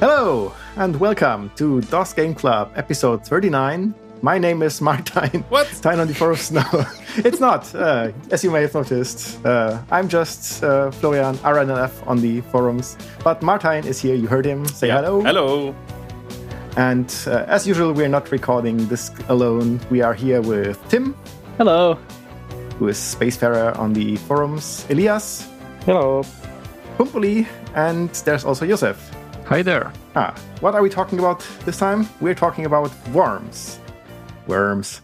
Hello and welcome to DOS Game Club episode 39. My name is Martijn. What? Tine on the forest? No, it's not. Uh, as you may have noticed, uh, I'm just uh, Florian RNLF on the forums. But Martijn is here. You heard him. Say Yeah. hello. Hello. And uh, as usual, we're not recording this alone. We are here with Tim, Hello. who is Spacefarer on the forums, Elias, Hello. Pumpoli, and there's also Josef. Hi there. Ah, what are we talking about this time? We're talking about worms. Worms.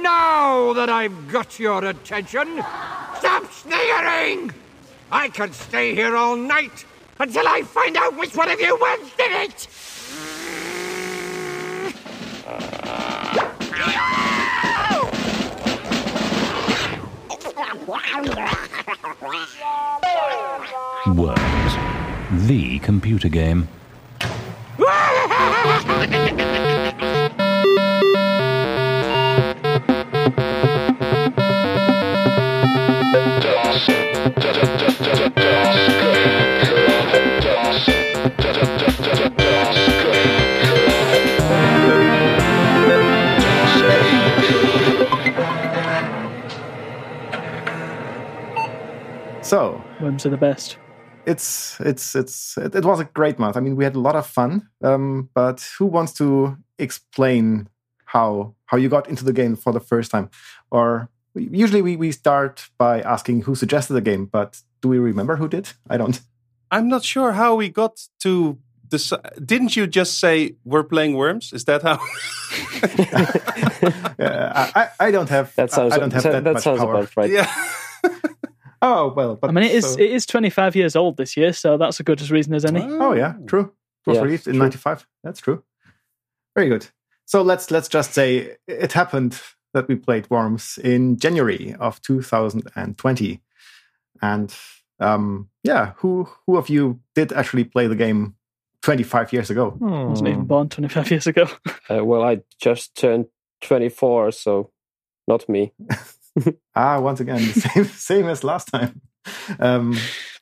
Now that I've got your attention, stop sneering! I could stay here all night until I find out which one of you wins did it! Worms, the computer game. So, Worms are the best. it's it's it's it, it was a great month. I mean, we had a lot of fun. Um, but who wants to explain how how you got into the game for the first time? Or usually we we start by asking who suggested the game, but do we remember who did? I don't. I'm not sure how we got to this. Didn't you just say we're playing worms? Is that how? Uh, I I don't have That sounds I don't have that, that, that much sounds power. about right. yeah. Oh well, but I mean, it is so- it is 25 years old this year, so that's a good as reason as any. Oh yeah, true. It was Yeah, released in true. '95. That's true. Very good. So let's let's just say it happened that we played Worms in January of 2020, and um, yeah, who who of you did actually play the game 25 years ago? Hmm. I wasn't Oh. even born 25 years ago. Uh, well, I just turned 24, so not me. Ah, once again, the same same as last time. Um,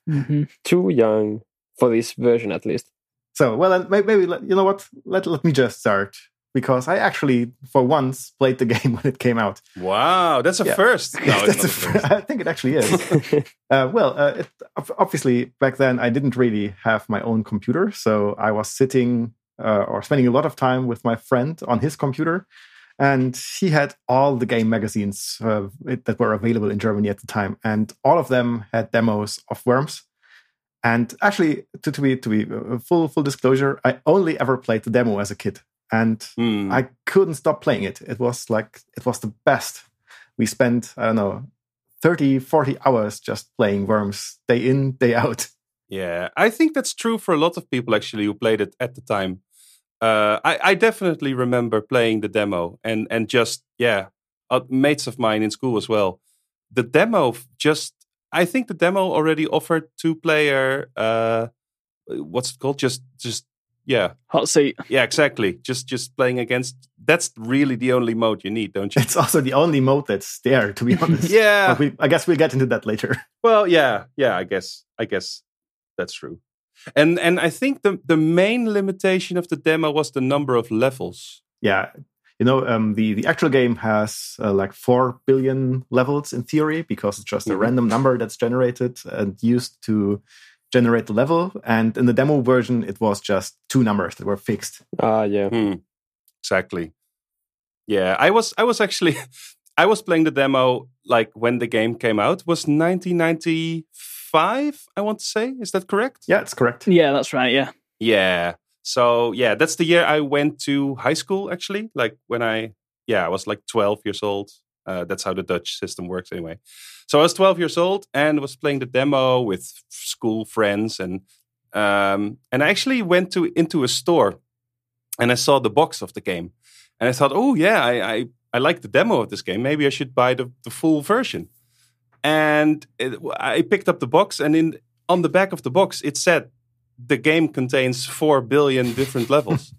hmm Too young for this version, at least. So, well, and may- maybe let- you know what? Let let me just start because I actually, for once, played the game when it came out. Wow, that's a Yeah. first. No, it's That's not a a first. fr- I think it actually is. uh, well, uh, it, ob- obviously, back then I didn't really have my own computer, so I was sitting uh, or spending a lot of time with my friend on his computer, and he had all the game magazines uh, it- that were available in Germany at the time, and all of them had demos of Worms. And actually, to, to be to be uh, full full disclosure, I only ever played the demo as a kid, and Hmm. I couldn't stop playing it. It was like, it was the best. We spent, I don't know, 30, 40 hours just playing Worms day in, day out. Yeah, I think that's true for a lot of people actually who played it at the time. Uh, I, I definitely remember playing the demo and and just yeah, uh, mates of mine in school as well. The demo f- just I think the demo already offered two player uh, what's it called? Just just yeah Hot seat. yeah exactly. Just just playing against. That's really the only mode you need, don't you? It's also the only mode that's there, to be honest. yeah. But we, I guess we'll get into that later. Well, yeah, yeah, I guess, I guess that's true. And and I think the the main limitation of the demo was the number of levels. yeah you know um, the the actual game has uh, like four billion levels in theory because it's just a Mhm. random number that's generated and used to generate the level and in the demo version it was just two numbers that were fixed Ah, yeah. Hmm. Exactly. Yeah, I was I was actually I was playing the demo like when the game came out It was 1995, I want to say. Is that correct? yeah it's correct Yeah, that's right. Yeah. Yeah. So, yeah, that's the year I went to high school actually, like when I yeah, I was like 12 years old. Uh, that's how the Dutch system works anyway. So I was 12 years old and was playing the demo with school friends and um, and I actually went to into a store and I saw the box of the game and I thought, oh yeah, I I, I like the demo of this game. Maybe I should buy the, the full version. and it, I picked up the box, and in on the back of the box it said the game contains four billion different levels.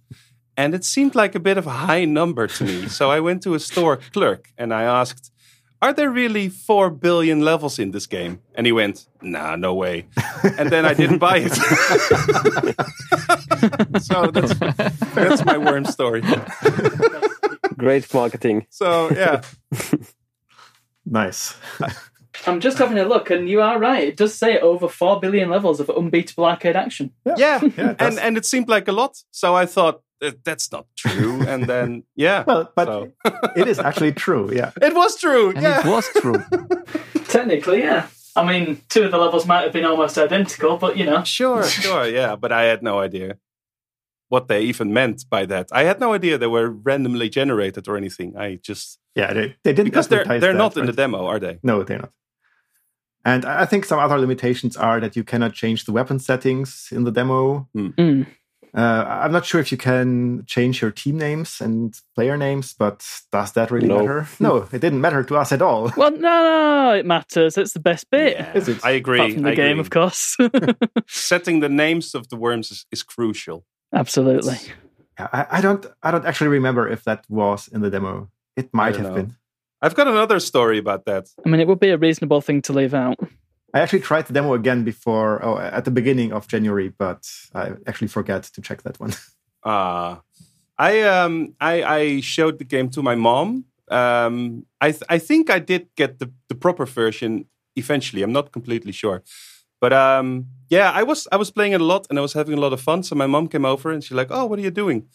And it seemed like a bit of a high number to me. So I went to a store clerk and I asked, Are there really 4 billion levels in this game? And he went, Nah, no way. And then I didn't buy it. so that's, that's my worm story. Great marketing. So yeah, Nice. I'm just having a look, and you are right. It does say over 4 billion levels of unbeatable arcade action. yeah. Yeah, it does. and, and it seemed like a lot. So I thought, "Eh, That's not true. And then, yeah. Well, but So- it is actually true. Yeah. it was true. And yeah. it was true. Technically, yeah. I mean, two of the levels might have been almost identical, but you know. Sure, sure, yeah, but I had no idea what they even meant by that. I had no idea they were randomly generated or anything. I just Yeah. They, they didn't because they're advertise they're that, not in right? the demo, are they? No, they're not. And I I think some other limitations are that you cannot change the weapon settings in the demo. Hmm. Mm. Uh, I'm not sure if you can change your team names and player names, but does that really No. matter? No, it didn't matter to us at all. Well, no, no, it matters. It's the best bit. Is it? I agree. Apart from the I game, agree. of course. Setting the names of the worms is, is crucial. Absolutely. Yeah, I, I don't. I don't actually remember if that was in the demo. It might don't have know. been. I've got another story about that. I mean, it would be a reasonable thing to leave out. I actually tried the demo again before, oh, at the beginning of January, but I actually forgot to check that one. Uh, I um I, I showed the game to my mom. Um, I th- I think I did get the, the proper version eventually. I'm not completely sure, but um yeah, I was I was playing it a lot and I was having a lot of fun. So my mom came over and she's like, "Oh, what are you doing?"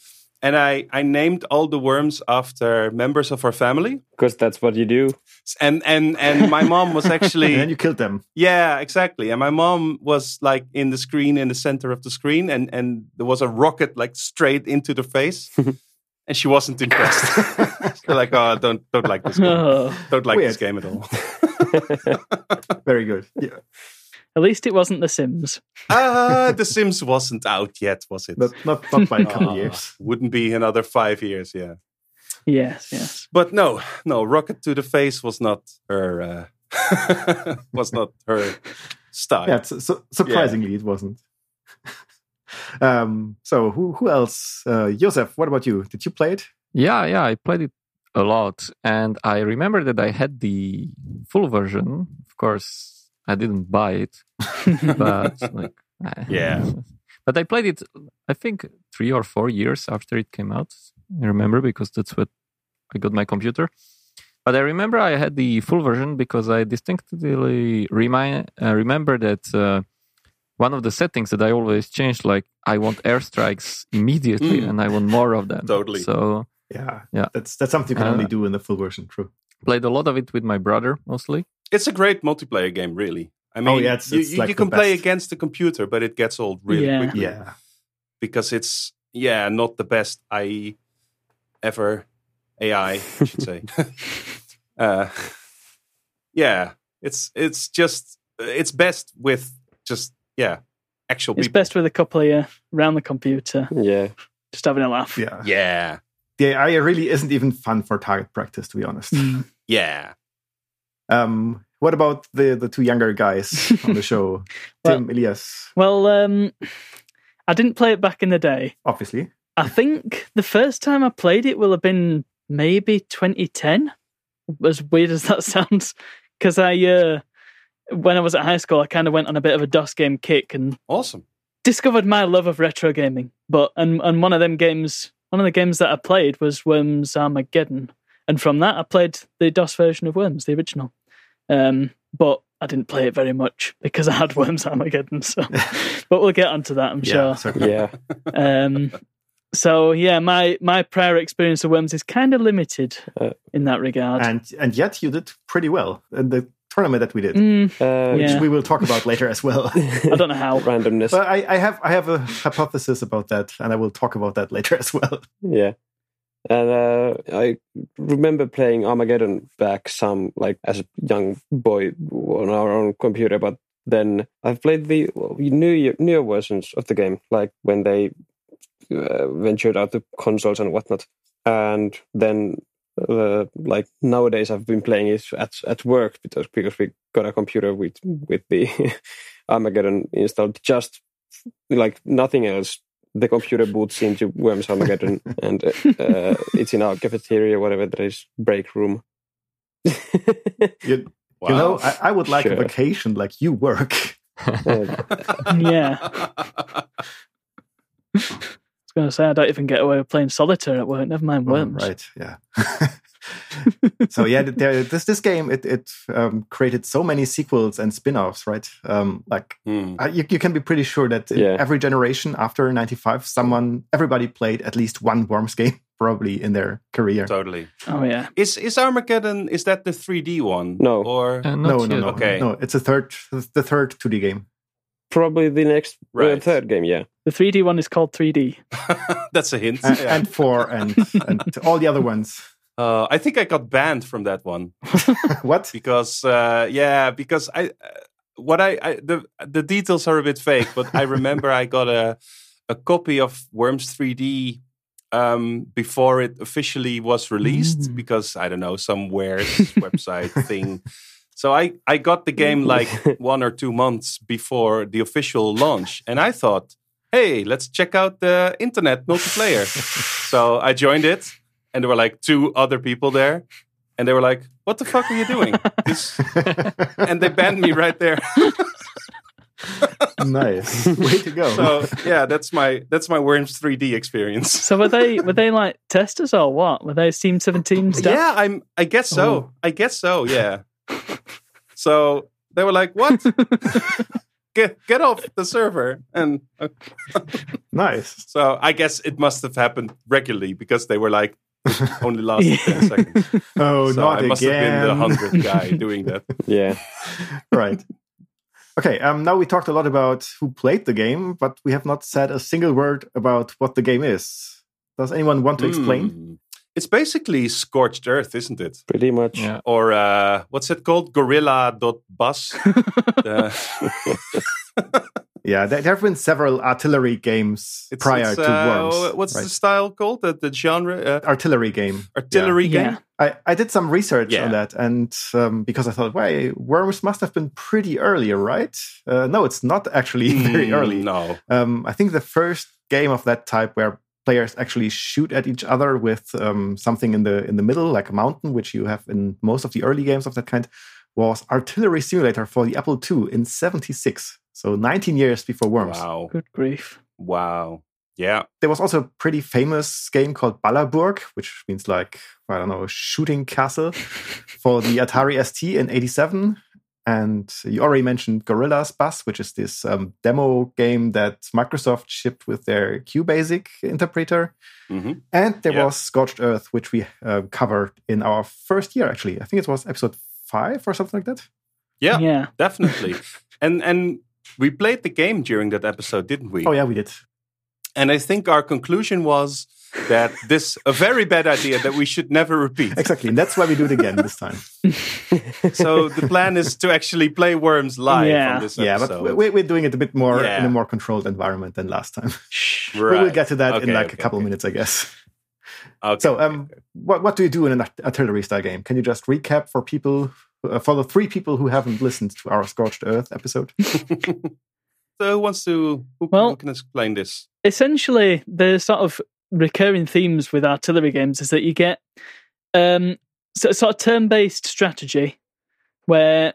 And I I named all the worms after members of our family. Because that's what you do. S- And and and my mom was actually and then you killed them. yeah, exactly. And my mom was like in the screen, in the center of the screen, and and there was a rocket like straight into the face, and she wasn't impressed. She's like, oh, I don't don't like this game. Oh, Don't like Weird. this game at all. Very good. Yeah, at least it wasn't The Sims. Ah, The Sims wasn't out yet, was it? not not, not by a couple Ah, years. Wouldn't be another five years, yeah. Yes, yes. But no, no, rocket to the face was not her. Uh, was not her style. Yeah, su- su- surprisingly, it wasn't. um. So who who else? Uh, Josef, what about you? Did you play it? Yeah, yeah, I played it a lot, and I remember that I had the full version. Of course, I didn't buy it, but like, I- Yeah. But I played it, I think, three or four years after it came out. I remember because that's what I got my computer. But I remember I had the full version because I distinctly remind uh, remember that. Uh, one of the settings that I always change, like I want airstrikes immediately, Mm. and I want more of them. Totally. So Yeah. Yeah. That's that's something you can Uh, only do in the full version. True. played a lot of it with my brother mostly. it's a great multiplayer game, really. I mean, Oh, yeah, it's- you, it's you, like you the can play best. against the computer, but it gets old really Yeah. quickly Yeah. because it's yeah not the best IE ever AI, I should say. uh, yeah, it's it's just it's best with just yeah actual It's people. best with a couple of you round the computer, Yeah. just having a laugh. Yeah. Yeah, The AI really isn't even fun for target practice, to be honest. Mm. yeah. Um. What about the the two younger guys on the show, Well- Tim, Elias? Well, um, I didn't play it back in the day. Obviously. I think the first time I played it will have been maybe 2010. As weird as that sounds, because I, uh, when I was at high school, I kind of went on a bit of a DOS game kick and Awesome. discovered my love of retro gaming. But and and one of them games, one of the games that I played was Worms Armageddon, and from that I played the DOS version of Worms, the original. Um, but I didn't play it very much because I had Worms Armageddon. So, but we'll get onto that, I'm Yeah. sure. certainly. Yeah. Um, so yeah, my my prior experience of Worms is kind of limited Uh, in that regard. And and yet you did pretty well in the tournament that we did, Mm, Uh, which Yeah. we will talk about later as well. I don't know how. Randomness. But I, I have I have a hypothesis about that, and I will talk about that later as well. Yeah. And uh, I remember playing Armageddon back some, like as a young boy on our own computer, but then I've played the new newer versions of the game, like when they uh, ventured out to consoles and whatnot. And then uh, like nowadays I've been playing it at at work because because we got a computer with with the Armageddon installed just like nothing else. The computer boots into Worms Armageddon and uh, uh, it's in our cafeteria, whatever there is, break room. You, you know, I, I would like a Sure. vacation like you work. Uh, Yeah. was going to say, I don't even get away with playing solitaire at work. Never mind worms. Oh, Um, Right. Yeah. so yeah, th- there, this this game it it um, created so many sequels and spin-offs, right? Um, like Hmm. uh, you, you can be pretty sure that in Yeah. every generation after '95, someone everybody played at least one Worms game probably in their career. Totally. Oh, yeah. Is is Armageddon? Is that the 3D one? No. Or Uh, no, not no, yet. no, Okay. no. It's a third, the third 2D game. probably the next uh, Right. third game, yeah. The 3D one is called 3D. that's a hint. and, Yeah. and four and and all the other ones. Uh, I think I got banned from that one what? because uh, yeah, because I uh, what I, I the the details are a bit fake, but I remember I got a a copy of Worms 3D um, before it officially was released Mm. because I don't know some wares website thing. So I I got the game like one or two months before the official launch, and I thought, hey, let's check out the internet multiplayer. so I joined it, and there were like two other people there, and they were like, "What the fuck are you doing?" This- and they banned me right there. nice. Way to go. so yeah, that's my that's my Worms 3D experience. So were they were they like testers or what? Were they Steam 17 stuff? Yeah, I'm. I guess so. Oh. I guess so. Yeah. so they were like, "What? get get off the server!" And uh, nice. so I guess it must have happened regularly because they were like, "It "Only lasted ten seconds." Oh, so not I must again. have been uh, the hundredth guy doing that. Yeah. right. Okay, um, now we talked a lot about who played the game, but we have not said a single word about what the game is. Does anyone want to explain? Hmm. It's basically scorched earth, isn't it? Pretty much. Yeah. Or uh, what's it called? Gorilla.bus. uh, Yeah, there, there have been several artillery games it's, prior it's, to uh, Worms. What's right? the style called? The, the genre? Uh, artillery game? artillery Yeah. game? I, I did some research Yeah. on that, and um, because I thought, why Worms must have been pretty early, right? Uh, no, it's not actually very Mm, early. No. Um, I think the first game of that type where players actually shoot at each other with um, something in the in the middle, like a mountain, which you have in most of the early games of that kind, was Artillery Simulator for the Apple II in '76. So 19 years before Worms. Wow. Good grief. Wow. Yeah. There was also a pretty famous game called Ballaburg, which means like I don't know, shooting castle, for the Atari ST in '87. And you already mentioned Gorilla's Bus, which is this um, demo game that Microsoft shipped with their QBasic interpreter. hmm And there Yeah. was Scorched Earth, which we uh, covered in our first year, actually. I think it was episode five or something like that. Yeah, Yeah. definitely. and and we played the game during that episode, didn't we? Oh, yeah, we did. And I think our conclusion was that this a very bad idea that we should never repeat. Exactly. And that's why we do it again this time. So the plan is to actually play Worms live Yeah. on this yeah, episode. but we- we, we're doing it a bit more Yeah. in a more controlled environment than last time. We Right. will get to that Okay, in like okay, a couple okay. minutes, I guess. Okay, So, okay, um, okay. what, what do you do in an art- artillery style game? Can you just recap for people, uh, for the three people who haven't listened to our Scorched Earth episode? so who wants to? Who, Well- who can explain this? essentially the sort of recurring themes with artillery games is that you get um so, sort of turn-based strategy where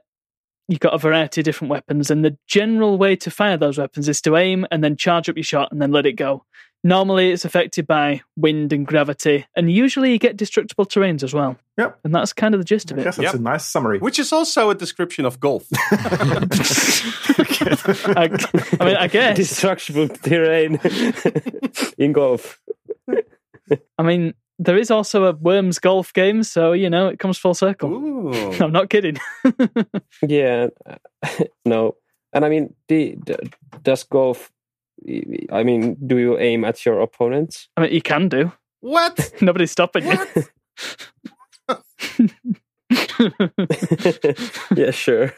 you've got a variety of different weapons and the general way to fire those weapons is to aim and then charge up your shot and then let it go normally it's affected by wind and gravity and usually you get destructible terrains as well Yep. and that's kind of the gist of I Mm, it guess that's Yep. a nice summary. Which is also a description of golf. I, I mean i guess Destructible terrain in golf. i mean there is also a worms golf game so you know it comes full circle Ooh. i'm not kidding Yeah, uh, no, and I mean, the, the does golf? I mean, do you aim at your opponents? I mean, you can do. What? Nobody's stopping you. yeah, sure.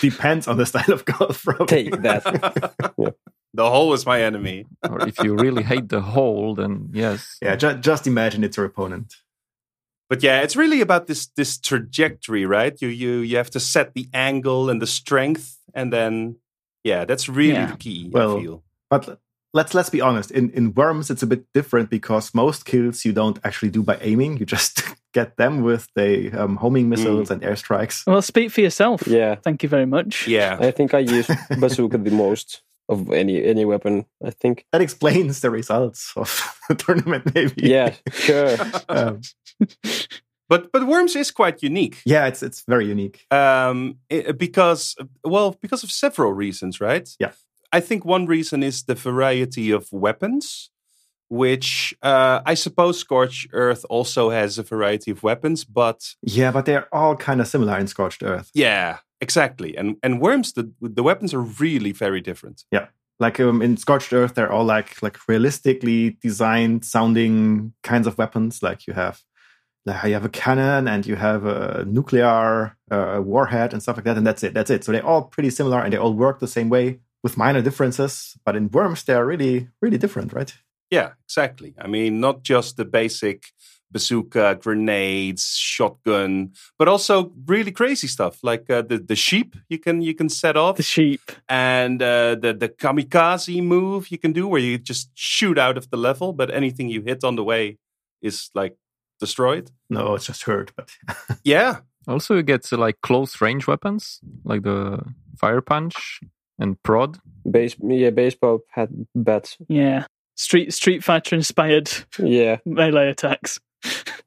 Depends on the style of golf, Rob. Take that. The hole is my enemy. Or if you really hate the hole, then yes. Yeah, ju- just imagine it's your opponent. But yeah, it's really about this this trajectory, right? You you you have to set the angle and the strength, and then yeah, that's really Yeah. the key. Well, I feel. But let's let's be honest. In in worms, it's a bit different because most kills you don't actually do by aiming. You just get them with the um, Mm. homing missiles and airstrikes. Well, speak for yourself. Yeah, Thank you very much. Yeah, I think I use bazooka the most of any any weapon. I think. That explains the results of the tournament, maybe. Yeah, sure. Um, but but worms is quite unique. yeah, it's it's very unique. um, i- because well, because of several reasons, right? Yeah. I think one reason is the variety of weapons, which uh, I suppose Scorch Earth also has a variety of weapons, but Yeah, but they're all kind of similar in Scorched Earth. yeah, exactly. And and Worms, the the weapons are really very different. Like um, in Scorched Earth, they're all like like realistically designed sounding kinds of weapons. Like you have like you have a cannon and you have a nuclear uh, warhead and stuff like that, and that's it. That's it. So they're all pretty similar and they all work the same way with minor differences. But in Worms, they're really really different, right? Yeah, exactly. I mean, not just the basic bazooka, grenades, shotgun, but also really crazy stuff like uh, the the sheep you can you can set off. The sheep. and uh, the the kamikaze move you can do where you just shoot out of the level, but anything you hit on the way is like destroyed. No, it's just hurt, but Yeah, Also, you get uh, like close range weapons, like the fire punch and prod. Base, yeah, baseball hat bats. Yeah. Street Street Fighter inspired Yeah, melee attacks.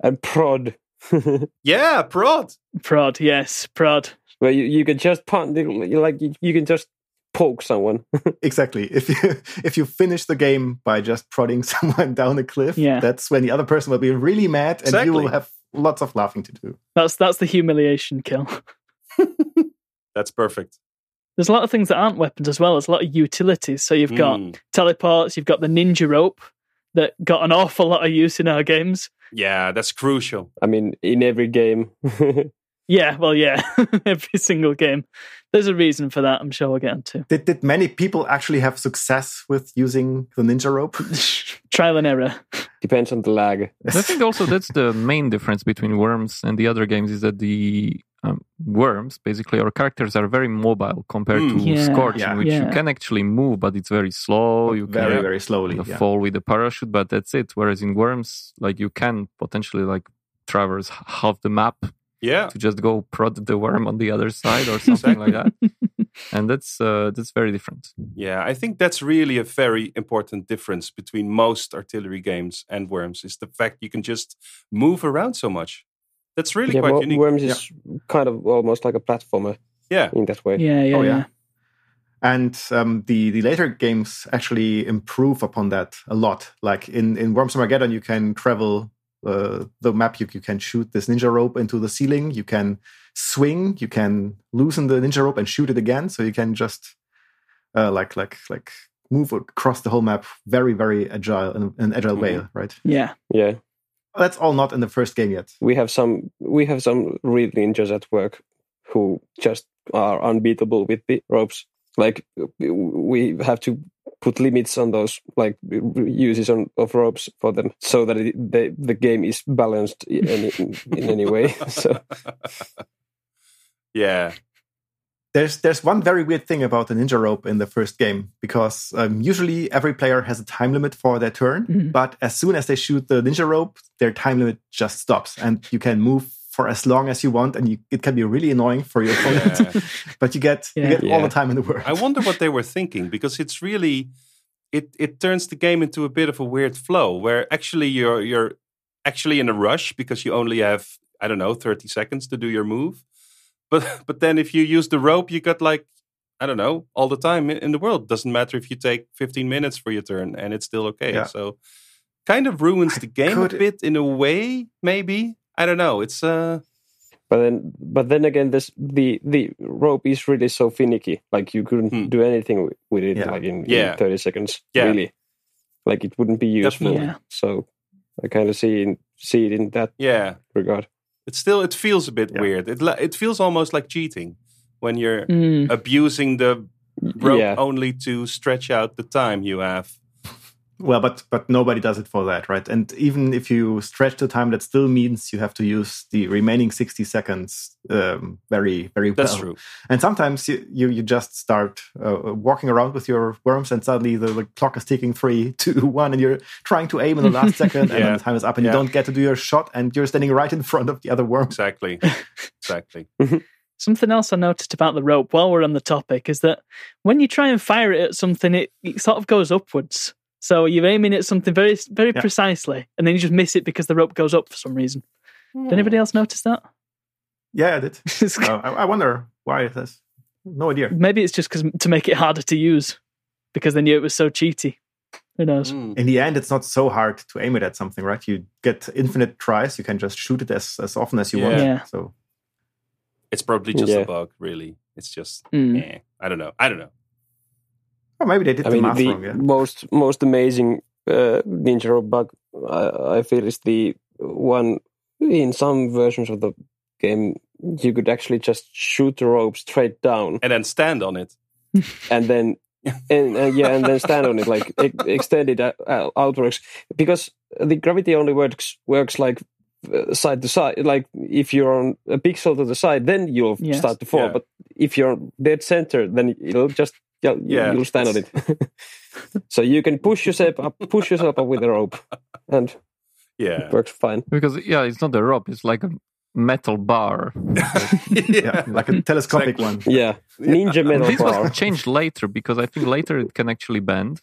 and prod. yeah, prod. Prod, yes, prod. Where you, you can just punt, like you, you can just poke someone. exactly. If you if you finish the game by just prodding someone down a cliff, Yeah. that's when the other person will be really mad, and you will Exactly. have lots of laughing to do. That's that's the humiliation kill. That's perfect. There's a lot of things that aren't weapons as well. There's a lot of utilities. So you've got Hmm. Mm, teleports, you've got the ninja rope that got an awful lot of use in our games. yeah, that's crucial. I mean, in every game. Yeah, well, yeah, every single game. There's a reason for that. I'm sure we'll get into Did, did many people actually have success with using the ninja rope? trial and error. Depends on the lag. I think also that's the main difference between Worms and the other games is that the um, Worms, basically, our characters are very mobile compared Mm. to Yeah. Scorch, Hmm. Yeah. in which you Yeah. can actually move, but it's very slow. You can very, Yeah. very slowly. kind of yeah. fall with a parachute, but that's it. Whereas in Worms, like you can potentially like traverse h- half the map Yeah, to just go prod the worm on the other side or something like that, and that's uh, that's very different. yeah. I think that's really a very important difference between most artillery games and Worms is the fact you can just move around so much. That's really yeah, quite Wo- unique. Worms is kind of almost like a platformer yeah, in that way. Yeah, yeah, Oh, yeah. yeah. And um, the, the later games actually improve upon that a lot. Like in, in Worms Armageddon, you can travel uh, the map, you, you can shoot this ninja rope into the ceiling, you can swing, you can loosen the ninja rope and shoot it again. So you can just uh, like, like, like move across the whole map very, very agile in an agile way, right? yeah. Yeah, That's all not in the first game yet. we have some we have some real ninjas at work who just are unbeatable with the ropes. Like we have to put limits on those like uses on, of ropes for them so that it, the the game is balanced in any, in any way. So yeah. there's there's one very weird thing about the ninja rope in the first game because um, usually every player has a time limit for their turn, Mhm. but as soon as they shoot the ninja rope, their time limit just stops, and you can move for as long as you want, and you, it can be really annoying for your opponent, Yeah. but you get you Yeah. get all Yeah. the time in the world. I wonder what they were thinking because it's really it it turns the game into a bit of a weird flow where actually you're you're actually in a rush because you only have I don't know 30 seconds to do your move. But but then if you use the rope you got like I don't know all the time in in the world doesn't matter if you take 15 minutes for your turn and it's still okay. Yeah. So kind of ruins the game could- a bit in a way maybe. I don't know. It's uh But then, but then again, this the the rope is really so finicky. Like you couldn't Hmm. do anything with- with it, Yeah. like in, in Yeah. thirty seconds. Yeah. Really, like it wouldn't be useful. Definitely. Yeah. So I kind of see in, see it in that yeah. regard. It still it feels a bit Yeah. weird. It li- it feels almost like cheating when you're Mm. abusing the rope Yeah, only to stretch out the time you have. Well, but but nobody does it for that, right? And even if you stretch the time, that still means you have to use the remaining sixty seconds um, very very well. That's true. And sometimes you you, you just start uh, walking around with your worms, and suddenly the, the clock is ticking three, two, one, and you're trying to aim in the last second, and then Yeah. the time is up, and Yeah. you don't get to do your shot, and you're standing right in front of the other worms. Exactly. exactly. Something else I noticed about the rope while we're on the topic is that when you try and fire it at something, it, it sort of goes upwards. So you're aiming at something very, very Yeah. precisely, and then you just miss it because the rope goes up for some reason. Did Hmm. anybody else notice that? Yeah, I did. Uh, I, I wonder why it is. No idea. Maybe it's just because to make it harder to use, because they knew it was so cheaty. Who knows? Hmm. Mm. in the end, it's not so hard to aim it at something, right? You get infinite tries. You can just shoot it as, as often as you want. Yeah. Yeah. So It's probably just Yeah. a bug, really. It's just, Mm. eh, I don't know. I don't know. or oh, maybe they did I the mean, math the wrong. Yeah. most most amazing uh, Ninja Rope bug I, I feel is the one in some versions of the game you could actually just shoot the rope straight down And then stand on it. and then and uh, yeah and then stand on it like ex- extend it out- out- outwards because the gravity only works works like uh, side to side like if you're on a pixel to the side then you'll Yes. start to fall Yeah. but if you're dead center then it'll just yeah, Yeah, you'll stand on it so you can push yourself up push yourself up with a rope and Yeah. it works fine Because yeah, it's not a rope; it's like a metal bar. yeah, like a telescopic Exactly. one. yeah ninja metal this bar was changed later because I think later it can actually bend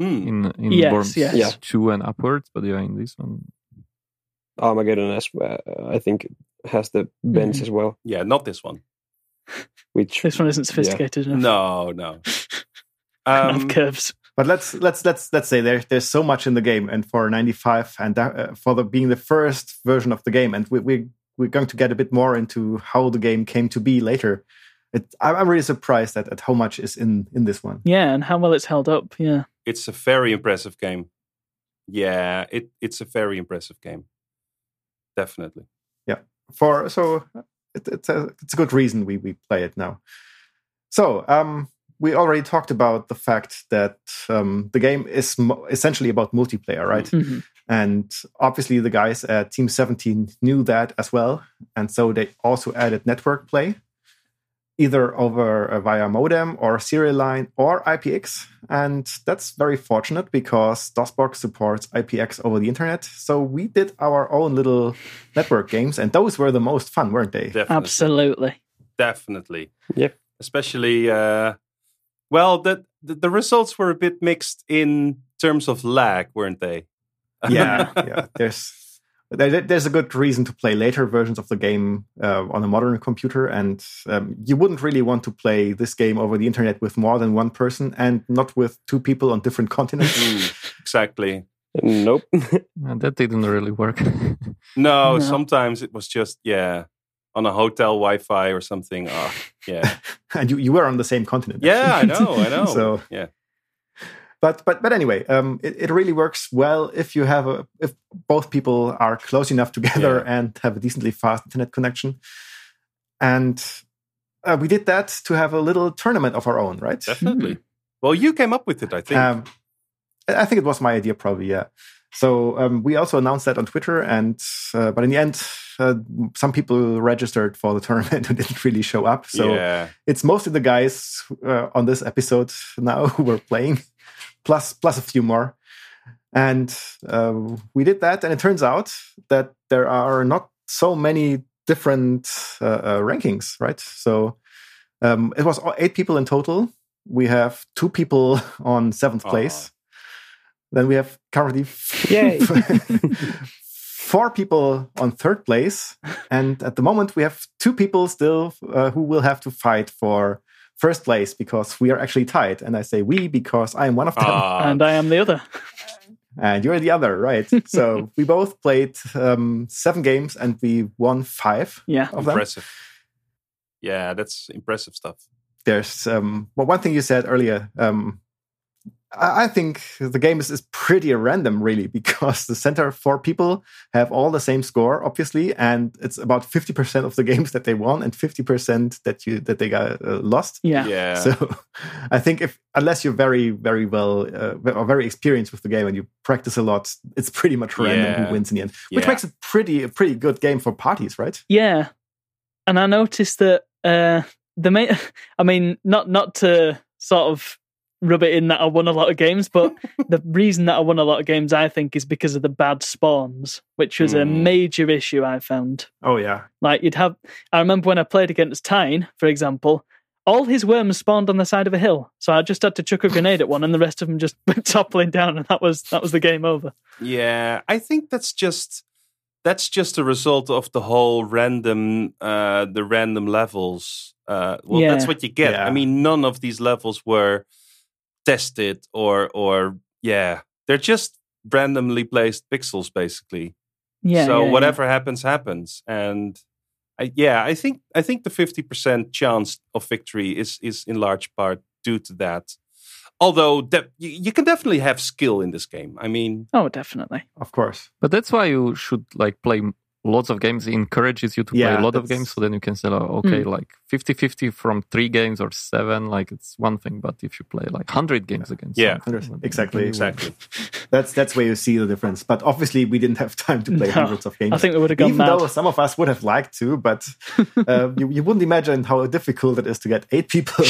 Mm. in in Yes, Worms yes. Yeah. two and upwards, but yeah, in this one, armageddon as uh, i think has the bends as well Yeah, not this one. which This one isn't sophisticated enough. No, no. Doesn't have Um, curves. But let's let's let's let's say there, there's so much in the game, and for '95 and that, uh, for the being the first version of the game, and we, we we're going to get a bit more into how the game came to be later. It, I'm I'm really surprised at, at how much is in in this one. Yeah, and how well it's held up. Yeah. it's a very impressive game. Yeah, it, it's a very impressive game. Definitely. for so it, it's a it's a good reason we we play it now. So um, we already talked about the fact that um, the game is mo- essentially about multiplayer, right? Mhm. And obviously, the guys at Team 17 knew that as well. And so they also added network play, either over uh, via modem or serial line or IPX. And that's very fortunate because DOSBox supports IPX over the internet. So we did our own little network games, and those were the most fun, weren't they? Definitely. Absolutely. Definitely. Yep. Especially, uh, well, the, the the results were a bit mixed in terms of lag, weren't they? yeah, yeah. There's there, there- there's a good reason to play later versions of the game uh, on a modern computer, and um, you wouldn't really want to play this game over the internet with more than one person, and not with two people on different continents. Mm, exactly. nope yeah, that didn't really work. No, No. sometimes it was just yeah, on a hotel Wi-Fi or something. Ah, yeah, and you, you were on the same continent. yeah, I actually. know, I know. So- yeah, but but but anyway, um, it, it really works well if you have a if both people are close enough together and have a decently fast internet connection. And uh, we did that to have a little tournament of our own, right? definitely. Well, you came up with it, I think. Um, I I think it was my idea, probably. Yeah. So um, we also announced that on Twitter, and uh, but in the end, uh, some people registered for the tournament who didn't really show up. So yeah, it's mostly the guys uh, on this episode now who were playing, plus plus a few more. And uh, we did that, and it turns out that there are not so many different uh, uh, rankings, right? So um, it was all- eight people in total. We have two people on seventh Aw. place. Then we have currently Yay. four people on third place, and at the moment we have two people still uh, who will have to fight for first place because we are actually tied. And I say we because I am one of them Ah, and I am the other. and you're the other, right? so we both played um, seven games and we won five Yeah. of them. impressive. Yeah, that's impressive stuff. There's um, well, one thing you said earlier. Um, I I think the game is, is pretty random, really, because the center four people have all the same score, obviously, and it's about fifty percent of the games that they won and fifty percent that you that they got uh, lost. Yeah. yeah. So I think if unless you're very very well uh, or very experienced with the game and you practice a lot, it's pretty much random Yeah. who wins in the end, which Yeah. makes it pretty a pretty good game for parties, right? Yeah, and I noticed that uh, the main. I mean, not not to sort of rub it in that I won a lot of games, but the reason that I won a lot of games, I think, is because of the bad spawns, which was a Hmm. major issue I found. Oh yeah, Like you'd have. I remember when I played against Tyne, for example. All his worms spawned on the side of a hill, so I just had to chuck a grenade at one, and the rest of them just went toppling down, and that was that was the game over. Yeah, I think that's just that's just a result of the whole random uh the random levels. Uh well that's Yeah. what you get. Yeah. I mean none of these levels were tested or or yeah. They're just randomly placed pixels basically. Yeah. so yeah, yeah. whatever happens happens and I, yeah, I think I think the 50% chance of victory is is in large part due to that. Although de- you, you can definitely have skill in this game. I mean, Oh, definitely. of course. But that's why you should like play m- lots of games. It encourages you to play Yeah, a lot of that's- games, so then you can say, oh, Hmm. okay, like 50-50 from three games or seven, like it's one thing. But if you play like hundred games against, Yeah. something, then you Exactly, really exactly. That's that's where you see the difference. But obviously, we didn't have time to play No, hundreds of games. I think we would have gone even mad. though some of us would have liked to, but uh, you, you wouldn't imagine how difficult it is to get eight people,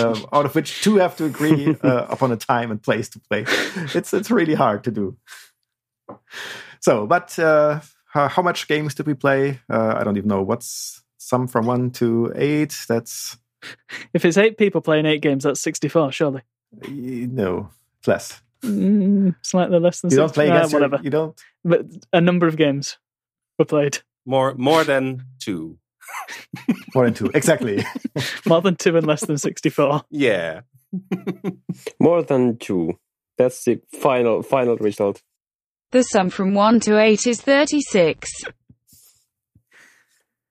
um, out of which two have to agree uh, upon a time and place to play. It's it's really hard to do. So, but uh, how, how much games did we play? Uh, I don't even know. What's some from one to eight? That's If it's eight people playing eight games, that's 64, surely. uh, no it's less. Mm, slightly less than You 60 don't play Ah, against your, whatever. you don't But a number of games were played, more more than two. more than two exactly. more than two and less than sixty-four. Yeah. More than two. That's the final final result. The sum from 1 to 8 is 36.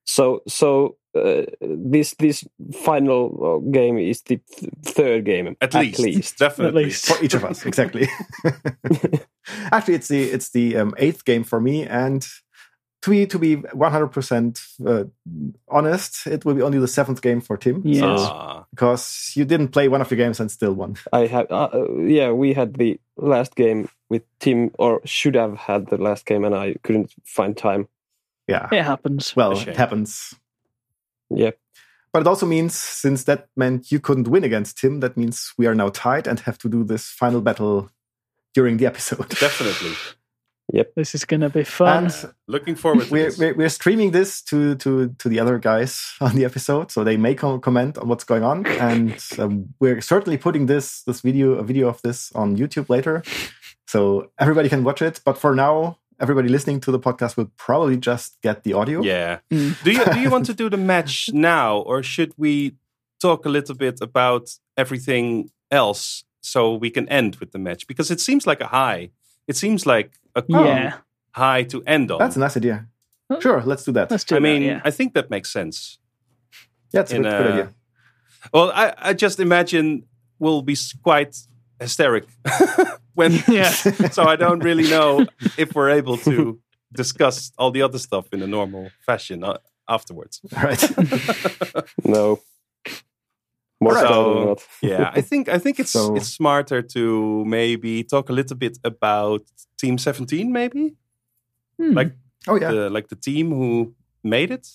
So so uh, this this final uh, game is the th- third game At, least. Definitely. At least. for each of us exactly actually it's the it's the um, eighth game for me and to be to be 100% uh, honest it will be only the seventh game for tim Yeah. Ah, because you didn't play one of your games and still won I have uh, uh, yeah we had the last game with Tim or should have had the last game and I couldn't find time. yeah It happens. well A shame. it happens Yep. but it also means since that meant you couldn't win against tim that means we are now tied and have to do this final battle during the episode definitely. This is going to be fun. and Looking forward to we're, this. we're, we're streaming this to, to, to the other guys on the episode, so they may com- comment on what's going on. And um, we're certainly putting this this video a video of this on YouTube later, so everybody can watch it. But for now, everybody listening to the podcast will probably just get the audio. Yeah. Mm. Do you do you want to do the match now or should we talk a little bit about everything else so we can end with the match? Because it seems like a high. It seems like a cool yeah, high to end on. that's a nice idea. Sure, let's do that. let's do I mean, that, yeah. I think that makes sense. Yeah, it's a in good, good a- idea. Well, I, I just imagine we'll be s- quite hysteric when. Yeah. so I don't really know if we're able to discuss all the other stuff in a normal fashion uh, afterwards. All right. No. More Alright. so than not. Yeah, I think I think it's So- it's smarter to maybe talk a little bit about Team Seventeen, maybe Hmm. like oh yeah, the, like the team who made it.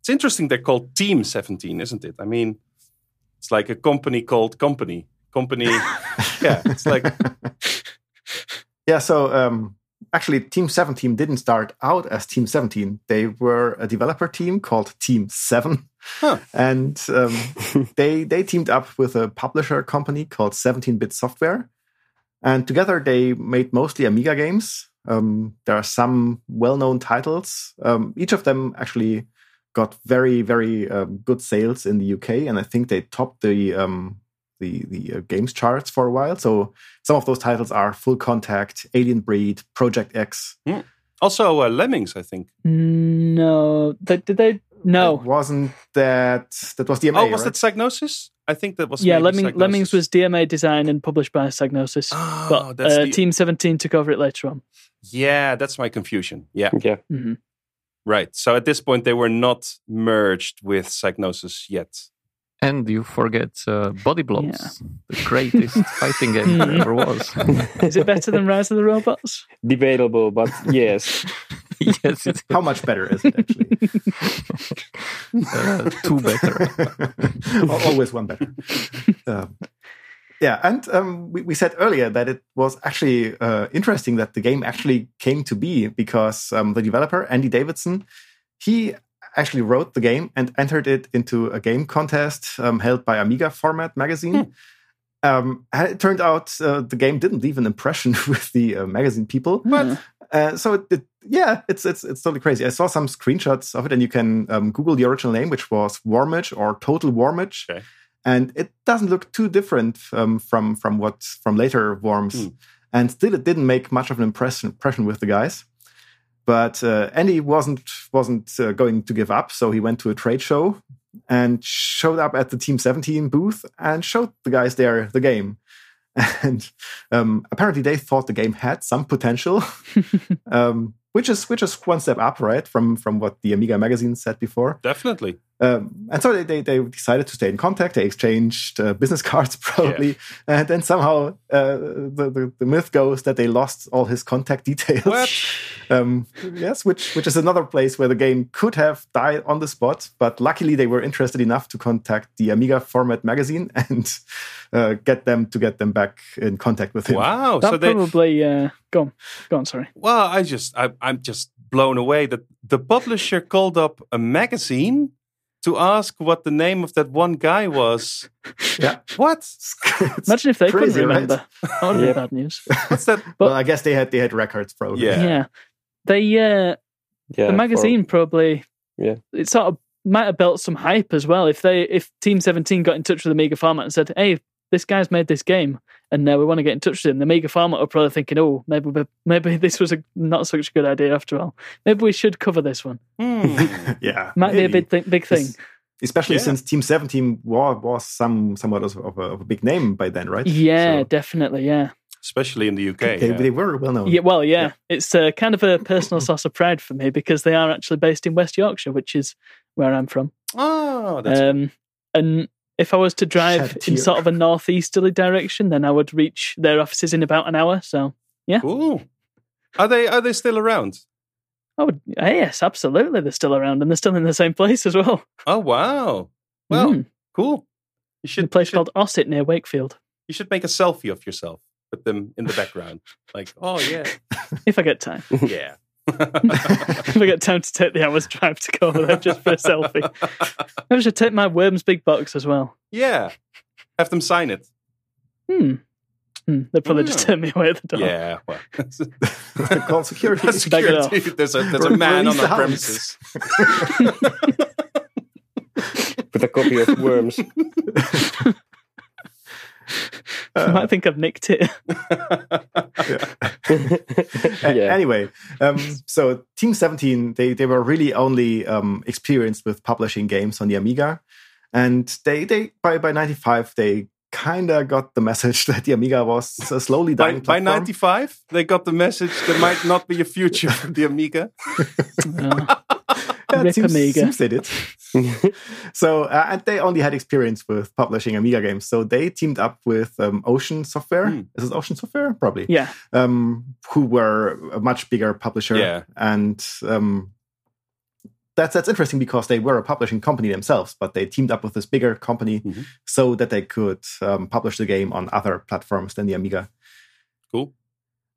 It's interesting they're called Team Seventeen, isn't it? I mean, it's like a company called Company Company. yeah, it's like yeah. So um, actually, Team Seven Team didn't start out as Team Seventeen. They were a developer team called Team Seven. Huh. and um, they they teamed up with a publisher company called 17-bit software and together they made mostly amiga games um, there are some well-known titles um, each of them actually got very very um, good sales in the uk and i think they topped the um, the, the uh, games charts for a while so some of those titles are full contact alien breed project x also uh, Lemmings, I think. no, Th- did they It No. wasn't that that was DMA? oh, was right? that Psygnosis? I think that was Yeah, maybe Lemming, Psygnosis. Lemmings was DMA designed and published by Psygnosis. Oh, but that's uh, the- Team 17 took over it later on. Yeah, that's my confusion. Yeah, Yeah. Mhm. right. So at this point, they were not merged with Psygnosis yet. And you forget uh, Body Blops, the greatest fighting game there ever was. Is it better than Rise of the Robots? Debatable, but yes. yes, it's How much better is it actually? uh, two better. Al- Always one better. Um, yeah, and um, we, we said earlier that it was actually uh, interesting that the game actually came to be because um, the developer Andy Davidson, he actually wrote the game and entered it into a game contest um, held by Amiga Format Hmm. magazine. Um, and it turned out uh, the game didn't leave an impression with the uh, magazine people. What? Uh, so it, it, yeah, it's it's it's totally crazy. I saw some screenshots of it, and you can um, Google the original name, which was Warmage or Total Warmage, Okay. and it doesn't look too different um, from from what from later Worms, Hmm. and still it didn't make much of an impression impression with the guys. But uh, Andy wasn't wasn't uh, going to give up, so he went to a trade show and showed up at the Team 17 booth and showed the guys there the game. And um, apparently, they thought the game had some potential, um, which is which is one step up, right, from from what the Amiga magazine said before. Definitely. Um, and so they, they they decided to stay in contact. They exchanged uh, business cards, probably, and then somehow uh, the, the the myth goes that they lost all his contact details. What? Um, yes, which which is another place where the game could have died on the spot, but luckily they were interested enough to contact the Amiga Format magazine and uh, get them to get them back in contact with him. Wow. That so they. probably. Uh, go on. Go on, sorry. Well, I just I, I'm just blown away that the publisher called up a magazine to ask what the name of that one guy was. Yeah. What? It's- Imagine if they crazy, couldn't right? remember. That would have Yep. been bad news. What's that? But- well, I guess they had they had records, probably. Yeah. Yeah. They. Uh, Yeah, the magazine probably Yeah. it sort of might have built some hype as well if they if team 17 got in touch with the mega format and said hey this guy's made this game and now we want to get in touch with him the mega format are probably thinking oh maybe we- maybe this was a not such a good idea after all maybe we should cover this one Hmm. yeah. might maybe. be a big, thi- big thing It's- Especially Yeah. since Team 17 was, was some somewhat of a, of a big name by then, right? yeah So definitely yeah Especially in the UK. they, yeah. they were well known. yeah well yeah, it's uh, kind of a personal source of pride for me because they are actually based in west yorkshire which is where i'm from Oh, that's Um, and if I was to drive Shed in tear. sort of a northeasterly direction, then I would reach their offices in about an hour. So cool. Are they are they still around? I would, ah, yes, absolutely. They're still around and they're still in the same place as well. Oh wow. Well, Mhm. cool. You In should a place you called should, Ossett near Wakefield. you should make a selfie of yourself with them in the background. like, oh yeah. If I get time, Yeah. if I get time to take the hour's drive to go over there just for a selfie, I should take my Worms big box as well. yeah. Have them sign it. Hmm. Hmm. They'd probably just Mm. turn me away at the door. Yeah. Well, Call security. that's Bag it security. There's a there's a Re- man on release the the hounds. premises. with a copy of Worms. I might think I've nicked it. A- Yeah. Anyway, um, so Team 17, they, they were really only um, experienced with publishing games on the Amiga. And they, they by, by 95, they kind of got the message that the Amiga was a slowly By, dying by platform. 95, they got the message there might not be a future for the Amiga. Uh, Yeah, it Rip seems, Amiga. seems they did. so, uh, and they only had experience with publishing Amiga games. So they teamed up with um, Ocean Software. Hmm. Is it Ocean Software? Probably. yeah. Um, who were a much bigger publisher. Yeah. And um, that's, that's interesting because they were a publishing company themselves, but they teamed up with this bigger company Mhm. so that they could um, publish the game on other platforms than the Amiga. Cool.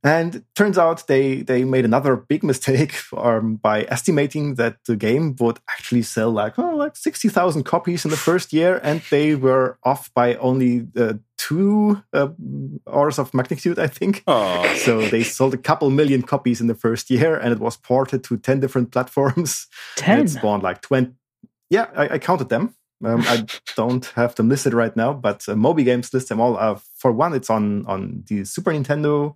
And it turns out they they made another big mistake um, by estimating that the game would actually sell like oh like sixty thousand copies in the first year, and they were off by only uh, two uh, orders of magnitude, I think. Oh, So they sold a couple million copies in the first year, and it was ported to ten different platforms. And 10. it spawned like twenty. Yeah, I, I counted them. Um, I don't have them listed right now, but uh, Moby Games lists them all. Uh, for one, it's on on the Super Nintendo,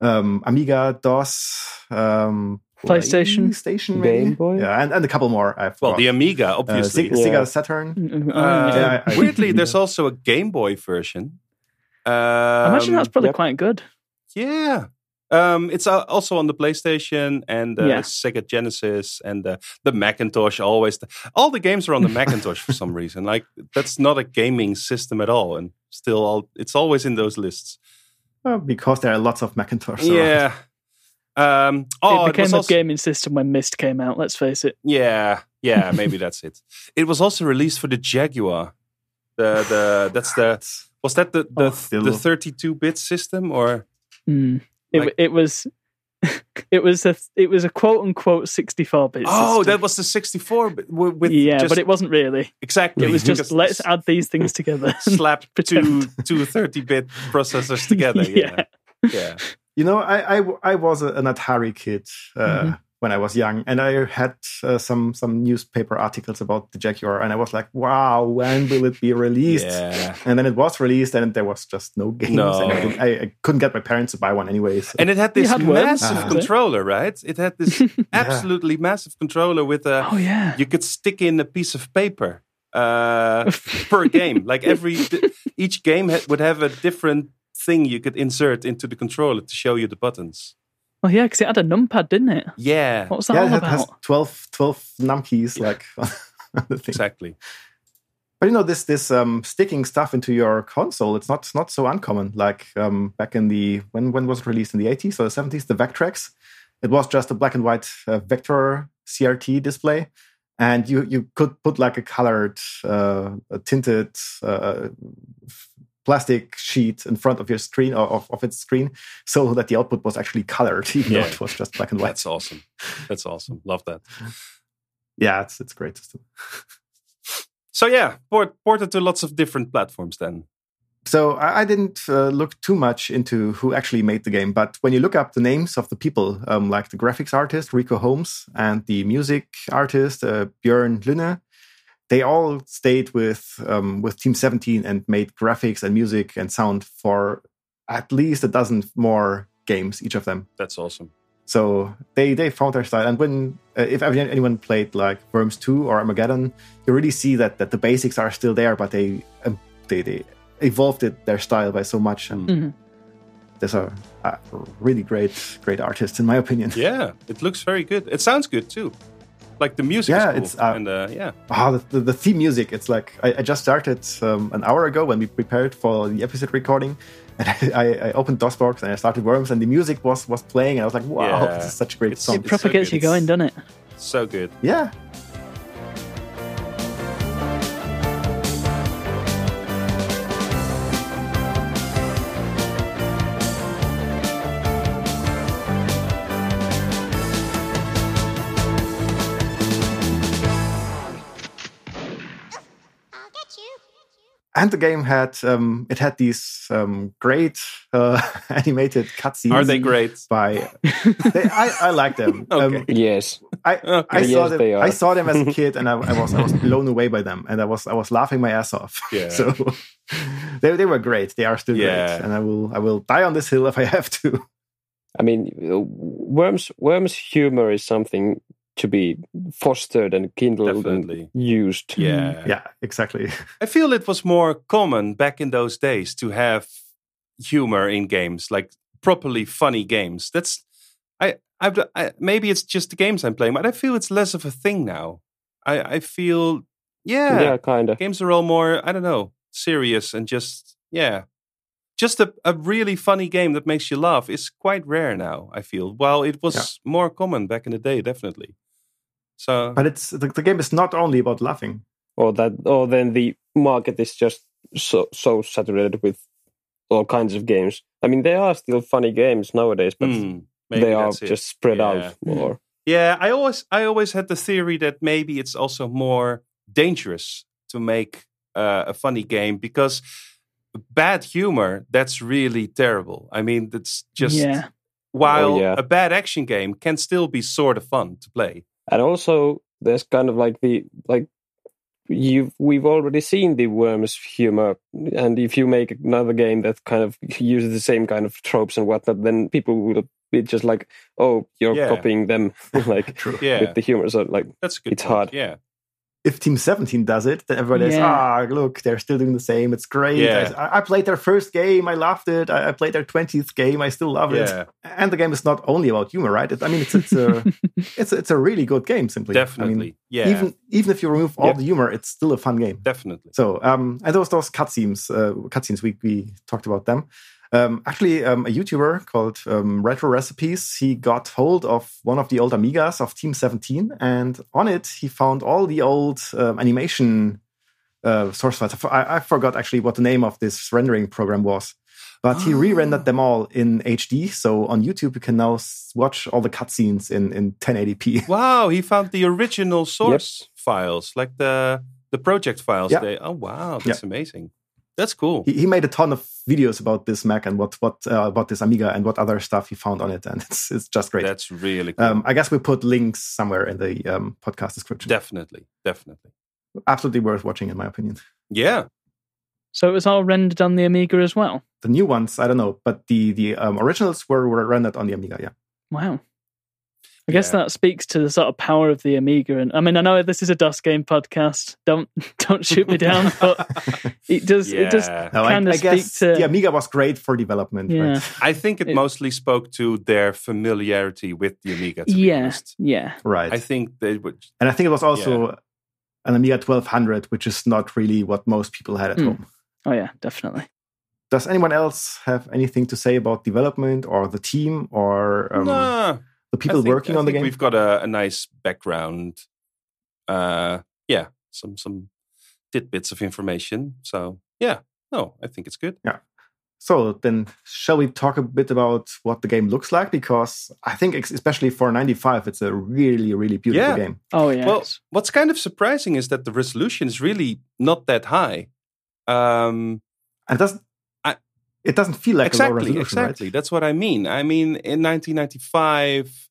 um, Amiga, DOS, um, PlayStation. PlayStation, maybe? Game Boy? Yeah, and, and a couple more. I've Well, the Amiga, uh, obviously. Se- Sega Yeah. Saturn. Mm, Uh, oh, yeah. Yeah, I- weirdly, there's also a Game Boy version. Um, I imagine that's probably yep. quite good. yeah. Um, it's uh, also on the PlayStation and the Yeah. Sega Genesis and the, the Macintosh. Always, all the games are on the Macintosh for some reason. Like that's not a gaming system at all, and still, all, it's always in those lists. Uh, because there are lots of Macintosh. around. Yeah. Um, oh, it became was a also- gaming system when Mist came out. Let's face it. Yeah, yeah, maybe that's it. It was also released for the Jaguar. The the that's the was that the Oh, the still. the 32 bit system or Mm. It, Like- it was, it was a it was a quote unquote sixty four bit. oh system. that was the 64 bit wi- with yeah, just, but it wasn't really. exactly It was just because let's add these things together. slap two pretend. two 30 bit processors together. Yeah, yeah. You know, I I, w- I was a, an Atari kid uh, Mm-hmm. Mhm. when I was young, and I had uh, some some newspaper articles about the Jaguar, and I was like, wow, when will it be released? yeah. And then it was released, and there was just no games. No. And I, didn't- I, I couldn't get my parents to buy one anyway. so- And it had this had worms. massive Ah. controller, right? It had this absolutely massive controller with a oh yeah. you could stick in a piece of paper uh, per game. Like every th- each game ha- would have a different thing you could insert into the controller to show you the buttons. Well, yeah, because it had a numpad, didn't it? Yeah, What was that yeah, all it had- about? has 12, 12 numkeys, like on the thing. exactly. But you know this this um, sticking stuff into your console. It's not not so uncommon. Like um, back in the when when was it released in the eighties or seventies? The Vectrex. It was just a black and white uh, vector CRT display, and you you could put like a colored, uh, a tinted uh, plastic sheet in front of your screen or of, of its screen, so that the output was actually colored, even Yeah. though it was just black and white. That's awesome. That's awesome. Love that. yeah, it's it's great system. So yeah, port ported to lots of different platforms. Then so I, I didn't uh, look too much into who actually made the game, but when you look up the names of the people, um, like the graphics artist Rico Holmes and the music artist uh, Björn Lünne, they all stayed with um, with Team Seventeen and made graphics and music and sound for at least a dozen more games, each of them. that's awesome. So they they found their style, and when uh, if ever anyone played like Worms Two or Armageddon, you really see that that the basics are still there, but they um, they they evolved it their style by so much, and Mhm. there's a, a really great great artist in my opinion. Yeah, it looks very good. It sounds good too. Like the music Yeah, is cool. it's, uh, and uh, yeah, Ah, the, the, the theme music. It's like I, I just started um, an hour ago when we prepared for the episode recording, and I, I opened DOSBox and I started Worms, and the music was was playing, and I was like, wow, Yeah. this is such a great It's- song. it proper so gets good. you going, doesn't it? so good. Yeah, and the game had um, it had these um, great uh, animated cutscenes. Are they great? By they, I, I like them. Um, Okay. Yes. I, I Okay. saw Yes, them. they are. I saw them as a kid, and I, I was I was blown away by them, and I was I was laughing my ass off. Yeah. So they they were great. They are still Yeah. great, and I will I will die on this hill if I have to. I mean, uh, Worms Worms humor is something to be fostered and kindled Definitely. and used. Yeah. Yeah, exactly. I feel it was more common back in those days to have humor in games, like properly funny games. That's I I've I, maybe it's just the games I'm playing, but I feel it's less of a thing now. I I feel yeah, yeah kind of. games are all more I don't know serious and just yeah, just a a really funny game that makes you laugh is quite rare now. I feel while it was more common back in the day, definitely. So But it's the, the game is not only about laughing. Or that or then the market is just so so saturated with all kinds of games. I mean, there are still funny games nowadays, but hmm, maybe they are that's it. just spread Yeah. out more. Yeah, I always I always had the theory that maybe it's also more dangerous to make uh, a funny game because bad humor that's really terrible. I mean, that's just yeah. while Oh, yeah. a bad action game can still be sort of fun to play. and also there's kind of like the like you we've already seen the worms humor and if you make another game that kind of uses the same kind of tropes and whatnot then people will be just like oh you're Yeah. copying them like True. Yeah. with the humor so like That's a good. It's point. hard. Yeah. If Team 17 does it, then everybody says, ah, Yeah. look, they're still doing the same. It's great. Yeah. I, I played their first game. I loved it. I, I played their 20th game. I still love Yeah. it. And the game is not only about humor, right? It, I mean, it's, it's, a, it's, it's a really good game, simply. I mean, Definitely. yeah. Even, even if you remove all Yep. the humor, it's still a fun game. definitely. So, um, and those those cutscenes, uh, cutscenes we we talked about them. Um, actually, um, a YouTuber called um, Retro Recipes, he got hold of one of the old Amigas of Team 17, and on it he found all the old um, animation uh, source files. I for- I, I forgot actually what the name of this rendering program was, but he re-rendered them all in HD. So on YouTube, you can now s- watch all the cutscenes in in 1080p. Wow, he found the original source files, like the the project files. Yeah. They. Oh wow, that's amazing. That's cool. he, he made a ton of videos about this Mac and what what uh, about this Amiga and what other stuff he found on it, and it's it's just great. That's really cool. um, I guess we put links somewhere in the um, podcast description. definitely, definitely. Absolutely worth watching, in my opinion. Yeah. So it was all rendered on the Amiga as well. The new ones, I don't know, but the the um, originals were, were rendered on the Amiga. Yeah, Wow. I guess Yeah. that speaks to the sort of power of the Amiga, and I mean, I know this is a DOS game podcast. Don't don't shoot me down, but it does it does Yeah. No, I- kind I, of speak guess to the Amiga was great for development. Yeah. Right? I think it It- mostly spoke to their familiarity with the Amiga. To be yeah, honest. yeah, right. I think they would. and I think it was also an Amiga 1200, which is not really what most people had at Mm. home. oh yeah, definitely. Does anyone else have anything to say about development or the team or um, Nah, the people I think- working I on the think game? We've got a, a nice background. Uh, yeah, some some tidbits of information. So yeah, no, I think it's good. So then, shall we talk a bit about what the game looks like? Because I think, ex- especially for '95, it's a really, really beautiful Yeah. game. Oh yeah, Well, it's- what's kind of surprising is that the resolution is really not that high. Um, And it doesn't, I- it doesn't feel like a low exactly, resolution, exactly. right? That's what I mean. I mean, in 1995,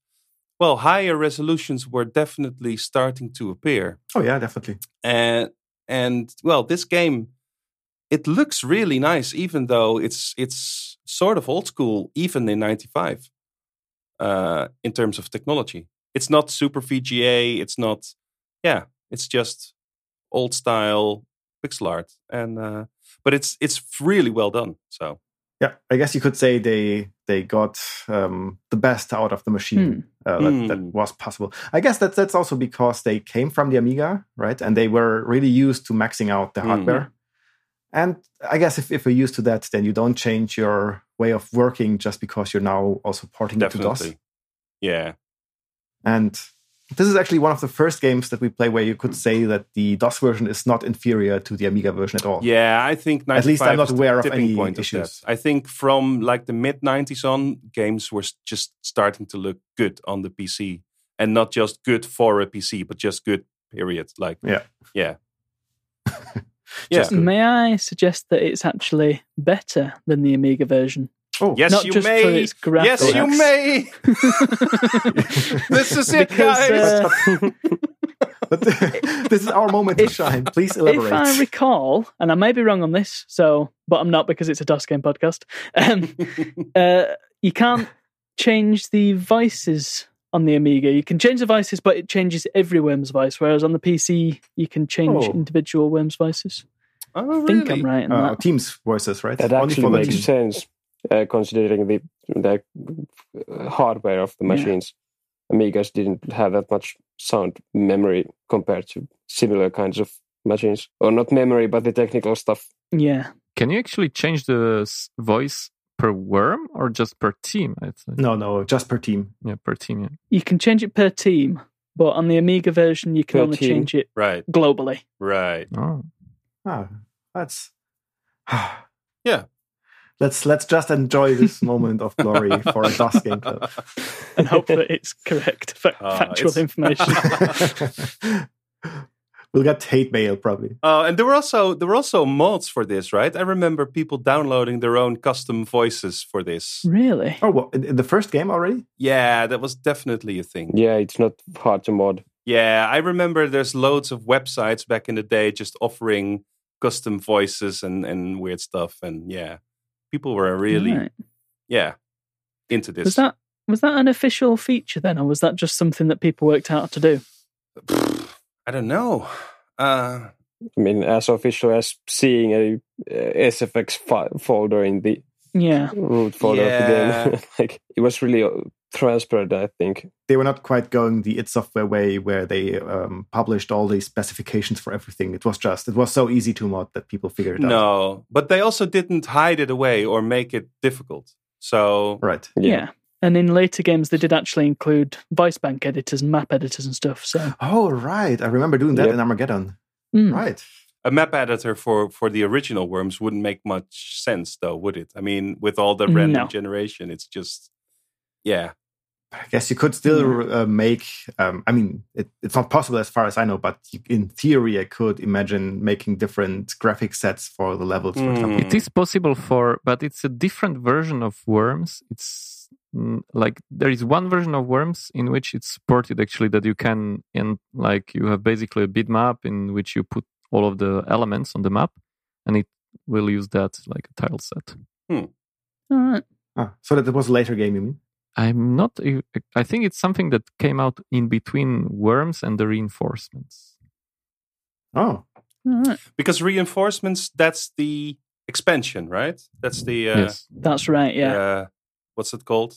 well, higher resolutions were definitely starting to appear. Oh yeah, definitely. and and well this game it looks really nice even though it's it's sort of old school even in 95 uh in terms of technology it's not super vga it's not yeah it's just old style pixel art and uh but it's it's really well done so Yeah, I guess you could say they they got um, the best out of the machine uh, that, that Mm. was possible. I guess that that's also because they came from the Amiga, right? And they were really used to maxing out the Mm. hardware. And I guess if, if you're used to that, then you don't change your way of working just because you're now also porting it to DOS. definitely yeah And this is actually one of the first games that we play where you Hmm. could say that the DOS version is not inferior to the Amiga version at all. Yeah, I think 95 Oh. At least I'm was not the aware of tipping any point issues. Of that. I think from like the mid 90s on, games were s- just starting to look good on the PC, and not just good for a PC, but just good. Period. Like Yeah. yeah, yeah. Just- may I suggest that it's actually better than the Amiga version? Oh, Yes, Not you just may. for its graphics. Yes, you may. this is it, Because, guys. uh, But this is our moment to shine. Please elaborate. If I recall, and I may be wrong on this, so but I'm not because it's a DOS game podcast. Um, uh, you can't change the vices on the Amiga. You can change the vices, but it changes every worm's vice. Whereas on the PC, you can change Oh. individual worm's vices. oh, I really? think I'm right in Uh, that. teams voices, right? that Only actually for the makes team. sense uh, considering the the uh, hardware of the Yeah. machines amigas didn't have that much sound memory compared to similar kinds of machines or not memory but the technical stuff Yeah, Can you actually change the s- voice per worm or just per team? I think. No, no, just per team. Yeah, per team. Yeah. you can change it per team, but on the Amiga version, you can Per only team. change it Right, globally. right. Oh. Ah, that's Yeah. Let's let's just enjoy this moment of glory for a DOS game club. And hope that it's correct fa- Ah, factual it's- information. we'll get hate mail probably. Oh, and there were also there were also mods for this, right? I remember people downloading their own custom voices for this. really? Oh, well, in, in the first game already? Yeah, that was definitely a thing. yeah it's not hard to mod Yeah, I remember there's loads of websites back in the day just offering custom voices and, and weird stuff. And yeah, people were really, Right. yeah, into this. Was that was that an official feature then, or was that just something that people worked out to do? I don't know. Uh, I mean, as official as seeing a uh, SFX fi- folder in the Yeah, root folder of the Yeah. game. like it was really uh, transparent, I think. They were not quite going the id Software way, where they um, published all the specifications for everything. It was just it was so easy to mod that people figured it out. no, but they also didn't hide it away or make it difficult. So Right. yeah, And in later games, they did actually include voice bank editors and map editors and stuff. So Oh right, I remember doing that Yep. in Armageddon. mm, Right. a map editor for for the original worms wouldn't make much sense though would it i mean with all the random No. generation it's just yeah I guess you could still uh, make. Um, I mean, it, it's not possible as far as I know, but you, in theory, I could imagine making different graphic sets for the levels. For example. Mm. It is possible for, but it's a different version of Worms. It's mm, like there is one version of Worms in which it's supported actually that you can and like you have basically a bit map in which you put all of the elements on the map, and it will use that like a tile set. all right. Ah, so that it was a later game, you mean? I'm not. e- I think it's something that came out in between Worms and the reinforcements. Oh, All right. because reinforcements that's the expansion right that's the uh, Yes. That's right. Yeah. uh, what's it called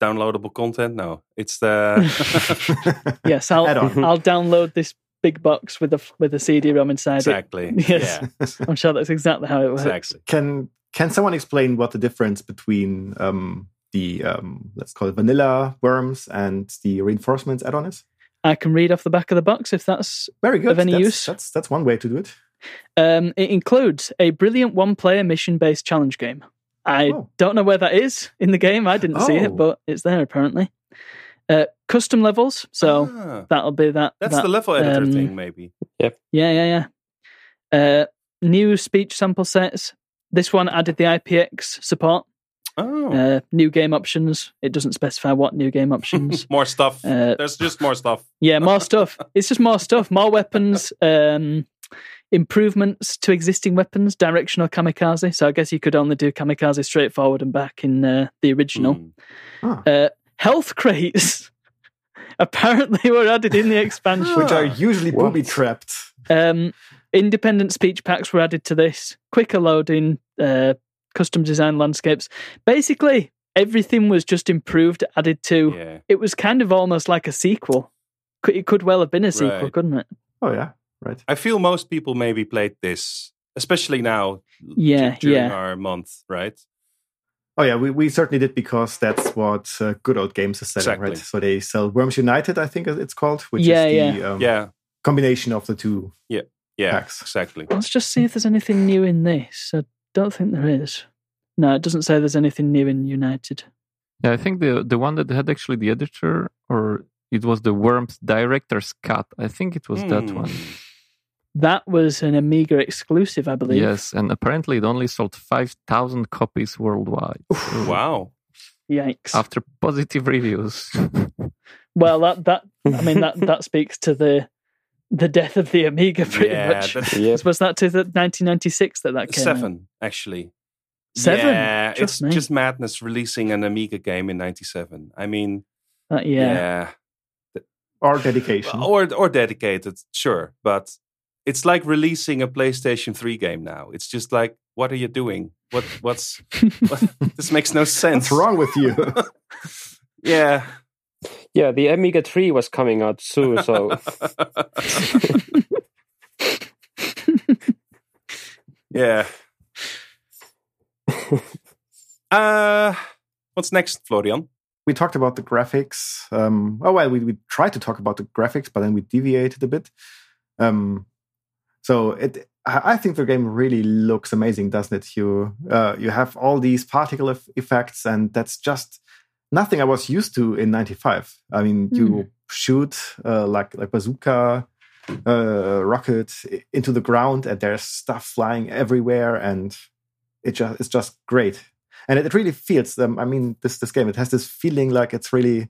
downloadable content no it's the Yes, I'll Add-on. I'll download this big box with a with a CD-ROM inside exactly Yes. yeah it. I'm sure that's exactly how it works. exactly can can someone explain what the difference between um, the um, let's call it vanilla worms and the reinforcements add-on is? I can read off the back of the box if that's Very good. Of any that's, use? That's that's one way to do it. Um, it includes a brilliant one player mission based challenge game. I Oh. don't know where that is in the game. I didn't see Oh. it, but it's there apparently. Uh, custom levels. So Ah, that'll be that. that's that- the level editor um, thing maybe Yeah, yeah, yeah. Uh, new speech sample sets. This one added the IPX support. oh Uh, new game options. It doesn't specify what new game options. more stuff um, uh, there's just more stuff Yeah, more stuff. It's just more stuff. More weapons, um, improvements to existing weapons, directional kamikaze. So I guess you could only do kamikaze straight forward and back in uh, the original. Hmm. Ah. Uh, health crates apparently were added in the expansion. Which are usually What? booby trapped. Um, independent speech packs were added to this. Quicker loading, uh, custom design landscapes. Basically, everything was just improved, added to. yeah It was kind of almost like a sequel. Could- It could well have been a sequel, Right. couldn't it? Oh yeah, right. I feel most people maybe played this, especially now. Yeah, during yeah. our month, right? Oh yeah, we, we certainly did because that's what uh, good old games is selling, Exactly. right? So they sell Worms United, I think it's called, which Yeah, is the Um, yeah, combination of the two. yeah, Packs. exactly. Let's just see if there's anything new in this. I don't think there is. No, it doesn't say there's anything new in United. Yeah, I think the the one that had actually the editor, or it was the Worms director's cut. I think it was that Hmm. one. That was an Amiga exclusive, I believe. Yes, and apparently it only sold five thousand copies worldwide So, Wow. Yikes. after positive reviews. well, that that I mean that that speaks to the the death of the Amiga pretty yeah, much. that's Yep. Was that to the 1996 that that came? out? seven actually. uh Seven. Yeah, Just it's me. just madness releasing an Amiga game in '97. I mean, Uh, yeah. yeah, Or dedication. or or dedicated, sure, but it's like releasing a PlayStation 3 game now. It's just like, what are you doing? What what's what, this makes no sense. What's wrong with you? Yeah. Yeah, the Amiga 3 was coming out soon, so Yeah. uh, what's next, Florian? we talked about the graphics. Um, oh well, we, we tried to talk about the graphics, but then we deviated a bit. Um, so it, I I think the game really looks amazing, doesn't it? You uh, you have all these particle eff- effects, and that's just nothing I was used to in '95. I mean, you shoot uh, like like bazooka uh, rocket i- into the ground, and there's stuff flying everywhere, and it just it's just great and it, it really feels um, i mean this this game it has this feeling like it's really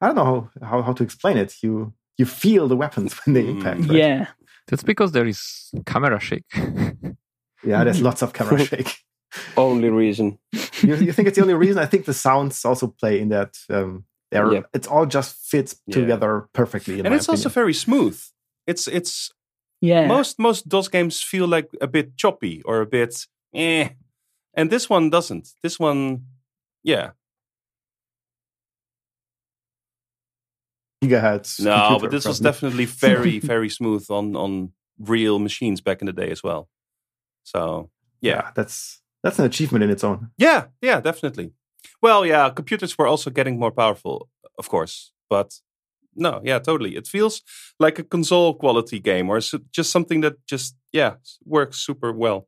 i don't know how, how, how to explain it you you feel the weapons when Mm. they impact. Right? Yeah. That's because there is camera shake. yeah. There's lots of camera shake. Only reason. You, you think it's the only reason? I think the sounds also play in that. Um, there, Yeah. it's all just fits Yeah. together perfectly. in and my it's also opinion. very smooth. It's it's Yeah. most most DOS games feel like a bit choppy or a bit eh, and this one doesn't. This one, yeah, gigahertz. no, computer but this was from- definitely very very smooth on on real machines back in the day as well. So yeah, that's that's an achievement in its own. yeah, yeah, definitely. Well, yeah, computers were also getting more powerful, of course, but no, yeah, totally. It feels like a console quality game or s- just something that just yeah s- works super well,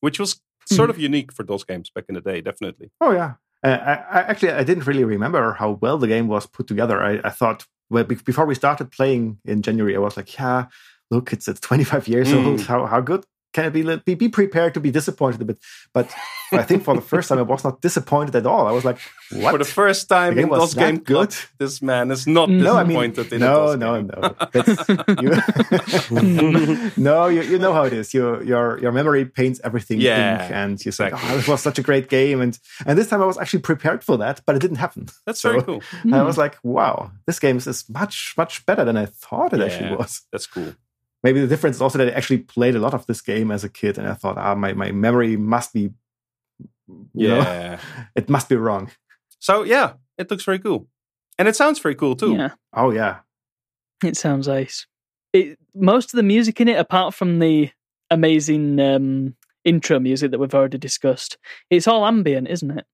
which was sort of unique for DOS games back in the day, definitely. Oh yeah. Uh, I, I actually I didn't really remember how well the game was put together. I, I thought well, be- before we started playing in January, I was like, yeah, look, it's it's 25 years Mm. old. How how good can it be? Let- Be, be prepared to be disappointed a bit. But I think for the first time, I was not disappointed at all. I was like, what? For the first time The game in was DOS that game good? club, this man is not No, I mean, disappointed in a no, DOS no, game. no. That's, you, no, you, you know how it is. Your your your memory paints everything Yeah, pink, and you say, exactly. "Oh, this was such a great game." And and this time, I was actually prepared for that, but it didn't happen. That's So- very cool. Hmm. And I was like, wow, this game is- is much, much better than I thought it Yeah. actually was. That's cool. Maybe the difference is also that I actually played a lot of this game as a kid and I thought, ah, my, my memory must be, you know, Yeah. it must be wrong. So yeah, it looks very cool, and it sounds very cool too. Yeah. Oh, yeah. It sounds ace. It, most of the music in it, apart from the amazing um, intro music that we've already discussed, it's all ambient, isn't it?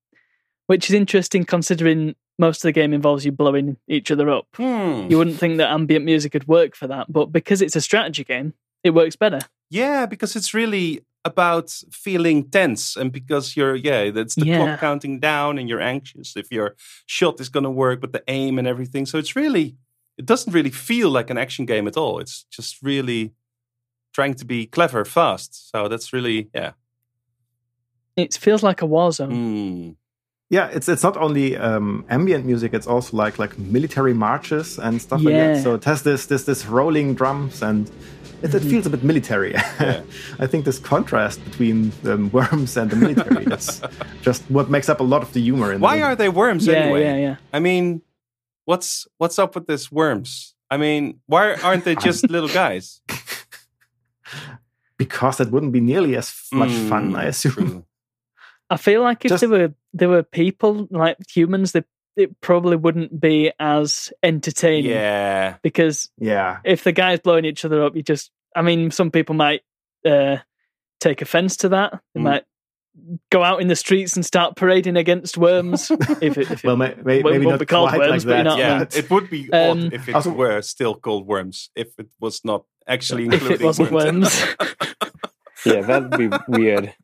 Which is interesting considering most of the game involves you blowing each other up. Hmm. You wouldn't think that ambient music would work for that, but because it's a strategy game, it works better. Yeah, because it's really about feeling tense, and because you're yeah, that's the Yeah. clock counting down, and you're anxious if your shot is going to work, but the aim and everything. So it's really, it doesn't really feel like an action game at all. It's just really trying to be clever, fast. So that's really yeah. It feels like a war zone. Hmm. Yeah, it's it's not only um, ambient music; it's also like like military marches and stuff like Yeah. that. So it has this this this rolling drums, and it, Mm-hmm. it feels a bit military. I think this contrast between the worms and the military that's just what makes up a lot of the humor. In the Why game. are they worms yeah, anyway? yeah, yeah. I mean, what's what's up with this worms? I mean, why aren't they just little guys? because that wouldn't be nearly as f- much fun, I assume. True. I feel like if Just- there were there were people like humans, they, it probably wouldn't be as entertaining Yeah. because Yeah, if the guy's blowing each other up, you just, I mean, some people might uh, take offense to that. They Mm. might go out in the streets and start parading against worms. if it, if it, Well, may, may, Well, maybe won't not be called quite worms, but you like know what that. I Yeah, mean. it would be Um, odd if it Also- were still called worms, if it was not actually if including it wasn't worms. Yeah, that'd be weird.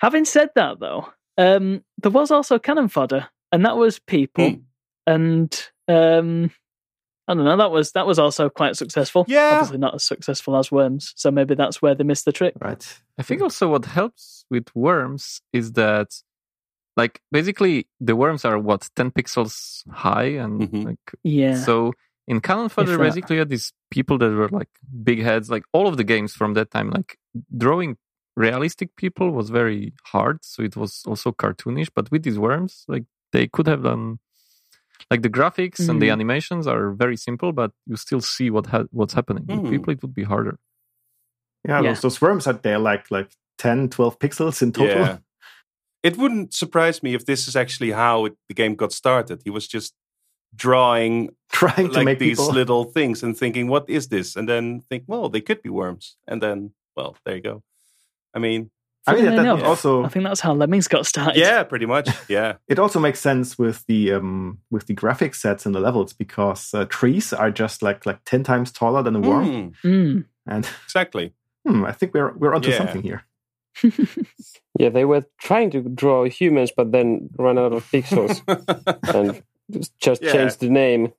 Having said that, though, um, there was also cannon fodder, and that was people, Hmm. and um, I don't know. That was that was also quite successful. Yeah. obviously not as successful as worms. So maybe that's where they missed the trick. Right. I think also what helps with worms is that, like, basically the worms are what ten pixels high, and Mhm. like Yeah, so in Cannon Fodder, that. uh, basically, you had these people that were like big heads. Like all of the games from that time, like drawing realistic people was very hard, so it was also cartoonish. But with these worms, like they could have done, like the graphics and Mm-hmm. the Mm. animations are very simple, but you still see what ha- what's happening. With Mm. people, it would be harder. Yeah, Yeah. Those, those worms out there, like like 10, 12 pixels in total. Yeah. It wouldn't surprise me if this is actually how it, the game got started. He was just drawing Trying to like make these people. little things and thinking, "What is this?" And then think, "Well, they could be worms." And then, well, there you go. I mean, I mean, Yeah, that, that no. also I think that's how lemmings got started. yeah, pretty much. Yeah, it also makes sense with the um with the graphic sets and the levels because uh, trees are just like like ten times taller than a worm, Hmm, Mm. and exactly. hmm, I think we're we're onto Yeah. something here. Yeah, they were trying to draw humans, but then ran out of pixels and just Yeah. changed the name,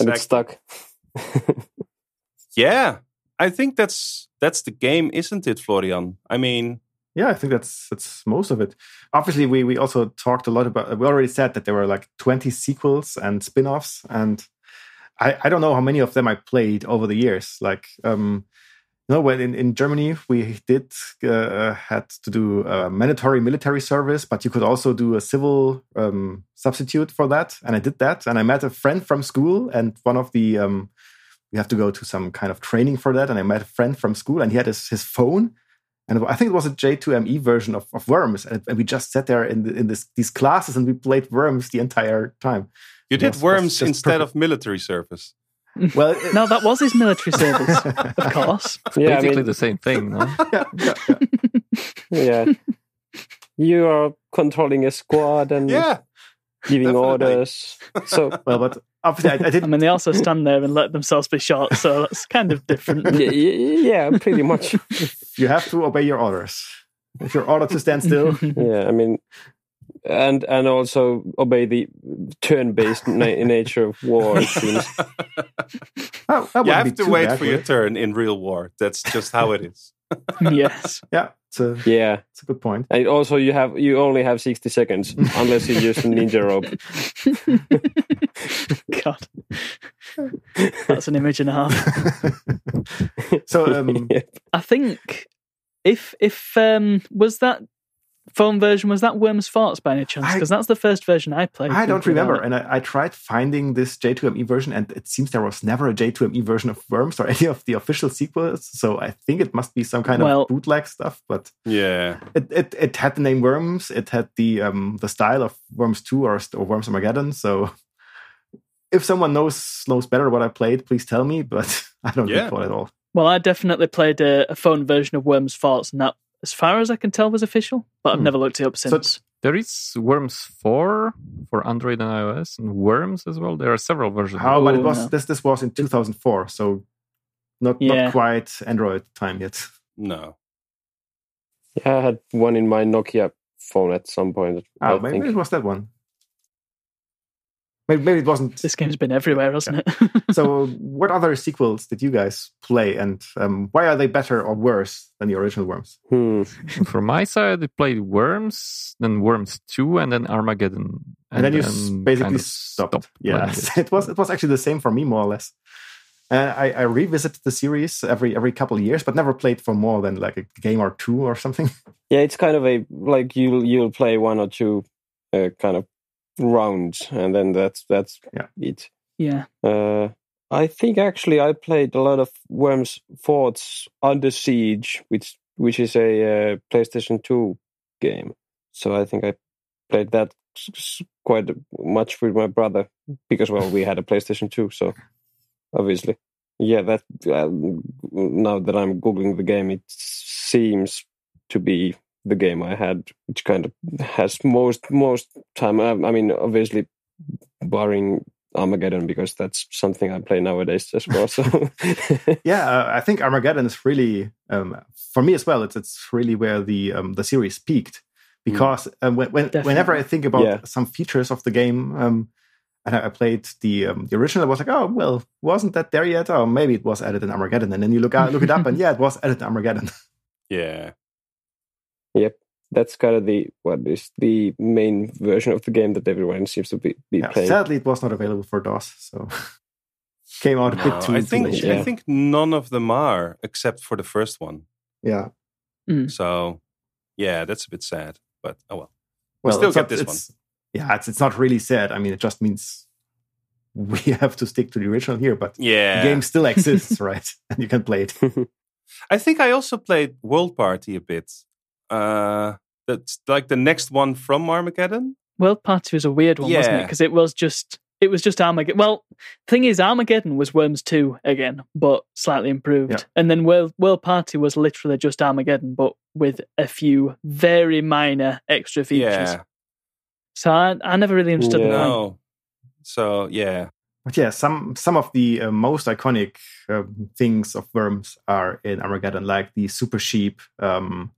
and Exactly. it stuck. yeah, I think that's that's the game, isn't it, Florian? I mean, Yeah, I think that's that's most of it. Obviously, we we also talked a lot about. We already said that there were like twenty sequels and spin-offs, and I, I don't know how many of them I played over the years. Like, um, you know, when in, in Germany we did uh, had to do uh, mandatory military service, but you could also do a civil um, substitute for that, and I did that. And I met a friend from school, and one of the um, we have to go to some kind of training for that, and I met a friend from school, and he had his, his phone. And I think it was a J2ME E version of, of Worms, and, and we just sat there in, the, in this, these classes and we played Worms the entire time. You It did was- was worms just instead perfect. of military service. Well, it- No, that was his military service, of course. Yeah, I Basically mean, the same thing, no? yeah, yeah, yeah. yeah. You are controlling a squad and Yeah, giving definitely. orders. So Well, but obviously I, I I didn't. mean, they also stand there and let themselves be shot, so that's kind of different. y- y- yeah, pretty much. You have to obey your orders. If you're ordered to stand still, Yeah, I mean, and and also obey the turn-based na- nature of war. It seems. Oh, that you wouldn't have be to too wait bad, for would your it? turn in real war. That's just how it is. yes. Yeah, it's a, Yeah, it's a good point. and also you have you only have sixty seconds unless you use the ninja rope. God. That's an image and a half. so um, Yeah. I think if if um was that phone version was that Worms Farts by any chance? I- Because that's the first version I played. I don't thinking about remember, it. and I, I tried finding this J2ME E version, and it seems there was never a J2ME E version of Worms or any of the official sequels. So I think it must be some kind Well- of bootleg stuff. But Yeah, it, it, it had the name Worms, it had the um, the style of Worms Two or, or Worms Armageddon. So if someone knows knows better what I played, please tell me. But I don't Yeah. recall at all. Well, I definitely played a, a phone version of Worms Farts, and that, as far as I can tell, was official. But I've Hmm. never looked it up So- since. There is Worms 4 for Android and iOS, and Worms as well. There are several versions. How? but it Oh, was no. this this was in 2004, so not Yeah. not quite Android time yet. no. Yeah, I had one in my Nokia phone at some point. Oh, I maybe think. it was that one. Maybe, maybe it wasn't. this game's been everywhere, hasn't it? so, what other sequels did you guys play, and um, why are they better or worse than the original Worms? Hmm. From my side, I played Worms, then Worms 2, and then Armageddon. And, then you s- basically kind of stopped. playing Yeah, it. it was it was actually the same for me more or less. And I, I revisited the series every every couple of years, but never played for more than like a game or two or something. Yeah, it's kind of a like you'll you'll play one or two uh, kind of rounds, and then that's that's Yeah. it. yeah. Uh, I think actually I played a lot of Worms Forts Under Siege, which which is a uh, PlayStation Two game. So I think I played that s- s- quite much with my brother because well we had a PlayStation Two, so obviously yeah. That uh, now that I'm googling the game, it seems to be the game I had, which kind of has most most time. um, I, I mean, obviously, barring Armageddon because that's something I play nowadays as well. So yeah, uh, I think Armageddon is really um, for me as well. It's it's really where the um, the series peaked because uh, when, when, Definitely. whenever I think about Mm. Yeah. some features of the game, um, and I I played the um, the original, I was like, oh well, wasn't that there yet? Oh, maybe it was added in Armageddon, and then you look out, look it up, and yeah, it was added in Armageddon. Yeah, that's kind of the what is the main version of the game that everyone seems to be, be Yeah, playing. Sadly, it was not available for DOS, so came out a No, bit too. I too think late. I yeah. think none of them are except for the first one. yeah. Hmm. So, yeah, that's a bit sad. But oh well. Well, still it's get not- this it's- Yeah, it's it's not really sad. I mean, it just means we have to stick to the original here, but Uh, Yeah, the game still exists, right? And you can play it. I think I also played World Party a bit. Uh, that's like the next one from Armageddon. World Party was a weird one, wasn't it? Yeah. Because it was just it was just Armageddon. Well, thing is, Armageddon was Worms two again, but slightly improved. Yeah. And then World World Party was literally just Armageddon, but with a few very minor extra features. Yeah, So I, I never really understood Yeah. the point. no. So yeah, But yeah, some some of the uh, most iconic um, things of worms are in Armageddon, like the super sheep. Um,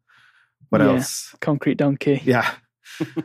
what Yeah. else? Concrete Donkey. Yeah,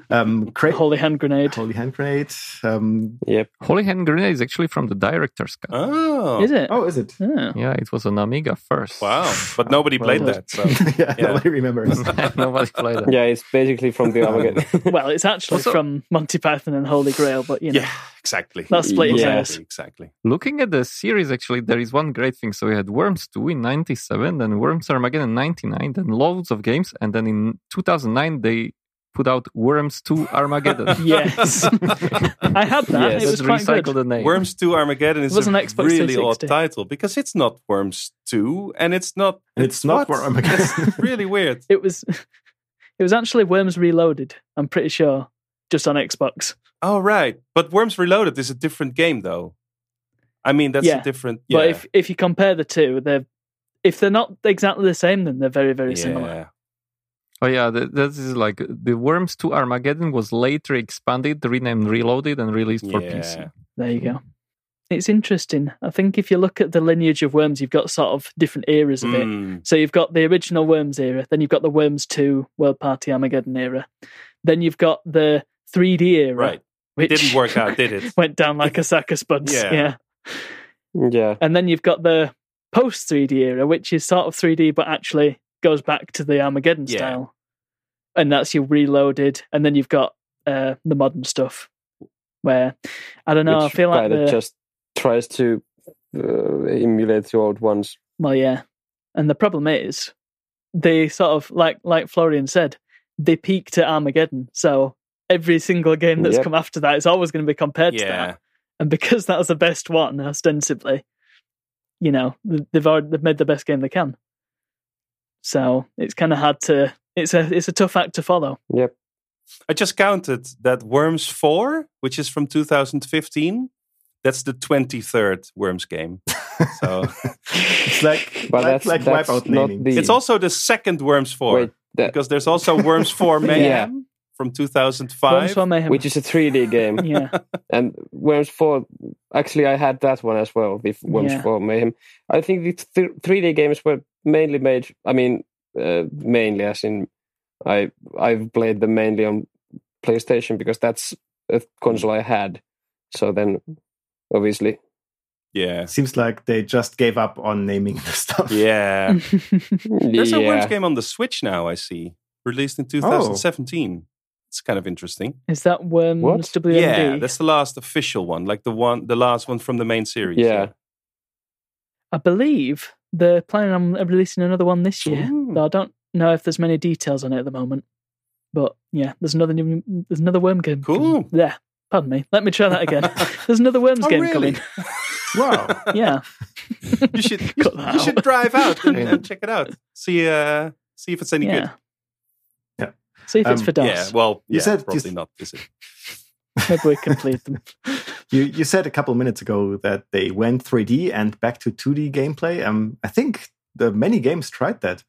Um, cra- Holy hand grenade. Holy hand grenade. Um, Yep. Holy Hand Grenade is actually from the director's cut. Oh. Is it? oh, is it? Yeah. Yeah, it was on Amiga first. Wow. But nobody played Well, that. So. yeah, Yeah. nobody remembers. Nobody played it. Yeah, it's basically from the Armageddon. Well, it's actually Also- from Monty Python and Holy Grail, but you know, Yeah, exactly. that's splitting Yeah. hairs. Exactly, Exactly. Looking at the series, actually, there is one great thing. So we had Worms 2 in 97, then Worms Armageddon in 99, then loads of games. And then in 2009, they put out Worms 2 Armageddon. Yes. I had that. Yes. it was Just quite recycle good. the name. Worms 2 Armageddon is It was a an Xbox really 360. odd title because it's not Worms 2 and it's not. And it's not what? Worm again. It's really weird. It was it was actually Worms Reloaded, I'm pretty sure, just on Xbox. Oh, right. But Worms Reloaded is a different game, though. I mean, that's Yeah. a different. Yeah. But if if you compare the two, they're if they're not exactly the same, then they're very, very similar. yeah. Oh yeah, th- this is like the Worms 2 Armageddon was later expanded, renamed Reloaded, and released for PC. There you go. It's interesting. I think if you look at the lineage of Worms, you've got sort of different eras of it. Mm. So you've got the original Worms era, then you've got the Worms 2 World Party Armageddon era, then you've got the 3D era. Right. It which didn't work out, did it? went down like a sack of spuds. Yeah. yeah. yeah. And then you've got the post 3D era, which is sort of 3D but actually goes back to the Armageddon Yeah. style. And that's your reloaded. And then you've got uh, the modern stuff where I don't know, which I feel like kinda the just tries to uh, emulate the old ones. well, yeah. And the problem is they sort of like like Florian said, they peaked at Armageddon. So every single game that's Yep. come after that is always going to be compared to that. Yeah. and because that was the best one ostensibly you know th- they've already, they've made the best game they can so it's kind of hard to it's a it's a tough act to follow Yep. I just counted that Worms 4, which is from 2015, that's the 23rd Worms game. So it's like, But like, that's, like that's Wipeout not naming. the. it's also the second Worms 4 Wait, that, because there's also Worms 4 Mayhem from 2005. Worms for Mayhem. which is a 3D game. yeah And Worms 4, actually, I had that one as well, the Worms Yeah. 4 Mayhem. I think the th- 3D games were mainly made, I mean, uh, mainly as in I, I've played them mainly on PlayStation because that's a console I had. So then, obviously, yeah. Seems like they just gave up on naming the stuff. Yeah. There's yeah. a Worms game on the Switch now, I see, released Oh. in 2017. It's kind of interesting. is that Worms What? WMD Yeah, that's the last official one, like the one, the last one from the main series. Yeah. I believe they're planning on releasing another one this year Ooh. though I don't know if there's many details on it at the moment but yeah there's another new, there's another Worm game Cool. yeah pardon me let me try that again there's another Worms Oh, game really? coming Wow. yeah You should you, Cut should- that you out. should drive out and, and check it out. See uh see if it's any yeah good. Yeah. see if it's Um, for DOS Yeah, well, You yeah, said- you probably s- not, is it? Maybe we can plead them. You you said a couple minutes ago that they went 3D and back to 2D gameplay. Um, I think the many games tried that.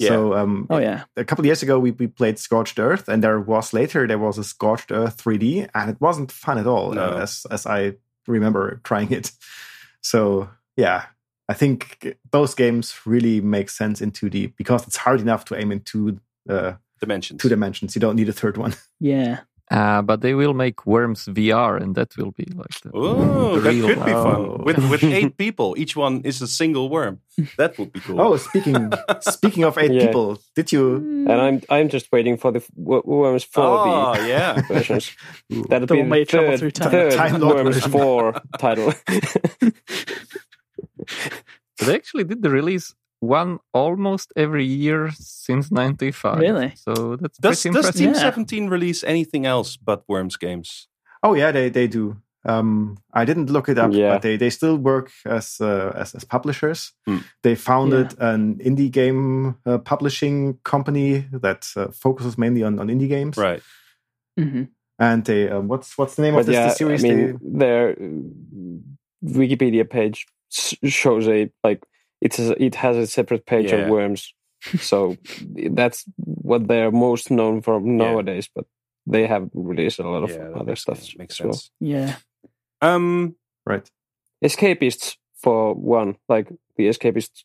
So um, Oh yeah, a couple of years ago we, we played Scorched Earth, and there was later there was a Scorched Earth 3D, and it wasn't fun at all, No. uh, as as I remember trying it. So yeah, I think those games really make sense in 2D because it's hard enough to aim in two uh, Dimensions. two dimensions. You don't need a third one. yeah. Uh, but they will make Worms VR, and that will be like the, Oh, the that real could be one. Oh. fun. With with eight people, each one is a single worm. That would be cool. Oh, speaking speaking of eight Yeah. people, did you? And I'm I'm just waiting for the Wo- Worms 4 Oh, yeah. versions. That'll The be one where you the travel third, through time. third Time Lord Worms version. 4 title. But they actually did the release one almost every year since 95. Really? So that's Does pretty does impressive. Team Yeah. Seventeen release anything else but Worms games? Oh yeah, they they do. Um, I didn't look it up, Yeah. but they, they still work as uh, as, as publishers. Hmm. They founded an indie game uh, publishing company that uh, focuses mainly on, on indie games. Right. hmm And they um, what's what's the name of but this yeah, the series? I they, mean, their uh, Wikipedia page s- shows a like it's a, it has a separate page Yeah. of worms, so that's what they're most known for nowadays. But they have released a lot of Yeah, that other makes stuff. sense. Makes as well. sense. Yeah, Um right. Escapists for one, like the Escapist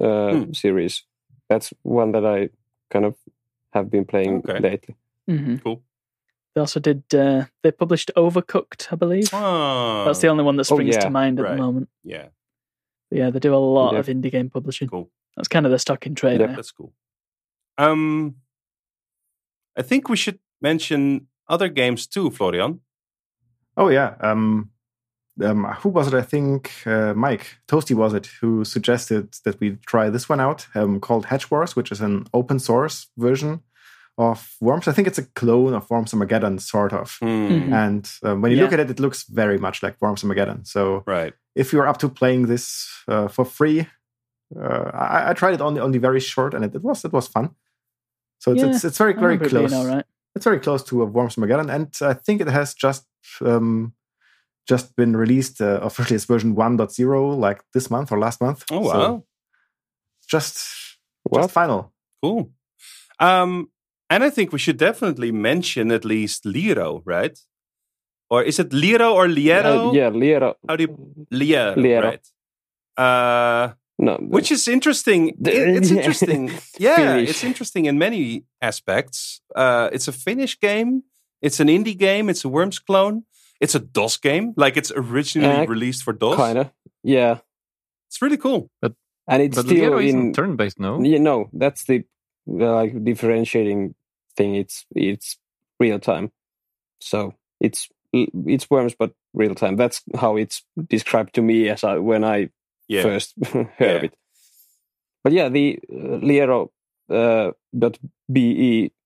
uh, Hmm. series. That's one that I kind of have been playing Okay. lately. hmm cool. They also did. Uh, they published Overcooked, I believe. Oh, That's the only one that Oh, springs yeah, to mind at right. the moment. yeah, But yeah, they do a lot Yeah. of indie game publishing. cool. That's kind of their stock in trade. Yeah. now. That's cool. Um, I think we should mention other games too, Florian. Oh yeah. Um, um, who was it? I think uh, Mike Toasty was it who suggested that we try this one out, um, called Hatch Wars, which is an open source version of Worms. I think it's a clone of Worms Armageddon, sort of. Hmm. Mhm. And um, when you look Yeah. at it, it looks very much like Worms Armageddon. So Right. if you're up to playing this uh, for free, uh, I, I tried it only only very short, and it, it was it was fun. So it's Yeah, it's, it's very I very remember it being close all right. it's very close to a Worms Armageddon, and I think it has just um, just been released uh, officially as version 1.0, like this month or last month. Oh wow. So just What? just final. Cool. Um, and I think we should definitely mention at least Liro, right? Or is it Liro or Liero? Uh, yeah, Liero. How do you Liero, Liero. right? Uh, No, which is interesting. The- It- it's yeah. interesting. Yeah, Finnish. it's interesting in many aspects. Uh, it's a Finnish game. It's an indie game. It's a Worms clone. It's a DOS game. Like it's originally Uh, released for DOS. kind of yeah, It's really cool. and it's But still Liero in isn't turn-based, no? you know that's the uh, like differentiating thing. It's it's real time, so it's it's worms but real time. That's how it's described to me as I, when I Yeah. first heard Yeah. it. But yeah, the uh, Liero uh, dot be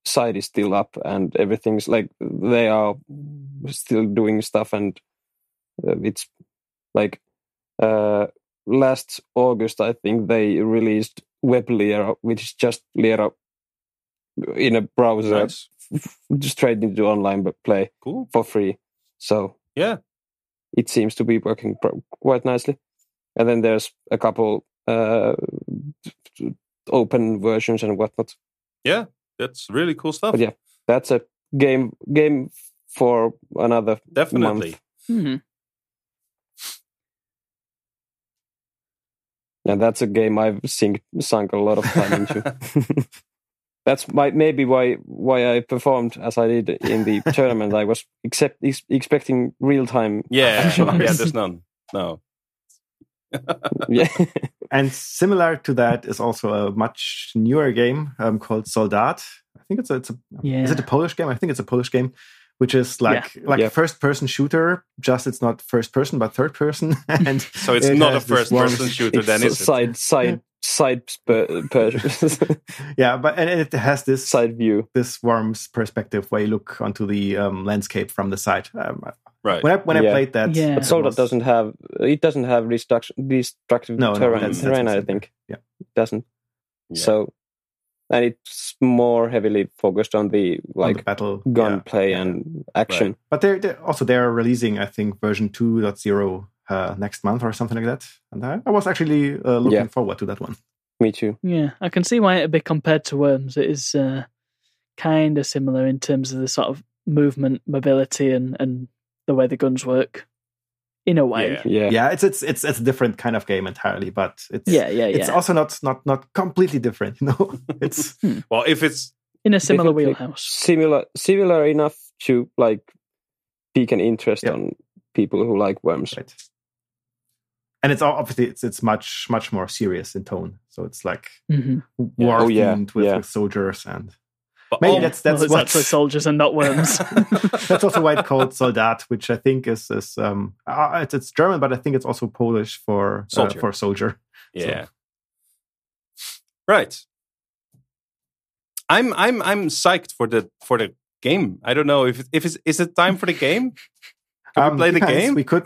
site is still up, and everything's like they are still doing stuff, and uh, it's like uh, last August, I think they released Web Liero, which is just Liero in a browser, Nice. just straight into online but play Cool. for free. So Yeah. it seems to be working pro- quite nicely. And then there's a couple uh, open versions and whatnot. That's really cool stuff. But yeah, That's a game game for another Definitely. month, Mhm. and that's a game I've sink, sunk a lot of time into. that's my, maybe why why I performed as I did in the tournament. I was except ex- expecting real time. Yeah. Sure. yeah, there's none. No. Yeah, And similar to that is also a much newer game um, called Soldat. I think it's a, it's a Yeah. is it a Polish game? I think it's a Polish game, which is like like Yeah. a first person shooter. Just it's not first person but third person, and So it's it not a has this first person Worms- shooter, then It's is it? side side side sp- per- Yeah, but and it has this side view. this worm's perspective where you look onto the um, landscape from the side. Um, Right. when I when I Yeah. played that, Yeah. it But But Soldat was- doesn't have it doesn't have destruction destructive No, no, terrain, that's- that's terrain, what's I in there. think. Yeah. It doesn't. Yeah. So and it's more heavily focused on the on like the battle yeah. gunplay yeah. and action. But they're, they're also they're releasing I think version 2.0 uh, next month or something like that. And I, I was actually uh, looking Yeah. forward to that one. Me too. Yeah, I can see why it'd be compared to Worms. It is uh, kind of similar in terms of the sort of movement, mobility, and, and the way the guns work, in a way. Yeah. Yeah. Yeah, it's it's it's it's a different kind of game entirely, but it's Yeah, yeah, yeah. it's also not not not completely different, you know. It's Well, if it's in a similar Definitely wheelhouse. Similar similar enough to like pique an interest Yeah. on people who like worms. right. And it's all obviously it's it's much much more serious in tone. So it's like hmm war Oh, yeah, themed with, yeah. with soldiers and but Maybe all- that's that's well, it's what- actually soldiers and not worms. that's also why it's called Soldat, which I think is is um uh, it's, it's German, but I think it's also Polish for uh, Soldier. for soldier. Yeah. Right. I'm I'm I'm psyched for the for the game. I don't know if it- if it's, is it time for the game. Can we play the Um, yes, game? We could,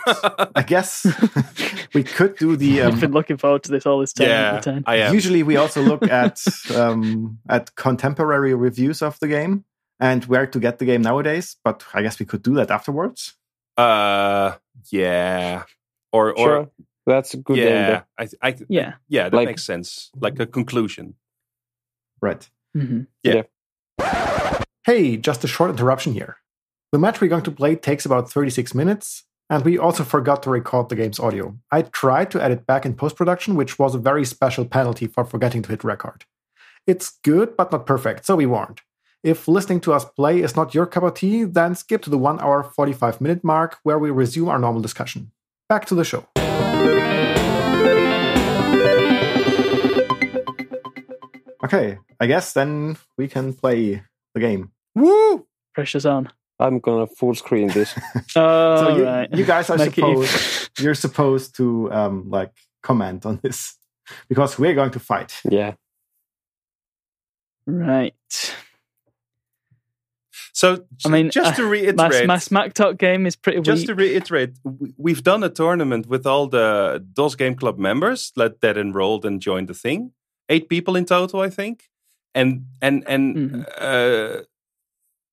I guess, we could do the. I've Um, been looking forward to this all this time. yeah, Time. I am. Usually, we also look at um, at contemporary reviews of the game and where to get the game nowadays. But I guess we could do that afterwards. Uh, yeah, or or sure. That's a good yeah, yeah. I, th- I th- Yeah. yeah, that Like- makes sense. Like a conclusion. Right. hmm Hey, just a short interruption here. The match we're going to play takes about 36 minutes, and we also forgot to record the game's audio. I tried to add it back in post production, which was a very special penalty for forgetting to hit record. It's good, but not perfect, so we warned. If listening to us play is not your cup of tea, then skip to the 1 hour 45 minute mark where we resume our normal discussion. Back to the show. Okay, I guess then we can play the game. Woo! Pressure's on. I'm gonna full screen this. Oh, so you, right. you guys are Make it supposed you're supposed to um, like comment on this because we're going to fight. yeah. Right. So I mean, just uh, to My, reiterate, my Smack Talk game is pretty just weak. to reiterate, w- we've done a tournament with all the DOS Game Club members that, that enrolled and joined the thing. Eight people in total, I think. And and and Mhm. uh,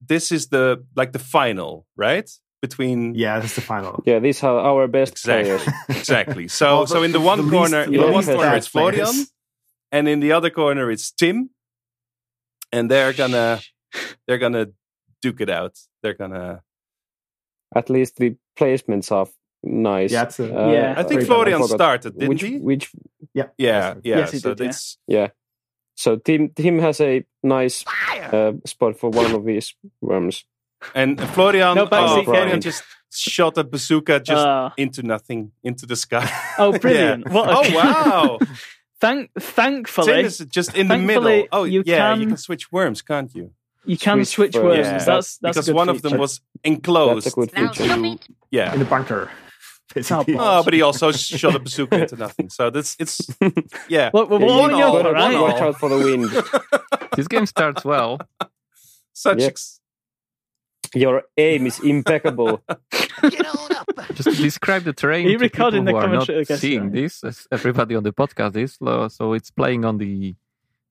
this is the like the final, right? Between Yeah, that's the final. Yeah, these are our best Exactly. players. exactly. So Well, so in the the one least- corner, in the least one corner bad it's Florian, players. and in the other corner it's Tim, and they're gonna they're gonna duke it out. They're gonna. At least the placements are nice. Yeah, it's a- Uh, Yeah. I think I Florian forgot. started, didn't which, he? which Yeah, Yes, yeah. Yes, he so did, yeah. it's yeah. So Tim Tim has a nice uh, spot for one of these worms. and Florian. No, but oh, see, Florian Florian. just shot a bazooka just Ah. into nothing, into the sky. oh, Yeah. brilliant! What? A Oh wow! Thank, thankfully, Tim is just in the Thankfully, middle. Oh you yeah, you can- can switch worms, can't you? you can Switch switch worms. Yeah. first. That's that's a because good one of them feature. was enclosed. That's a good feature. Yeah. in the bunker. Basically. Oh, but he also shot a bazooka into nothing. So that's it's yeah. What- what- One what are you all, doing, one right? all. Watch out for the wind. This game starts well. Such Yeah. ex- Your aim is impeccable. Just to describe the terrain. Are you to people recording the who are not commentary, I guess, seeing right? this, as everybody on the podcast is. lo- So it's playing on the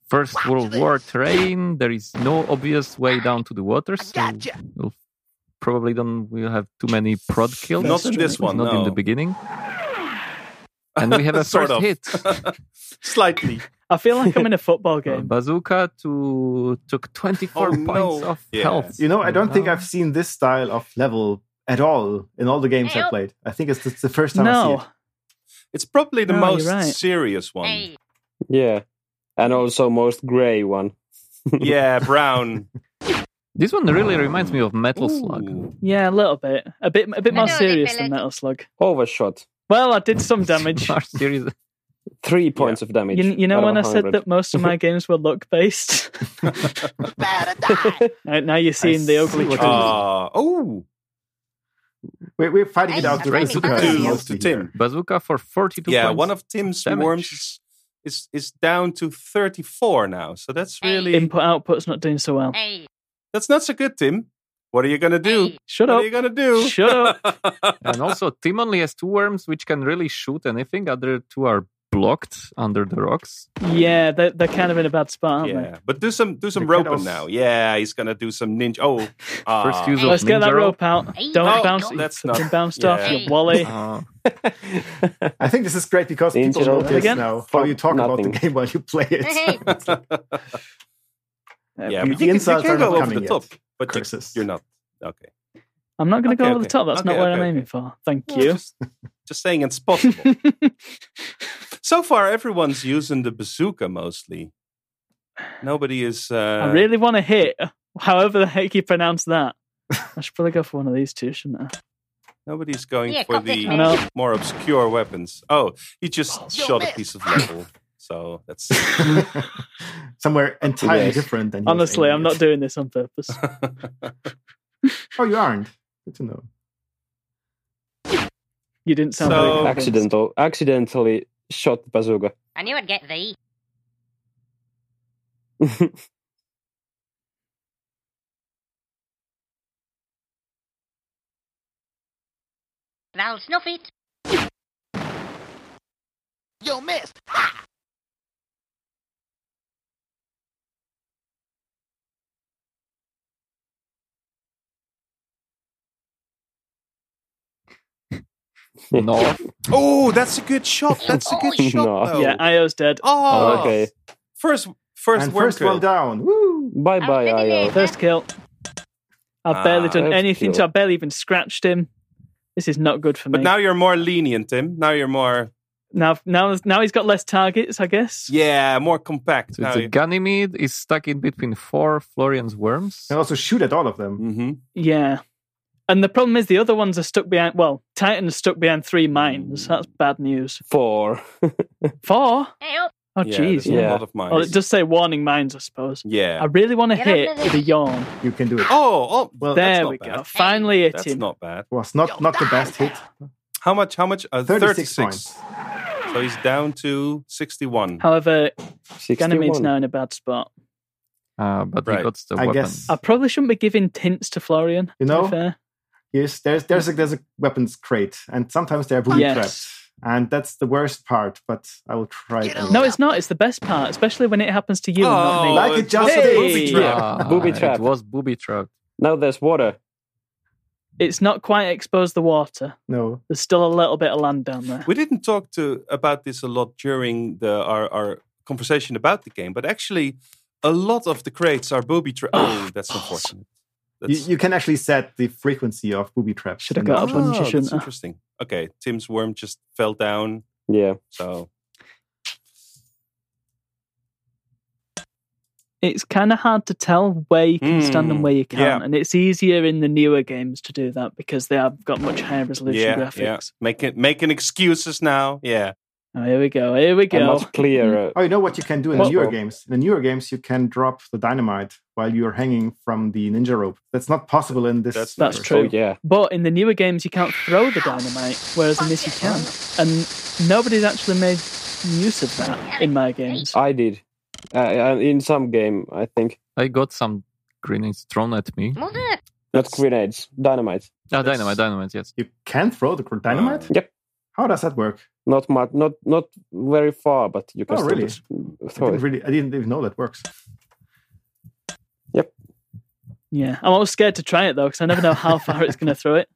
First World War terrain. There is no obvious way down to the water, so we'll probably don't we'll have too many prod kills. Not in this one, Not in no. the beginning. And we have a Sort first of. hit. slightly. I feel like I'm in a football Uh, game. bazooka to took 24 Oh, points no. of Yeah. health. You know, I And don't think now- I've seen this style of level at all in all the games I played. I think it's, it's the first time I see No, it. It's probably the No, most you're right. serious one. yeah. And also most grey one. Yeah, brown. This one really reminds me of Metal Slug. Ooh. yeah, a little bit, a bit, a bit more serious than Metal Slug. Overshot. Well, I did some damage. Smart series. Three points of damage. You, you know out of when I said 100. that most of my games were luck based. now, now you're seeing the ugly what truth. you mean. Ah, oh, We're, we're fighting it Hey, out to Raise the the Bazooka to, is to Tim. Bazooka for 42 Yeah, points. one of Tim's Damage. worms is, is is down to thirty four now. So that's really Input output's not doing so well. that's not so good, Tim. What are you gonna do? Shut What up! are you gonna do? Shut up! And also, Tim only has two worms which can really shoot anything. Other two are blocked under the rocks. Yeah, they're, they're kind of in a bad spot, aren't they? Yeah, but do some do some The cat was- roping now. Yeah, he's gonna do some ninja. Oh, ah. First use of Let's get ninja that roll. rope out. Hey. Don't No, bounce. no, it. Oh, that's Fucking not- bounced off yeah. your wally. Uh, I think this is great because people Angel notice again? now how you talk about the Nothing. game while you play it. yeah, The but you can, you insults can are go not over coming the yet. top, but you- Curses. you're not. Okay, I'm not going to Okay, go over okay. the top. That's not Okay, what okay, I'm aiming for. Thank you. Just, just saying it's possible. so far, everyone's using the bazooka mostly. Nobody is. Uh, I really want to hit. However the heck you pronounce that. I should probably go for one of these two, shouldn't I? Nobody's going Yeah, for copy the I know. more obscure weapons. Oh, you just shot a piece of metal. So that's Somewhere entirely Yes. different than you was Honestly, aiming I'm at. not doing this on purpose. Oh, you aren't. Good to know. You didn't sound So- very convinced. Accidental accidentally shot the bazooka. I knew I'd get E. thee. Thou snuff it. You missed. north. oh, that's a good shot. That's a good shot. No. though. Yeah, Io's dead. Oh, okay. First, first, and worm first one kill. down. Woo! Bye bye, I'm Io. finished. First kill. I've barely Ah, done that's anything cute. to. I barely even scratched him. This is not good for me. But now you're more lenient, Tim. Now you're more Now, now, now he's got less targets, I guess. Yeah, more compact. So it's a Ganymede is stuck in between four Florian's worms. Can also shoot at all of them. mm-hmm. Yeah. And the problem is the other ones are stuck behind. Well, Titan's stuck behind three mines. That's bad news. Four. Four? Hey up. Oh, jeez. a yeah. lot of mines. Well, it does say warning mines, I suppose. I yeah. really want to Get up hit with it. with a yawn. You can do it. Oh, oh, well, that's there not we bad. go. Finally hit That's him. not bad. Was not not the best hit. How much? How much? Uh, 36 36. points. So he's down to 61. However, 61. Ganymede's now in a bad spot. Uh, but Right. he got the I weapon. guess. I probably shouldn't be giving tints to Florian. You to know? be fair. Yes, there's there's a, there's a weapons crate, and sometimes they're booby Yes. trapped, and that's the worst part. But I will try. Get to- over No, it's not. It's the best part, especially when it happens to you. and not me. Like it Oh, it's just a did. booby trap. Ah, Booby trap. It was booby trap. Now there's water. It's not quite exposed the water. No. There's still a little bit of land down there. We didn't talk to about this a lot during the our, our conversation about the game, but actually, a lot of the crates are booby trap. Oh, that's unfortunate. You, That's, you can actually set the frequency of booby traps. Should I And go that's up on- what- bunch, you oh, shouldn't that's have. interesting. Okay, Tim's worm just fell down. Yeah. So It's kind of hard to tell where you can stand and Hmm, where you can't, yeah. and it's easier in the newer games to do that because they have got much higher resolution yeah, yeah, graphics. making making excuses now. Yeah, Oh, here we go. Here we And go. much Mm-hmm. clearer. Oh, you know what you can do in Well- newer games? In newer games, you can drop the dynamite while you're hanging from the ninja rope. That's not possible in this. That's That's Oh, true. Oh, yeah. But in the newer games, you can't throw the dynamite, whereas in this you can. And nobody's actually made use of that in my games. I did. Uh, uh, in some game, I think. I got some grenades thrown at me. Mother. Not That's- grenades, dynamite. Ah, Mm-hmm. That's- dynamite, dynamite, yes. You can throw the gr- dynamite. Uh, Yep. How does that work? Not much, not not very far, but you Oh, can still really? just I throw didn't it. really, I didn't even know that works. Yeah, I'm always scared to try it though because I never know how far it's going to throw it.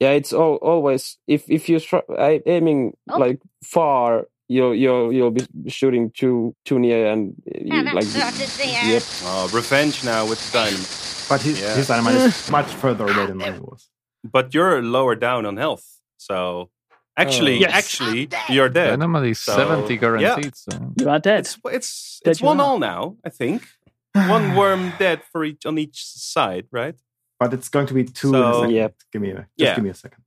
Yeah, it's all, always if if you try a- aiming Oh. like far, you you you'll be shooting too too near and uh, you, And that like started the yep. end. oh, revenge now with the dynamite. But his, Yeah. his dynamite is much further away than mine was. But you're lower down on health, so actually, Oh. Yes. actually, you're dead. Dynamite is So, 70 guaranteed. So. You are dead. It's it's Dead it's you one are. all now. I think one worm dead for each on each side, right? But it's going to be two. in a So- second. Yep. Give me a, just Yeah. give me a second.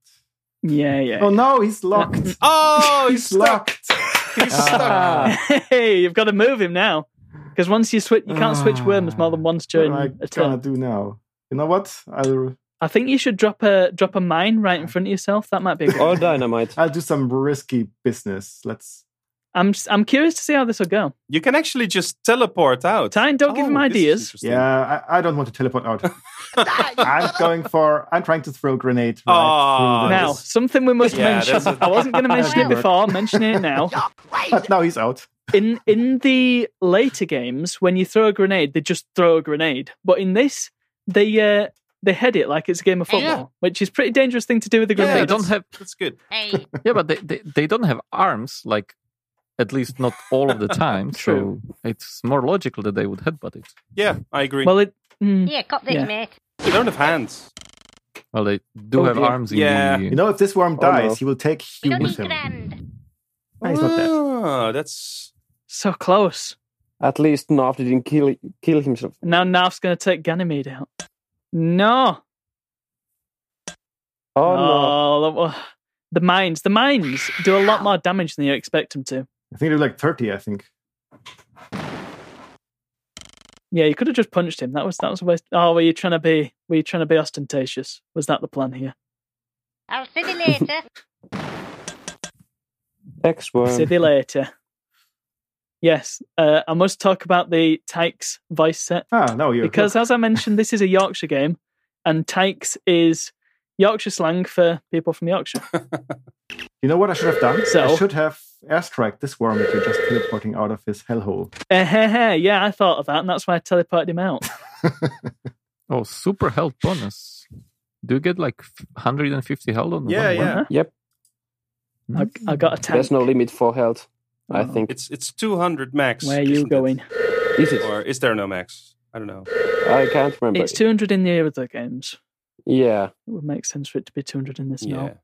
Yeah, yeah. Oh no, he's locked. Oh, he's he's stuck. locked. He's stuck. Ah, hey, you've got to move him now. Because once you switch, you can't switch worms more than once during what am I a gonna turn. do now? You know what? I'll I think you should drop a drop a mine right in front of yourself. That might be. A good or idea. dynamite. I'll do some risky business. Let's. I'm s- I'm curious to see how this will go. You can actually just teleport out. Tyne, don't give Oh, him this is ideas. interesting. Yeah, I, I don't want to teleport out. I'm going for. I'm trying to throw a grenade. Right Aw, through the- now, something we must Yeah, mention. that's a- I I wasn't going to mention it Teamwork. before. I'm mentioning it now. But now he's out. in in the later games, when you throw a grenade, they just throw a grenade. But in this, they uh, they head it like it's a game of football, which is pretty dangerous thing to do with a Yeah, they grenade. don't have That's good. Hey, yeah, but they, they, they don't have arms, like at least not all of the time. True. So it's more logical that they would headbutt it. Yeah, I agree. well, it mm, yeah, cop this, Yeah. mate. they don't have hands. Well, they do Oh, have dear. arms in Yeah. the. You know, if this worm Oh, no. dies, he will take We you don't need with him. grand. Ah, he's not dead. Ah, that's so close. At least Narf didn't kill kill himself. Now Naf's going to take Ganymede out. No, Oh no! that wa- the mines, the mines do a lot more damage than you expect them to. I think they're like 30, I think. Yeah, you could have just punched him. That was that was a waste. Oh, were you trying to be were you trying to be ostentatious? Was that the plan here? I'll see you later. X worm. See you later. Yes, uh, I must talk about the Tykes voice set Ah, no, you because, as I mentioned, this is a Yorkshire game, and Tykes is Yorkshire slang for people from Yorkshire. You know what I should have done? So? I should have airstrike this worm that you're just teleporting out of his hellhole. Eh, heh, heh, yeah, I thought of that, and that's why I teleported him out. Oh, super health bonus. Do you get like f- 150 health on yeah, one Hmm? yeah. One? Yep. I, I got a tank. There's no limit for health. I Oh. think. It's it's two hundred max. Where are you isn't it? going? Is it? Or is there no max? I don't know. I can't remember. It's 200 in the other games. Yeah. It would make sense for it to be 200 in this Yeah. now.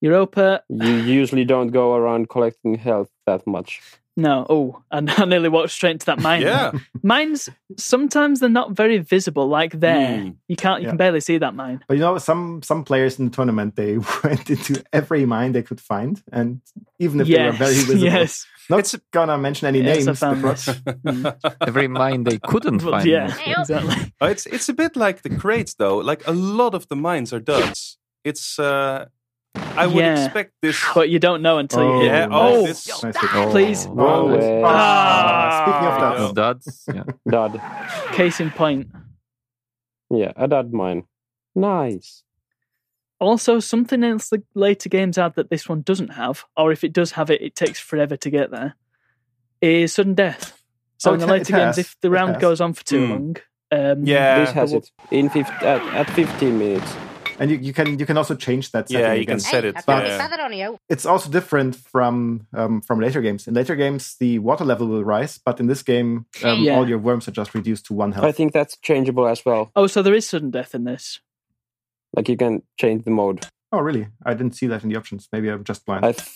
Europa. You usually don't go around collecting health that much. No, oh, and I nearly walked straight into that mine. Yeah. Mines sometimes they're not very visible, like there. Mm. You can't you Yeah. can barely see that mine. But you know, some some players in the tournament they went into every mine they could find, and even if they were yes. very visible, yes. not It's- gonna mention any Yes, I names. found because- this. Mm. Every mine they couldn't Well, find. yeah, Help. exactly. Uh, It's it's a bit like the crates though. Like a lot of the mines are duds. It's uh I would Yeah. expect this But you don't know until you Yeah, hit. oh, nice. this- Nice hit. Oh. Please. Oh, nice. Well. Ah, Ah. speaking of that, That's yeah. Dud. case in point. Yeah, a dud mine. Nice. Also, something else the later games add that this one doesn't have, or if it does have it, it takes forever to get there, is sudden death. So Oh, in the it ha- it later games, has. if the It round has. goes on for too Hmm. long, um, yeah. this has it in fif- at, at 15 minutes. and you, you can you can also change that. Yeah, setting you can again. set- Said uh, it, I've got yeah. this feather on you. It's also different from um, from later games. In later games, the water level will rise, but in this game, um, Yeah. all your worms are just reduced to one health. I think that's changeable as well. Oh, so there is sudden death in this. Like you can change the mode. oh, really? I didn't see that in the options. Maybe I'm just blind. I th-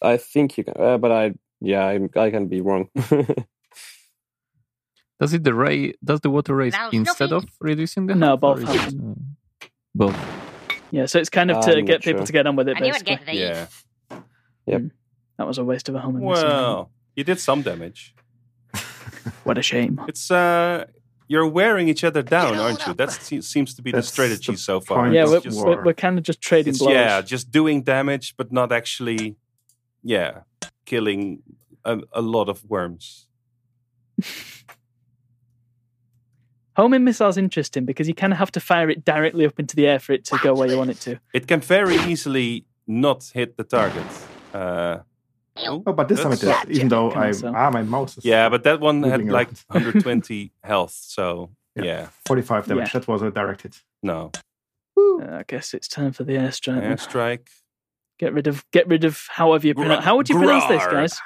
I think you can, uh, but I yeah I, I can be wrong. Does it the ray does the water raise Now, instead nothing- of reducing the No, health, or both is it, uh, both. Yeah, so it's kind Ah, of to I'm get not people sure. to get on with it. I knew I'd Basically, get E. these. yeah. that was a waste of a home. Well, you did some damage. what a shame. It's uh you're wearing each other down, aren't you? That seems to be That's the strategy the so far. point Yeah, it's we're, just- we're, we're kind of just trading it's- blows. yeah, just doing damage but not actually yeah, killing a, a lot of worms. Homing missile's interesting because you kind of have to fire it directly up into the air for it to go where you want it to. It can very easily not hit the target. Uh oh, but this time it did, That's- even though Can I also. ah my mouse is Yeah, but that one had Moving like around. 120 health. So yeah, Yeah. 45 damage. Yeah. That was a direct hit. no Uh, I guess it's time for the airstrike. then. airstrike. Get rid of get rid of however you Gr- pronounce. How would you pronounce this, Grar. guys?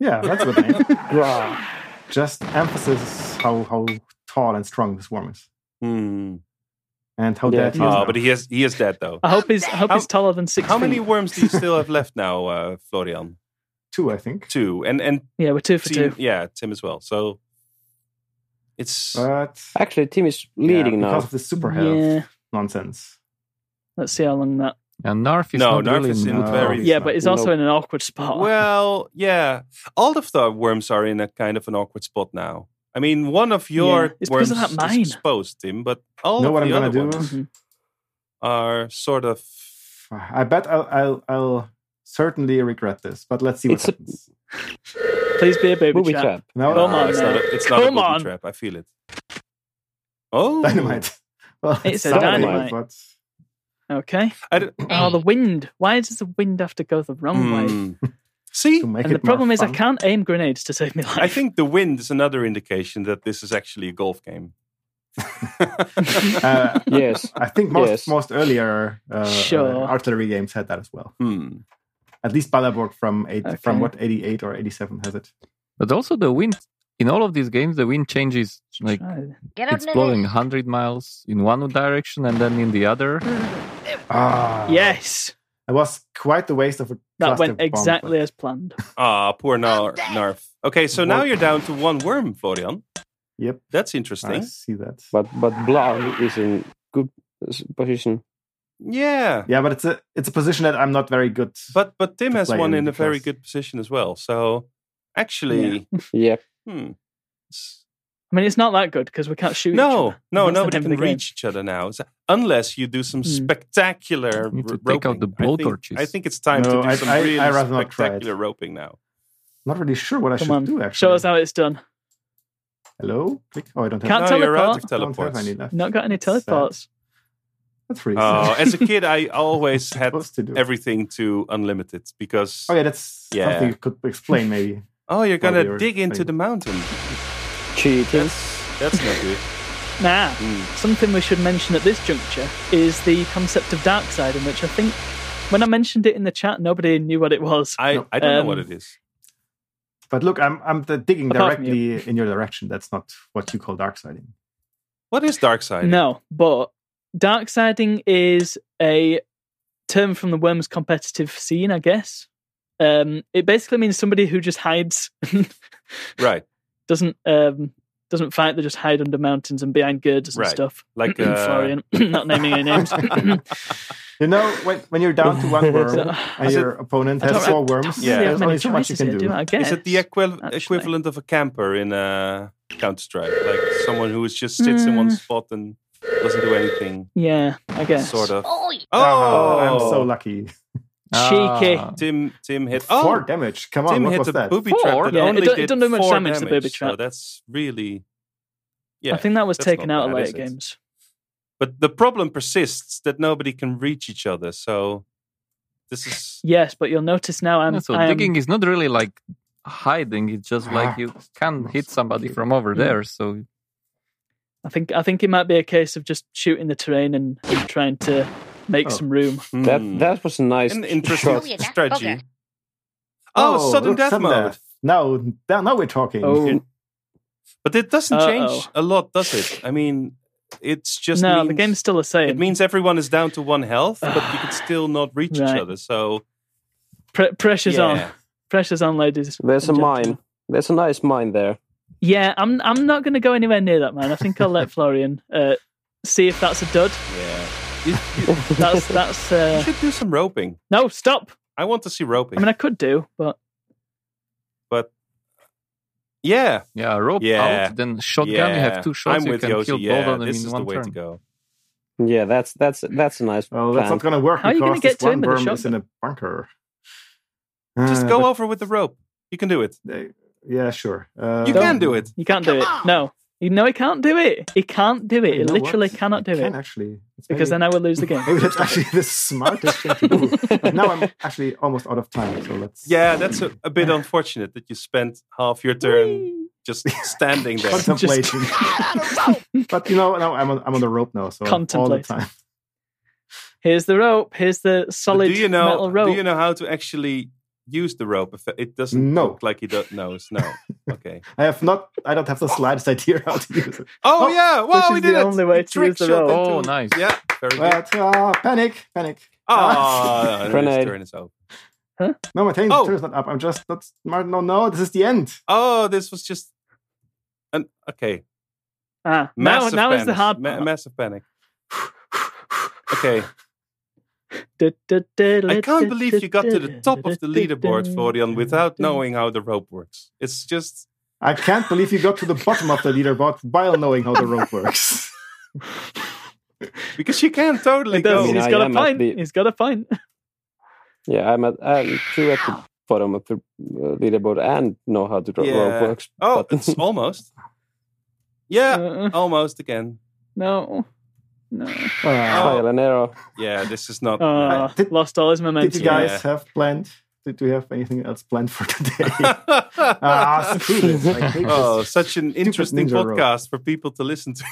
Yeah, that's a good name. Rah. just emphasis how how tall and strong this worm is, Hmm. and how Yeah. dead he is. Oh, now. but he is he is dead though. I hope he's I hope How- he's taller than six How feet. many worms do you still have left now, uh, Florian? two, I think. Two and and Yeah, we're two for Tim, two. yeah, Tim as well. So it's But Actually, team is yeah, leading because now. of the super health Yeah, nonsense. let's see how long that. And Narf is No, not Narf really is in No. very- It's yeah, not- but he's no. also in an awkward spot. well, yeah. All of the worms are in a kind of an awkward spot now. I mean, one of your Yeah, it's because worms of that is mine. exposed, Tim, but all know of what the I'm gonna other do? ones Mhm. are sort of I bet I'll I'll, I'll certainly regret this, but let's see what It's a- happens. Please be a baby Booby chap. trap. No, Come No, on, it's man. not a, it's not a Come booby on. trap. I feel it. Oh, dynamite. Well, It's a something, dynamite. but Okay. I don't- Oh, the wind. Why does the wind have to go the wrong way? Hmm. See, to make And it the problem more is, I fun. can't aim grenades to save me life. I think the wind is another indication that this is actually a golf game. Uh, Yes. I think most Yes. most earlier uh, Sure. uh, artillery games had that as well. Hmm. At least Ballerborg from eight, Okay. from what eighty eight or eighty seven has it. But also the wind in all of these games the wind changes like Try. Get out it's of blowing this. 100 miles in one direction and then in the other. Ah, Yes, it was quite the waste of a. that cluster went bomb, exactly but- as planned. Ah, poor Nar- Narf. Okay, so now Well- you're down to one worm, Florian. Yep, That's interesting. I see that. But but Blau is in good s- position. Yeah, Yeah, but it's a it's a position that I'm not very good. but but Tim To has play one in in a the very class. good position as well. So actually, Yep. hmm. It's- I mean, it's not that good because we can't shoot. each no, other. no, That's the nobody name of can the game. reach each other now, So- unless you do some Hmm. spectacular You need to r- take out roping. the blowtorches. I think, I think it's time No, to do I- some I- I really rather not try it. spectacular roping now. not really sure what I Come should on, do. Actually, show us how it's done. Hello, click. Oh, I don't have. Can't no, teleport. you're out of I don't have teleports. any left. Not got any Sad. teleports. That's really Oh, sad. as a kid, I always had Supposed to do. everything to unlimited because Oh yeah, that's Yeah. something you could explain maybe. oh, you're gonna Well, you're dig into saying- the mountain. Cheating. That's that's not good. Nah. Mm. Something we should mention at this juncture is the concept of dark side, in which I think when I mentioned it in the chat, nobody knew what it was. I I don't know what Um, it is. But look, I'm I'm the digging Apart from directly in your direction. That's not what you call dark siding. What is dark side? No, but dark siding is a term from the Worms competitive scene, I guess. Um, it basically means somebody who just hides, Right. doesn't um, doesn't fight. They just hide under mountains and behind girders Right. and stuff. Like, uh, Florian, not naming any names. You know, when, when you're down to one worm and Is it- your opponent has don't four re- don't worms, really Yeah. yeah, have there's many only so much you choices can here, do. I guess. Is it the equi- actually. equivalent of a camper in uh, Counter Strike? Like someone who is just sits in one Mm. spot and doesn't do anything, Yeah, I guess. sort of. Oi! Oh, Oh, I'm so lucky. Cheeky. Ah, Tim Tim hit Four oh, damage. Come on, Tim what hit was a that? booby Four? trap that Yeah, it only don't- it did don't do much four damage, the booby So trap. that's really yeah. I think that was that's taken not out of later bad, is it? games. But the problem persists that nobody can reach each other. So this is Yes, but you'll notice now I'm, so I am- digging is not really like hiding. It's just Ah, like you can hit somebody from over there. So I think I think it might be a case of just shooting the terrain and, and trying to make Oh. some room. That Hmm. that was a nice an Oh, shot. yeah, interesting that strategy. bugger. Oh, sudden look, death mode. Now, now, now we're talking. Oh But it doesn't change Uh-oh. a lot, does it? I mean, it's just no, means, the game's still the same. it means everyone is down to one health, but you can still not reach each Right. other. So Pre- pressure's on, yeah. pressure's on, ladies. There's a and mine. gentlemen. There's a nice mine there. Yeah, I'm I'm not going to go anywhere near that man. I think I'll let Florian uh, see if that's a dud. yeah. You, you- That's that's you uh, should do some roping. no stop. I want to see roping. I mean, I could do, but yeah, yeah, rope Yeah. out, then shotgun. yeah. You have two shots. I'm you with can Yoshi. kill yeah, both of them this in is one the way turn. to go. Yeah, that's that's that's a nice Well, that's plan. not going to work How are you because gonna get this to him one with a worm is in a bunker. Just Uh, go but over with the rope. You can do it. they- yeah, sure. Uh, You can do it. you can't do it. No, you no, he can't do it. He can't do it. You He know literally what? cannot do I it Can actually It's because maybe- then I will lose the game. Maybe that's actually the smartest thing to do. now I'm actually almost out of time, so let's. Yeah, that's a, a bit unfortunate that you spent half your turn just standing there. Contemplation. but you know, now I'm on, I'm on the rope now, so all the Contemplate. time. Here's the rope. Here's the But solid do you know? metal rope. Do you know how to actually use the rope? If It doesn't No. look like he do- knows. No. Okay. I have not. I don't have the slightest idea how to use it. Oh, Oh, yeah! this Wow, we is did the it. only way We to use trick the shot rope. into- Oh, nice. Yeah, very good. But uh, panic, panic. Ah, and his Grenade. turn is over. No, my turn Oh. turn is not up. I'm just not smart. No, no, this is the end. Oh, this was just an okay. Ah, now, Massive now panic. is the hard Ma- part. massive panic. Okay, I I can't believe you got to the top of the leaderboard, Florian, without knowing how the rope works. It's just I can't believe you got to the bottom of the leaderboard while knowing how the rope works. because you can totally It does. I mean, go. He's I got a am at point. the- He's got a point. Yeah, I'm at I'm two at the bottom of the uh, leaderboard and know how to draw Yeah. rope works. Oh, but- it's almost. Yeah, Uh, almost again. no, no. oh. Uh, trial and error. Yeah, this is not. Uh, did- lost all his did momentum. you guys Yeah. have planned? Did we have anything else planned for today? Uh, Ah, screw this. I hate this. oh, such an interesting ninja rope. podcast for people to listen to.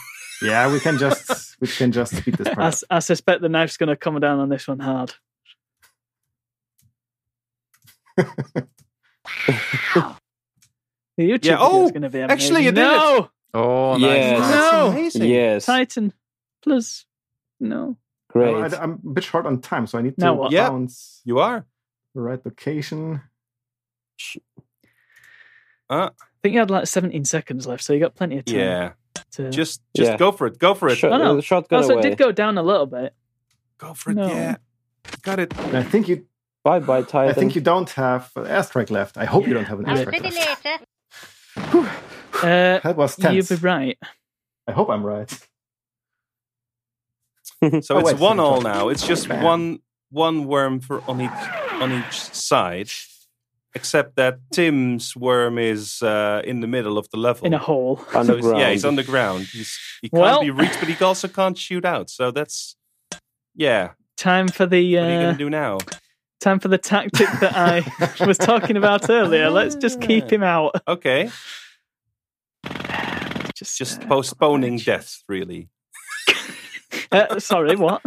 Yeah, we can just we can just speed this I, part. s- I suspect the knife's going to come down on this one hard. the YouTube Yeah, oh, is going to be amazing. actually you did no! Oh, Yes. nice. That's No! amazing. Yes, Titan, plus, no. up. great. I, am a bit short on time, so I need to Now what? Yeah. bounce You are. the right location. I think you had like 17 seconds left, so you got plenty of time. Yeah. To... Just just Yeah. go for it. Go for it. Shot, Oh, no. uh, shotgun also, it away. did go down a little bit. Go for it. No. Yeah. Got it. And I think you Bye bye, Titan. I think you don't have an airstrike left. I hope you don't have an I'll see airstrike you left. later. Uh, That was you'd tense. be right. I hope I'm right. So Oh, it's wait, one sorry, all sorry. now. It's just Bam. one one worm for on each on each side. Except that Tim's worm is uh, in the middle of the level. In a hole. So he's- underground. yeah, he's underground. He's, he can't Well- be reached, but he also can't shoot out. So that's yeah. Time for the What are you uh, gonna do now? time for the tactic that I was talking about earlier. Let's just keep him out. Okay, Just, just postponing death, really. uh, sorry, what?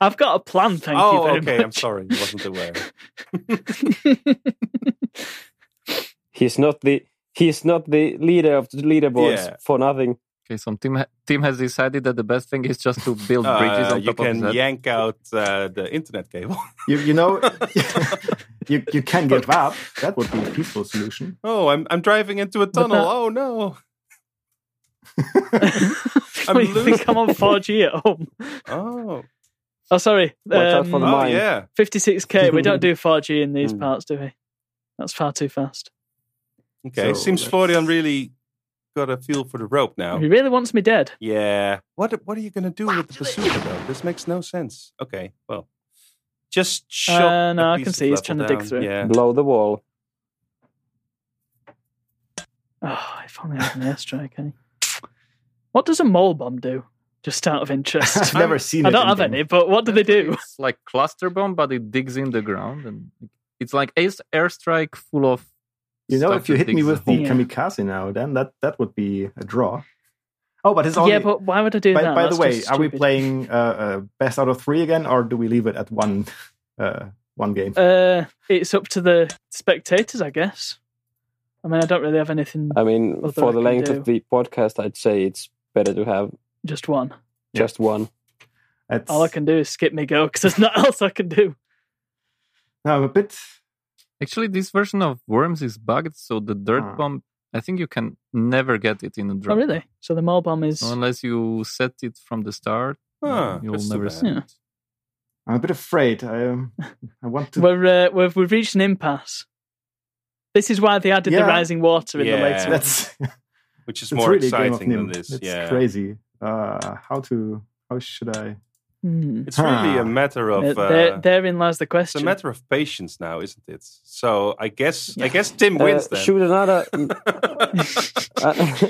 I've got a plan. Thank you oh, very okay. much. I'm sorry, I wasn't aware. he's not the he's not the leader of the leaderboards Yeah. for nothing. Okay, so team ha- team has decided that the best thing is just to build bridges Uh, on you top of can that. yank out uh, the internet cable. You, you know, you, you can give up. That would be a peaceful solution. oh, I'm I'm driving into a tunnel. that- Oh no. i I'm think I'm on 4G at home. Oh, Oh, sorry. Watch out for Um, the oh Mine. yeah. 56k. We don't do 4G in Hmm. these Mm. parts, do we? That's far too fast. Okay, So seems let's- Florian really got a feel for the rope now. He really wants me dead. Yeah. What What are you gonna do with the bazooka though? This makes no sense. Okay, well, just shot. Uh, no, a I piece can of see he's level trying to dig down. through. Yeah. Blow the wall. Oh, if only I had an airstrike, eh? What does a mole bomb do? Just out of interest. I've never seen I it don't in have game. any, but what do they do? It's like cluster bomb, but it digs in the ground, and it's like ace airstrike full of. You know, stuff if you that hit me digs a with the hole. Yeah. kamikaze now, then that, that would be a draw. Oh, but it's only. yeah, but why would I do by, that? by the That's way, just are we stupid. playing uh, uh, best out of three again, or do we leave it at one uh, one game? Uh, it's up to the spectators, I guess. I mean, I don't really have anything. I mean, What do I for the can length do? of the podcast, I'd say it's better to have Just one. just one. It's- All I can do is skip me go because there's nothing else I can do. No, I'm a bit. Actually, this version of Worms is bugged, so the dirt Ah. bomb. I think you can never get it in a Oh, drop. really? So the mole bomb is. So unless you set it from the start, Ah, you'll that's too never bad. see it. I'm a bit afraid. I um, I want to. We're, uh, we've, we've reached an impasse. This is why they added Yeah. the rising water in Yeah. the later. that's Which is it's more really a game of exciting than Nim. this. It's yeah. crazy. Uh, how to? How should I? Hmm. It's really Huh. a matter of. Uh, uh, there, therein lies the It's a question. matter of patience now, isn't it? So I guess Yeah. I guess Tim Uh, wins then. shoot another uh,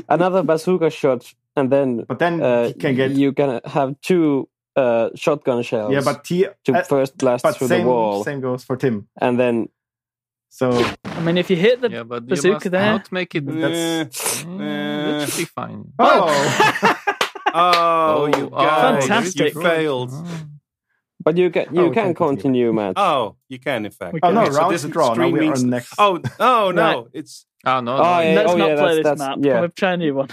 another bazooka shot, and then But then uh, he can get. you can have two uh, shotgun shells yeah, but he. to uh, first blast but through same the wall, same goes for Tim. and then So I mean, if you hit the Yeah, but you bazooka must there. not make it. Mm. That's, Mm, that should be fine. oh, oh, you oh, guys, Fantastic. you failed. Ah. but you can you Oh, can thank you. continue, Matt. Oh, you can in fact. We oh can. no, Okay, so round this draw. Now screen we are means- next. Oh, oh no, it's Ah, no, Oh, no, yeah, Let's oh, not play that's- this map. that's- yeah. Can we try a new one?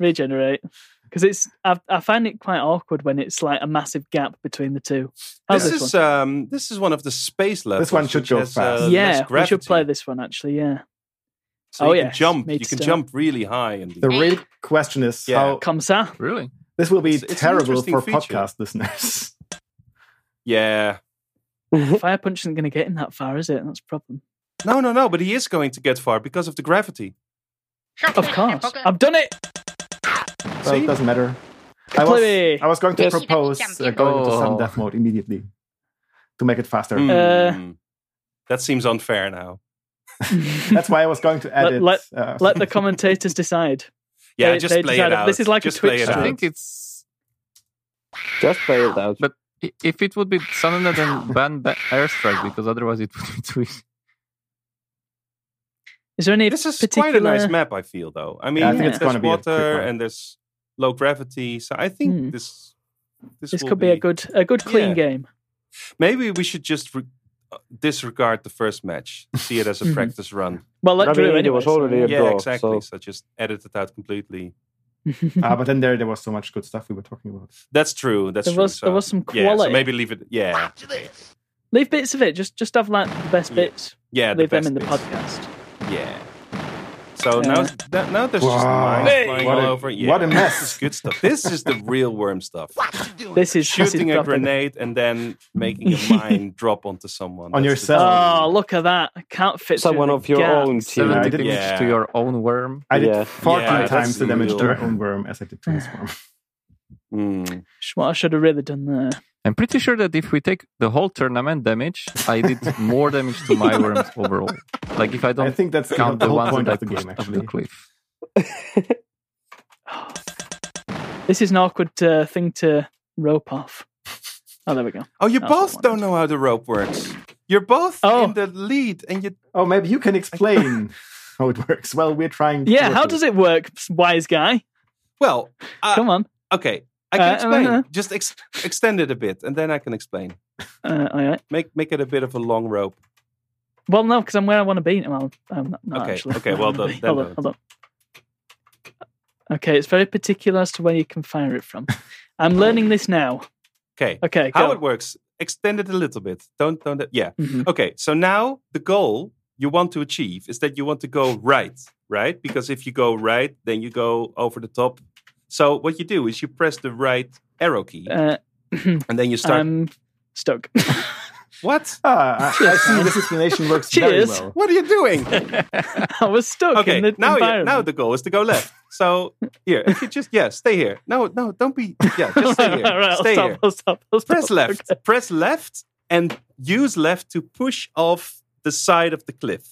Regenerate. Because it's, I, I find it quite awkward when it's like a massive gap between the two. How's this, this, is um this is one of the space levels. one should which go has, fast. Uh, one? less Yeah, we should gravity. play this one actually. Yeah, So Oh, you yes, can jump. You mid can stone. jump really high. In The the, real question is Yeah. how comes out. really? this will be It's- it's an terrible interesting for feature. podcast listeners. yeah. Fire punch isn't going to get him that far, is it? That's a problem. No, no, no. But he is going to get far because of the gravity. Of course, I've done it. So it See? doesn't matter. I was, Chloe. I was going to Yes. propose uh, going into sudden Oh. death mode immediately to make it faster. Uh, Hmm. that seems unfair now. That's why I was going to add Let- it. let- uh, Let the commentators decide. Yeah, They- just they play it decided- out. this is like a just play Twitch it I Yeah. out. think it's Just play it out. But- i- if it would be sudden then ban ba- airstrike because otherwise it would be too easy. Is there any This is particular? quite a nice map, I feel, though. I mean, I think it's there's gonna be a quick water one. and there's low gravity, so I think Hmm. this this, This will could be a good, a good clean Yeah. game. Maybe we should just re- uh, disregard the first match, see it as a Mhm. practice run. Well, let I Drew mean, it anyway. was so- already a- Yeah, draw, exactly. So. so- just edit it out completely. Ah, but then there, there was so much good stuff we were talking about. That's true. That's There true. was- there so- was some Yeah, so quality. maybe leave it. Yeah, Leave bits of it. Just, just have like the best Yeah. bits. yeah. Leave the them in the best bits. podcast. Yeah. So Yeah. now, that, now there's just Wow. lines Hey! flying What all a- over. Yeah, what a mess. This is good stuff. This is the real worm stuff. This is this is Shooting a proper. grenade and then making a mine drop onto someone. On That's the- yourself. Oh, look at that! I can't fit through Um, Someone the of your gaps. own team. I 70 didn't- damage to Yeah. your own worm. I did Yeah. 14 Yeah, that's times the damage to my real. own worm as I did to his worm. Oh, Mm. Sh- What I should have really done there. I'm pretty sure that if we take the whole tournament damage, I did more damage to my worms overall. Like if I I don't think that's the, count the, the whole ones point that I of the pushed game, off the actually. cliff. This is an awkward uh, thing to rope off. Oh, there we go. Oh, you That's what I both don't wanted. know how the rope works. You're both Oh. in the lead, and you. Oh, maybe you can explain how it works. Well, we're trying. Yeah, how does it work, wise guy? Well, uh, Come on. okay, I can Uh, explain. uh-huh. Just ex- extend it a bit, and then I can explain. Uh, all right. Make make it a bit of a long rope. Well, no, because I'm where I want to be. Well, I'm not, not Okay, actually. okay, where I wanna well done, be. then Hold on, done. hold on. Okay, it's very particular as to where you can fire it from. I'm learning this now. Okay. Okay, How go. it works? Extend it a little bit. Don't don't. Yeah. Mhm. Okay. So now the goal you want to achieve is that you want to go right, right? Because if you go right, then you go over the top. So what you do is you press the right arrow key, Uh, um, and then you start. I'm stuck. what? Ah, I, I see this explanation works very Cheers. well. What are you doing? I was stuck okay. in the now you, environment. now the goal is to go left. So here, if you just yeah, stay here. No, no, don't be. Yeah, just stay here. right, right, I'll stay stop, here. I'll stop, I'll stop. press left press left and use left to push off the side of the cliff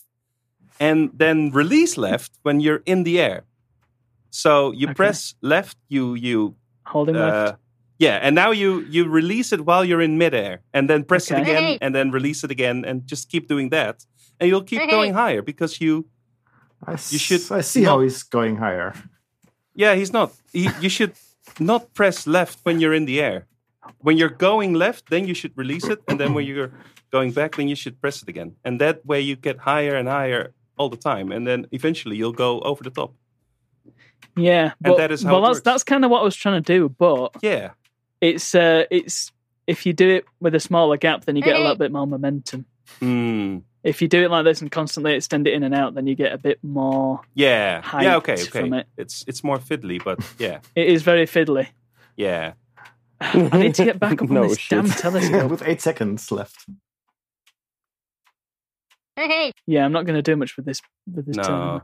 and then release left when you're in the air so you Okay. press left you you Holding uh, left. yeah and now you you release it while you're in midair and then press Okay. it again Hey. and then release it again and just keep doing that and you'll keep Hey. going higher because you I s- You should I see how he's going higher. yeah he's not he, you should not press left when you're in the air when you're going left, then you should release it, and then when you're going back, then you should press it again. And that way, you get higher and higher all the time, and then eventually you'll go over the top. Yeah. But, that is how well, it that's works. that's kind of what I was trying to do, but Yeah, it's uh, it's if you do it with a smaller gap, then you get a little bit more momentum. Hmm. If you do it like this and constantly extend it in and out, then you get a bit more. yeah, yeah. Height Okay, okay. from it. It's it's more fiddly, but yeah, It is very fiddly. yeah. I need to get back up on No this shit. damn telescope. With eight seconds left. Hey, yeah, I'm not going to do much with this with this No. tournament.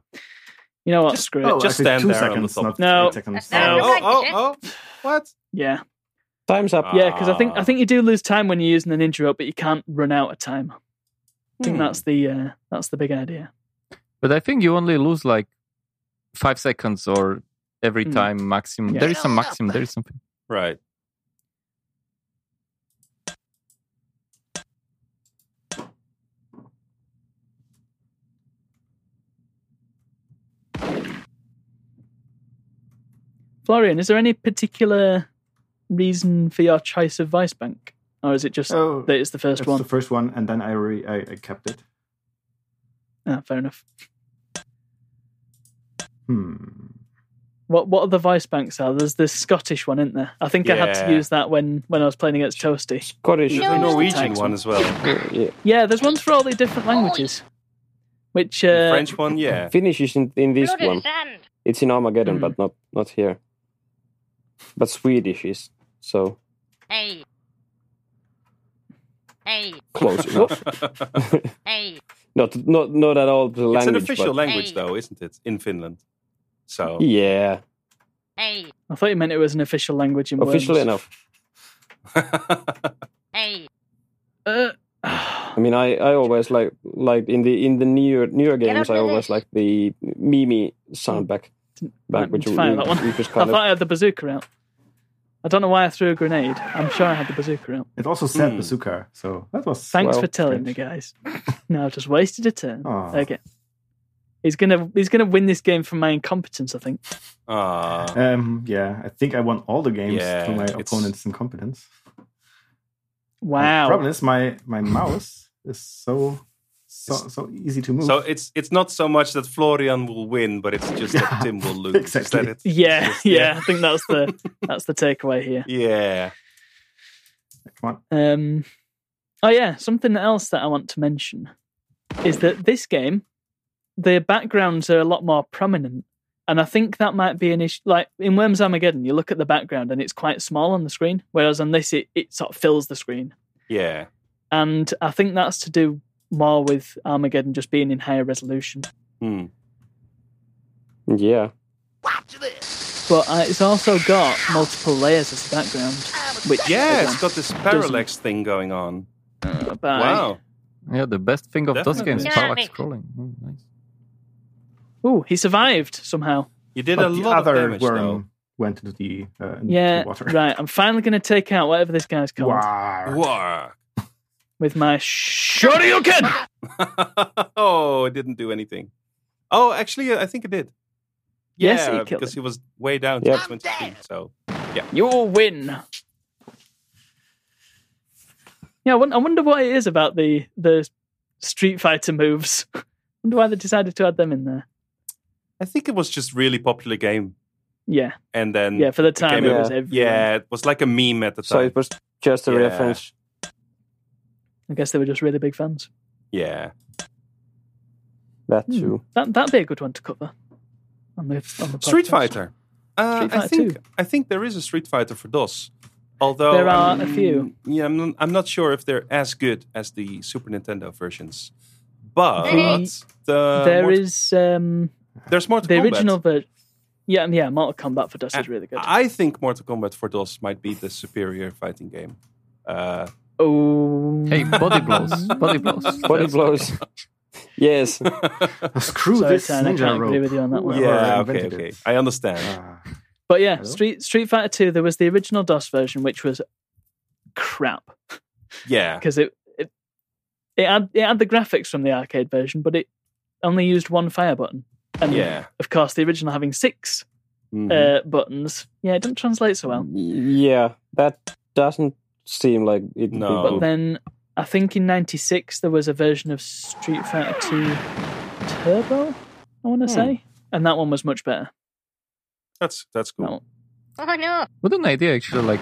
You know what? Just- Screw it. Oh, just actually, stand two there on seconds, the not top. No. eight seconds. No. Oh, like it, oh, oh! What? yeah. Time's up. Yeah, because I think I Ah. think you do lose time when you're using an injury rope, but you can't run out of time. I think Hmm. that's the uh, that's the big idea. But I think you only lose like five seconds or every Mm. time maximum. Yeah. There is some maximum. There is something. Right. Florian, is there any particular reason for your choice of vice bank, or is it just Oh, that it's the first That's one? the first one, and then I, re- I, I kept it. Ah, fair enough. Hmm. What what other vice banks are? There's this Scottish one, isn't there? I think I had to Yeah. use that when when I was playing against Toasty. Scottish. No. The Oh, Norwegian thanks. one as well. Yeah. Yeah, there's ones for all the different languages, which The uh, French one, yeah. Finnish is in, in this blood one. and sand. It's in Armageddon, Mm. but not not here. But Swedish is so Hey. Hey, close enough. hey. not not not at all the it's an language. official but- language, Hey. though, isn't it? In Finland. So Yeah, Hey, I thought you meant it was an official language in official Wales. enough. hey, Uh, I mean, I, I always like like in the in the newer newer Get games, up I with always it. like the Mimi sound back back, Right, which it's you, fine, that one. you just I kind thought of I had the bazooka out. I don't know why I threw a grenade. I'm sure I had the bazooka out. It also said Hmm. bazooka, so that was. Thanks Well, for telling me, guys. No, I've just wasted a turn. Aw. Okay. He's gonna he's gonna win this game from my incompetence, I think. Ah. Um, yeah, I think I won all the games Yeah, to my it's- opponent's incompetence. Wow. The problem is my my mouse is so so, so easy to move. So it's it's not so much that Florian will win, but it's just that Yeah, Tim will lose. Is that exactly. it? yeah, yeah, yeah. I think that's the that's the takeaway here. Yeah. Come on. Um Oh yeah, something else that I want to mention is that this game, the backgrounds are a lot more prominent. And I think that might be an issue. Like in Worms Armageddon, you look at the background and it's quite small on the screen, whereas on this, it, it sort of fills the screen. Yeah. And I think that's to do more with Armageddon just being in higher resolution. Hmm. yeah. But uh, it's also got multiple layers as the background, which Yeah, again, it's got this parallax thing going on. by- Wow. Yeah, the best thing of those games, Definitely. parallax Yeah. scrolling. Oh, nice. Ooh, he survived somehow. You did But a the lot other of damage, worm though. went into the, uh, into Yeah, the water. right. I'm finally going to take out whatever this guy's called Wow. Wah. with my shoryuken. oh, it didn't do anything. Oh, actually, I think it did. Yeah, Yes, it killed because it. he was way down Yep. to 23. So You win. Yeah, I won- I wonder what it is about the the Street Fighter moves. wonder why they decided to add them in there. I think it was just really popular game. Yeah, and then yeah. For the time, game it of- was everywhere. yeah, it was like a meme at the So time. it was just a Yeah. reference. I guess they were just really big fans. yeah, That Hmm. too. That that'd be a good one to cover. On the, on the Street podcast. Fighter. Uh, Street I Fighter think 2. I think there is a Street Fighter for DOS. Although There are I'm- a few. Yeah, I'm not, I'm not sure if they're as good as the Super Nintendo versions, There but is- the there Mort- is um, there's Mortal the Kombat. original version. Yeah, and yeah. Mortal Kombat for DOS is Uh, really good. I think Mortal Kombat for DOS might be the superior fighting game. Uh, oh, Hey, body blows, body blows. Body blows. yes. Screw sorry, this Tan, I ninja can't agree rope. with you on that one. Whoever yeah, okay, invented okay. it. I understand. Ah. But yeah, Hello? Street Street Fighter Two. There was the original DOS version, which was crap Yeah, because it it it had it had the graphics from the arcade version, but it only used one fire button. And yeah. of course, the original having 6 Mhm. uh, buttons. Yeah, it doesn't translate so well. Yeah. That doesn't seem like it. would be, No. but Oh. Then I think in '96 there was a version of Street Fighter Two Turbo. I want to Hmm. say, and that one was much better. that's that's cool. That one- Oh no. What an idea, actually. Like,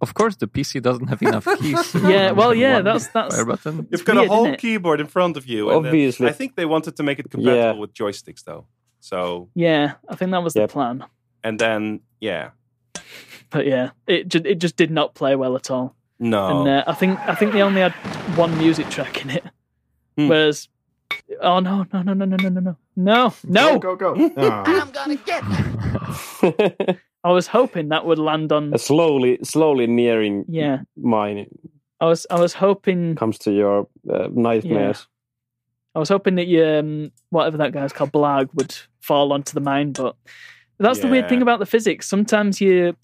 of course, the PC doesn't have enough keys. Yeah, well, yeah, One that's- that's- fire button. You've got weird, a whole isn't it? keyboard in front of you. and then- Obviously. I think they wanted to make it compatible Yeah. with joysticks, though. So Yeah, I think that was Yep. the plan. and then yeah, But yeah, it ju- it just did not play well at all. no, And uh, I think I think they only had one music track in it, Hmm. whereas oh no no no no no no no no no Go, no! go, go. Ah. I was hoping that would land on slowly, slowly nearing yeah. mine I was I was hoping comes to your uh, nightmares. I was hoping that you, um, whatever that guy's called, Blag, would fall onto the mine. But that's the weird Yeah. thing about the physics. Sometimes you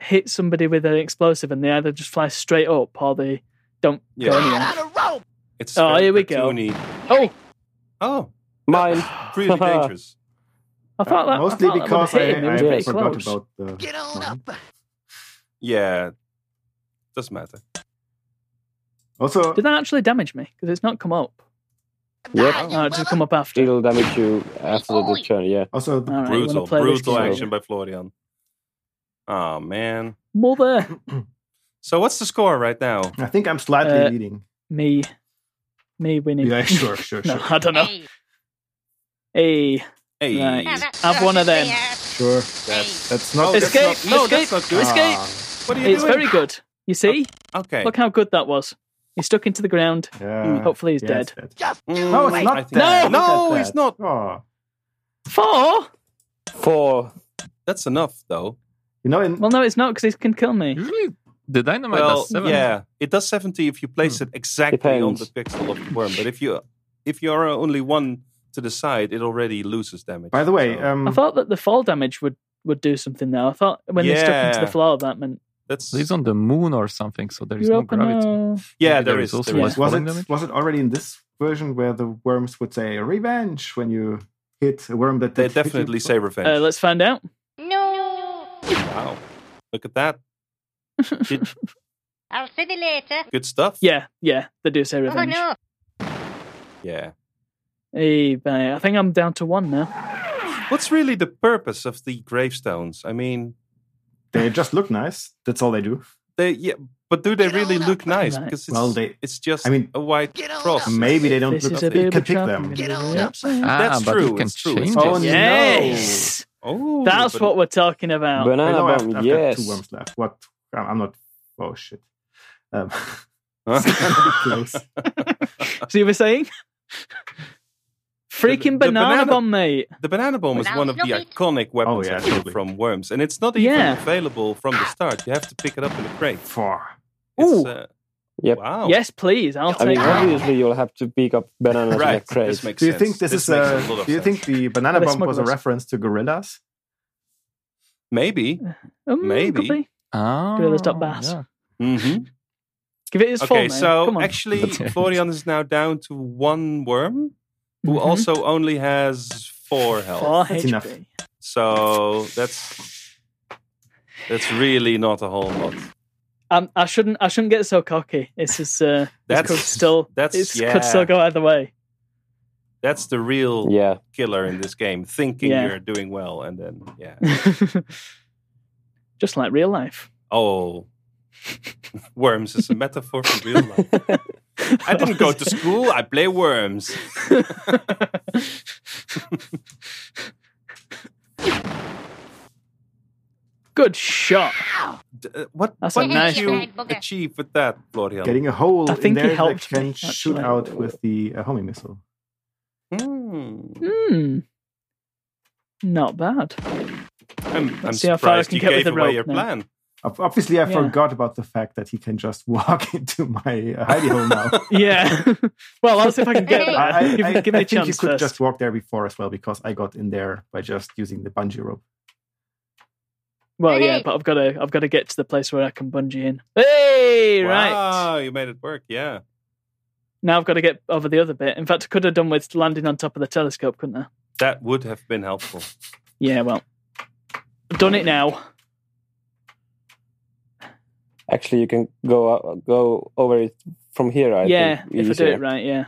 hit somebody with an explosive and they either just fly straight up or they don't go Yeah. anywhere. it's Oh, very here we go. cartoony. Oh, Oh, Mine. really dangerous. I thought that Mostly I thought that would because I, hit him. It I was Yeah, pretty forgot close. about the. Get on up. Yeah, doesn't matter. Also, Did that actually damage me? Because it's not come up. Yep. No, it just come up after. It'll damage you after the Holy- turn. Yeah. also the, All right, you brutal, wanna play this brutal game? action by Florian. Oh man. Mother So what's the score right now? I think I'm slightly Uh, leading. me, me winning. Yeah, sure, sure, no, sure, I don't know. Hey. Hey, Hey, Right. Now that's Have one of them. disgusting. sure. Hey. That's not. Oh, that's escape, not- no, escape, that's not good. Ah. escape. what are you It's doing? very good. You see, Okay. look how good that was. He stuck into the ground. Yeah. Hmm, Hopefully he's Yeah, dead. it's dead. Mm, No, it's I not. think- dead. Look No, at it's that. Oh. not. Four? Four. That's enough, though. You know, in, Well, no, it's not because it can kill me. Usually, the dynamite well, does seven. yeah, it does seventy if you place it exactly on the Hmm. Depends. pixel of the worm. But if you if you are only one to the side, it already loses damage. by the way, So um, I thought that the fall damage would would do something though. I thought when they stuck into Yeah. the floor, that meant that's It's on the moon or something, so there is you're no open gravity. now. yeah, Maybe there there is. is also there one. is. was falling it damage? was it already in this version where the worms would say revenge when you hit a worm that They did hit you definitely before? say revenge. Uh, let's find out. No. wow, look at that. Good, I'll see you later. good stuff. Yeah, yeah, they do say revenge. Oh yeah. Hey, bye. I think I'm down to one now. What's really the purpose of the gravestones? I mean, They just look nice. That's all they do. they yeah, but do they really look nice? Right. Because it's, Well, they- it's just I mean- a white cross. Maybe they don't this look. is Up. a You bit can of pick trap. them. Ah, That's but true, You can it's true, change it's just- it. Oh, Yes, Oh, that's but- what we're talking about. I Banana know I've, bomb. I've yes. got two worms left. What? I'm I'm not. Oh shit. Um, close. So you were saying? Freaking the banana, banana- bomb, mate. The banana bomb is Now one of the look it. iconic weapons Oh, yeah, I think, totally. from Worms, and it's not Yeah. even available from the start. You have to pick it up in a crate. Four. It's, Ooh. uh, Yep. Wow. Yes, please. I'll I take mean, that. obviously, you'll have to pick up bananas in a Right. crate. This makes Do you sense. think this, is makes a? lot of do you sense. think the banana Are they bomb was a smugglers? reference to gorillas? maybe? Mm, Maybe. could be. Ah, Gorilla Stop Bass. yeah. hmm Give it his full Okay, name. Come so on. actually, That's it. Florian is now down to one worm, who Mhm. also only has four health. Four That's HP. enough. So that's that's really not a whole lot. Um, I shouldn't. I shouldn't get so cocky. It's just. Uh, That's that's could still. that's it's yeah. could still go either way. That's the real Yeah. killer in this game. Thinking Yeah. you're doing well, and then yeah, Just like real life. oh, worms is a metaphor for real life. I didn't go to school. I play worms. Good shot. D- uh, What That's what a did nice you one. achieve with that, Florian? Getting a hole I in think he there helped that can me, shoot actually. out with the uh, homing missile. Hmm. Hmm. Not bad. I'm, I'm see how far I surprised can you get with gave the away rope your now. plan. Ob- Obviously, I Yeah. forgot about the fact that he can just walk into my uh, hidey hole now. Yeah. well, I'll see if I can get there. I, I- give, I- give me I a think you chance could first. just walk there before as well because I got in there by just using the bungee rope. Well, yeah, Hey. but I've got to. I've got to get to the place where I can bungee in. Hey, right Wow, you made it work. Yeah. now I've got to get over the other bit. In fact, I could have done with landing on top of the telescope, couldn't I? That would have been helpful. Yeah. Well, I've done it now. Actually, you can go go over it from here. I yeah, think, if I do easier. it right, yeah.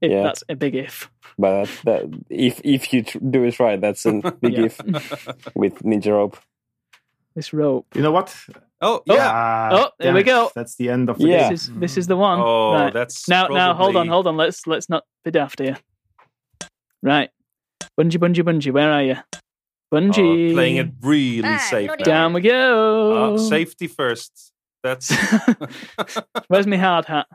If Yeah. That's a big if. But that, that, if if you tr- do it right, that's a big Yeah. if with ninja rope. This rope. You know what? Oh, Oh. yeah. Ah, Oh, there damn we it. go. That's the end of the Yeah. game. This is this is the one. Oh, Um, right. that's now now hold on, probably- hold on. Let's let's not be daft here. Right. Bungee bungee bungee, where are you? Bungee Oh, playing it really Ah, safe. bloody now. down we Ah, go. Oh, safety first. That's Where's my hard hat?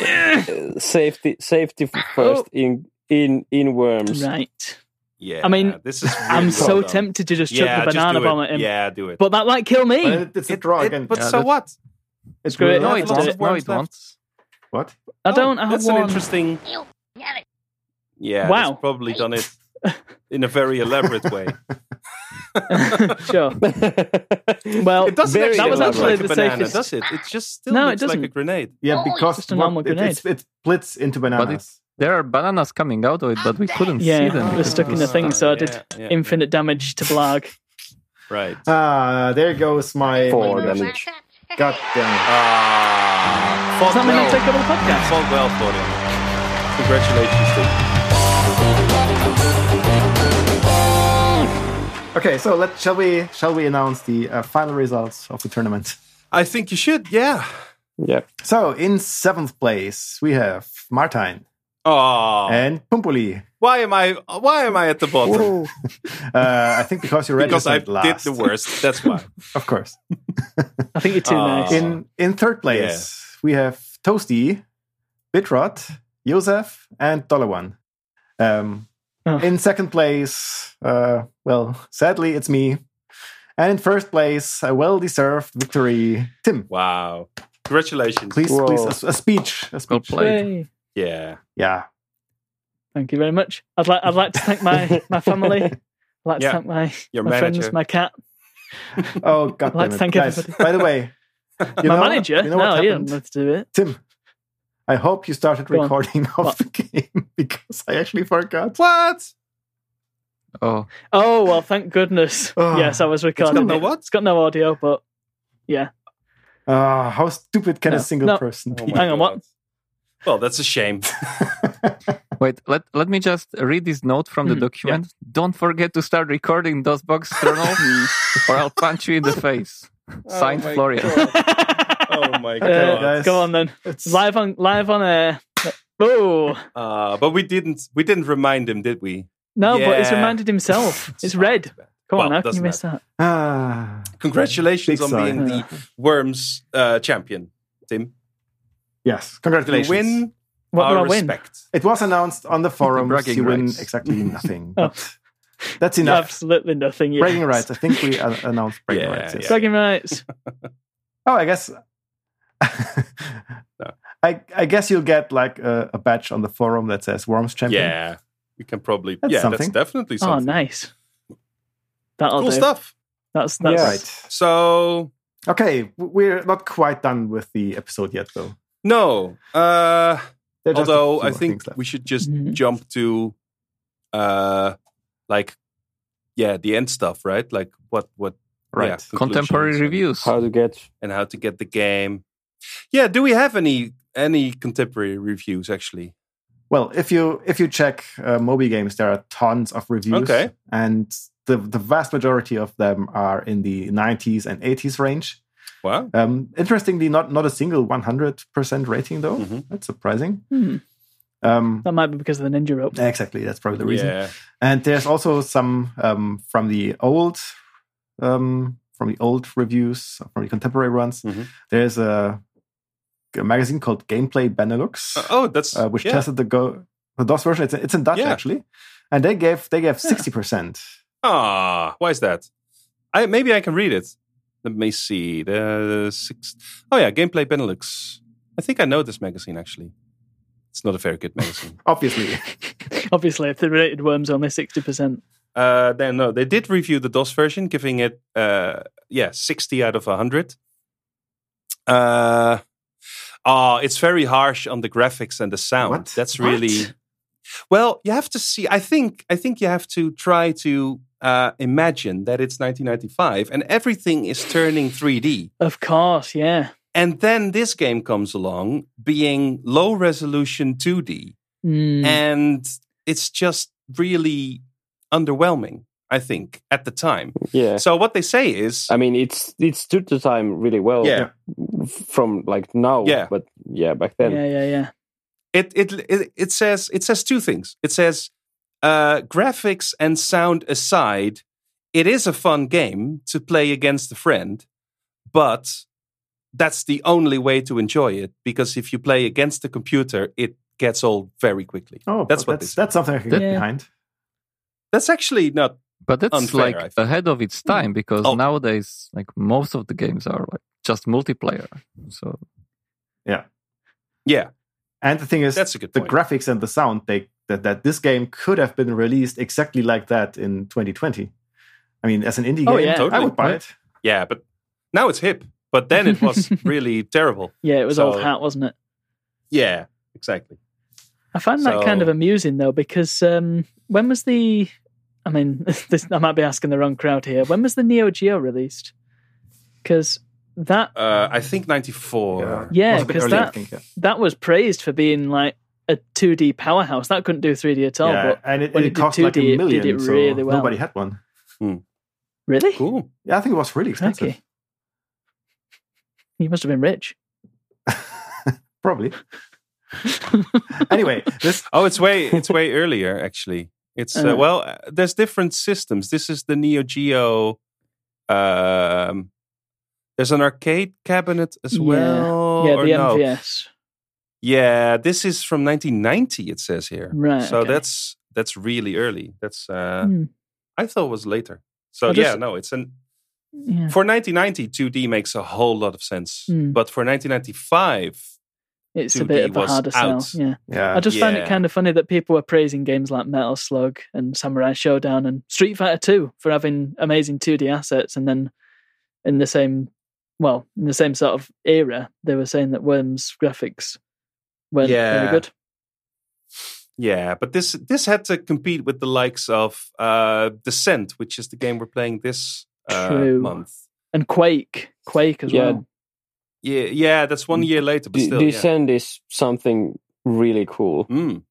Uh, safety safety Oh. first in in in worms. Right. yeah. I mean, this is. Really I'm well so done. tempted to just chuck Yeah, the just banana do it. bomb at him. Yeah, do it. But that might kill me. But it's a draw It- again. But Yeah, so that- what? It screw will it. not No, it it last. wants won't. it. No, Worms it left. won't. What? I don't have That's one. an interesting. You got it. Yeah. Wow. That's probably done it in a very elaborate way. sure. Well, It doesn't Very actually that was look actually like the a banana, safest- does it? It just still No, it looks like a doesn't. grenade. Yeah, Oh, it's because just a normal what- it, it's, it splits into bananas. There are bananas coming out of it, but we couldn't Yeah. see them. We're stuck in the thing, so I did Yeah, yeah, Infinite damage to Blarg. Right. Ah, there goes my Four Well, damage. that's- God damn. Ah, Does that mean I've taken over the podcast? Fought well, Florian. Congratulations, Steve. Okay, so let shall we shall we announce the uh, final results of the tournament? I think you should, yeah. Yeah. So in seventh place we have Martin Oh, and Pumpuli. why am I? Why am I at the bottom? Uh, I think because you Because I registered did last. the worst. That's why. of course. I think you're too Ah. nice. In in third place we have Toasty, Bitrot, Josef, and Dolawan. Um, Oh. In second place, uh, well, sadly it's me. And in first place, a well-deserved victory, Tim. Wow. Congratulations. Please, Whoa. please, a, a speech, a Oh. Well speech. played. Yay. Yeah. Yeah, Thank you very much. I'd like I'd like to thank my my family. I'd like Yeah. to thank my, Your my manager. friends, my cat, Oh god! I'd damn like to it. thank Guys, everybody. By the way, you my know- manager. You know no, what you don't happened, have to do it. Tim? I hope you started Go on. recording of What? the game because I actually forgot. What? Oh, Oh well, thank goodness. Oh, yes, I was recording. Ah. no it. what? It's got no audio, but yeah. Ah, how stupid can a No, single no. person Oh be? my Hang on, what? God. Well, that's a shame. wait. Let let me just read this note from the Mm-hmm. Mhm, yeah. document. Don't forget to start recording those box journals, or I'll punch you in the face. Signed, Oh my Florian. God. Oh my god. Uh, guys. Go on then. It's Live on live on air. Oh Uh, but we didn't. We didn't remind him, did we? no, but he's Yeah. reminded himself. It's fine, red. bad. Come on, how Well, can you doesn't miss that? ah, Congratulations Big on sigh. being the Worms uh, champion, Tim. yes. You Congratulations. win What do I our win? respect. It was announced on the forums. Bragging you win rights. exactly nothing. But that's enough. Absolutely nothing. Yes. Bragging rights. I think we uh, announced bragging Yeah, rights. yes. yeah. Bragging rights. Oh, I guess. No. I, I guess you'll get like a, a badge on the forum that says Worms Champion. Yeah, we can probably. That's yeah, something. that's definitely Oh, something. nice. That'll cool do. stuff. That's that's Yeah. Right. So Okay, w- we're not quite done with the episode yet, though. no, uh, There are just a although few I more think things left. we should just Mhm. jump to, uh, like, yeah, the end stuff, right? Like what what Right. yeah, conclusions Contemporary and- reviews. How to get? and how to get the game. Yeah, do we have any any contemporary reviews actually? Well, if you if you check uh, Moby Games, there are tons of reviews, Okay. and the the vast majority of them are in the 90s and 80s range. Wow. Um, interestingly, not not a single 100% rating though. Mhm. That's surprising. Hmm. Um, That might be because of the ninja rope. exactly, that's probably the reason. Yeah. And there's also some um, from the old, um, from the old reviews, from the contemporary ones. Mhm. There's a, a magazine called Gameplay Benelux, Uh, oh, that's uh, which yeah. tested the Go the DOS version. It's, it's in Dutch Yeah. actually, and they gave they gave sixty percent. Ah, why is that? I maybe I can read it. Let me see. The six oh yeah, Gameplay Benelux. I think I know this magazine actually. It's not a very good magazine. Obviously, Obviously, if the related worm's only 60%. uh, then no, they did review the DOS version, giving it uh, yeah sixty out of hundred. Uh, ah, it's very harsh on the graphics and the sound. What? That's What? really well. You have to see. I think. I think you have to try to uh, imagine that it's 1995 and everything is turning 3D. Of course, yeah. And then this game comes along being low resolution 2D. Mm. And it's just really underwhelming, I think, at the time. Yeah. So what they say is I mean, it's it stood the time really well. Yeah. From like now. Yeah. But yeah, back then. yeah, yeah, yeah. it it it, it says it says two things. It says uh, graphics and sound aside, it is a fun game to play against a friend, but that's the only way to enjoy it because if you play against the computer, it gets old very quickly. oh, that's that's that's, what this. that's something I can get Yeah. behind. That's actually not But that's Unfair, I like think. ahead of its time because Oh. nowadays, like most of the games are like just multiplayer. So yeah. And the thing is, That's a good the point. graphics and the sound. They that that this game could have been released exactly like that in 2020. I mean, as an indie Oh, game, yeah. I Totally. would buy Right. it. Yeah, but now it's hip. But then it was really terrible. Yeah, it was So- old hat, wasn't it? Yeah, exactly. I find that So- kind of amusing, though, because um, when was the. I mean, this, I might be asking the wrong crowd here. When was the Neo Geo released? Because that Uh, I think ninety four. Yeah, It was a bit 'cause earlier, I that- think, yeah. that was praised for being like a 2D powerhouse. That couldn't do 3D at all. yeah, But and it, when it it did cost like 2D, a it did million, it really so well. nobody had one. really, Cool. Yeah, I think it was really expensive. Crikey. you must have been rich. Probably. anyway, this Oh, it's way it's way earlier actually. It's uh, Uh. well, uh, there's different systems. This is the Neo Geo. Um, there's an arcade cabinet as Yeah. well. yeah, or the no? MVS. Yeah, this is from 1990. It says here. Right, So okay. that's that's really early. That's uh, Hmm, I thought it was later. So I just- yeah, no, it's an yeah. for 1990 2D makes a whole lot of sense. Hmm. But for 1995, It's a 2D bit of a was harder out. sell. Yeah. yeah, I just find yeah. it kind of funny that people were praising games like Metal Slug and Samurai Showdown and Street Fighter 2 for having amazing 2D assets and then in the same well, in the same sort of era, they were saying that Worms graphics weren't Yeah. very good. Yeah, but this this had to compete with the likes of uh, Descent, which is the game we're playing this uh, True. month. And Quake, Quake as Yeah. well. Yeah, yeah, that's one year later, but D- still, yeah. Descend is something really cool. Mm.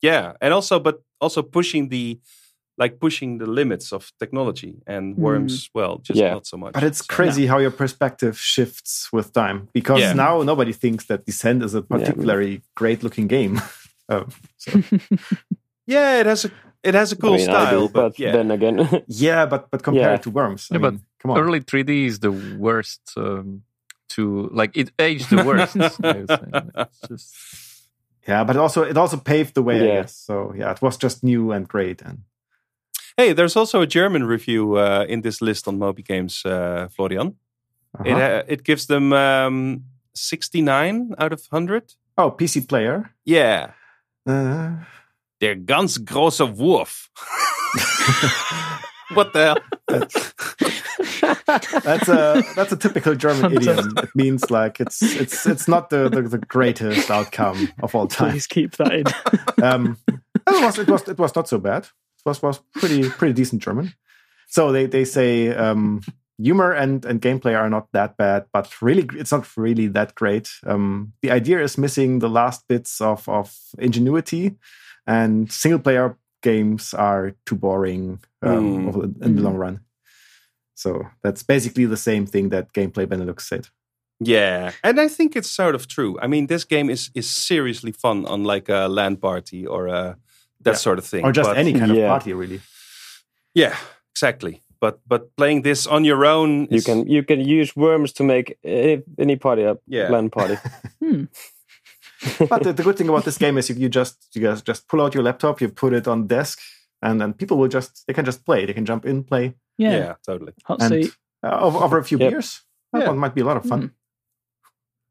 yeah, and also, but also pushing the like pushing the limits of technology and worms. Well, just Hmm. Yeah. not so much. but it's So- crazy how your perspective shifts with time because Yeah. now nobody thinks that Descent is a particularly great-looking game. oh, so. Yeah, it has a it has a cool I mean, I style, do, but, yeah, then again, yeah, but but compare Yeah. it to Worms. I Yeah, but mean, come on. early 3D is the worst. Um, to like it aged the worst. I would say. It's just yeah, but also it also paved the way. I Yeah. guess. So yeah, it was just new and great. And hey, there's also a German review uh, in this list on Moby Games, uh, Florian. It Uh-huh. uh, it gives them um, 69 out of 100. oh, PC player. Yeah. Uh, Der ganz große Wurf. what the hell? that's a that's a typical German idiom. It means like it's it's it's not the the, the greatest outcome of all time. Please keep that in. um, it was it was it was not so bad. It was was pretty pretty decent German. So they they say um, humor and, and gameplay are not that bad, but really, it's not really that great. Um, the idea is missing the last bits of, of ingenuity, and single player games are too boring um, Mm. over- in the Mm. long run. So that's basically the same thing that Gameplay Benelux said. Yeah, and I think it's sort of true. I mean, this game is is seriously fun on like a land party or a that Yeah. sort of thing, Or just But- any kind Yeah. of party, really. Yeah, exactly. But but playing this on your own, You is, can you can use worms to make any, any party a Yeah. land party. but the, the good thing about this game is you, you just you guys just pull out your laptop, you put it on desk, and then people will just they can just play. They can jump in, play, Yeah, yeah, totally. hot and seat. uh, over, over a few Yep. beers, that Yeah. one might be a lot of fun.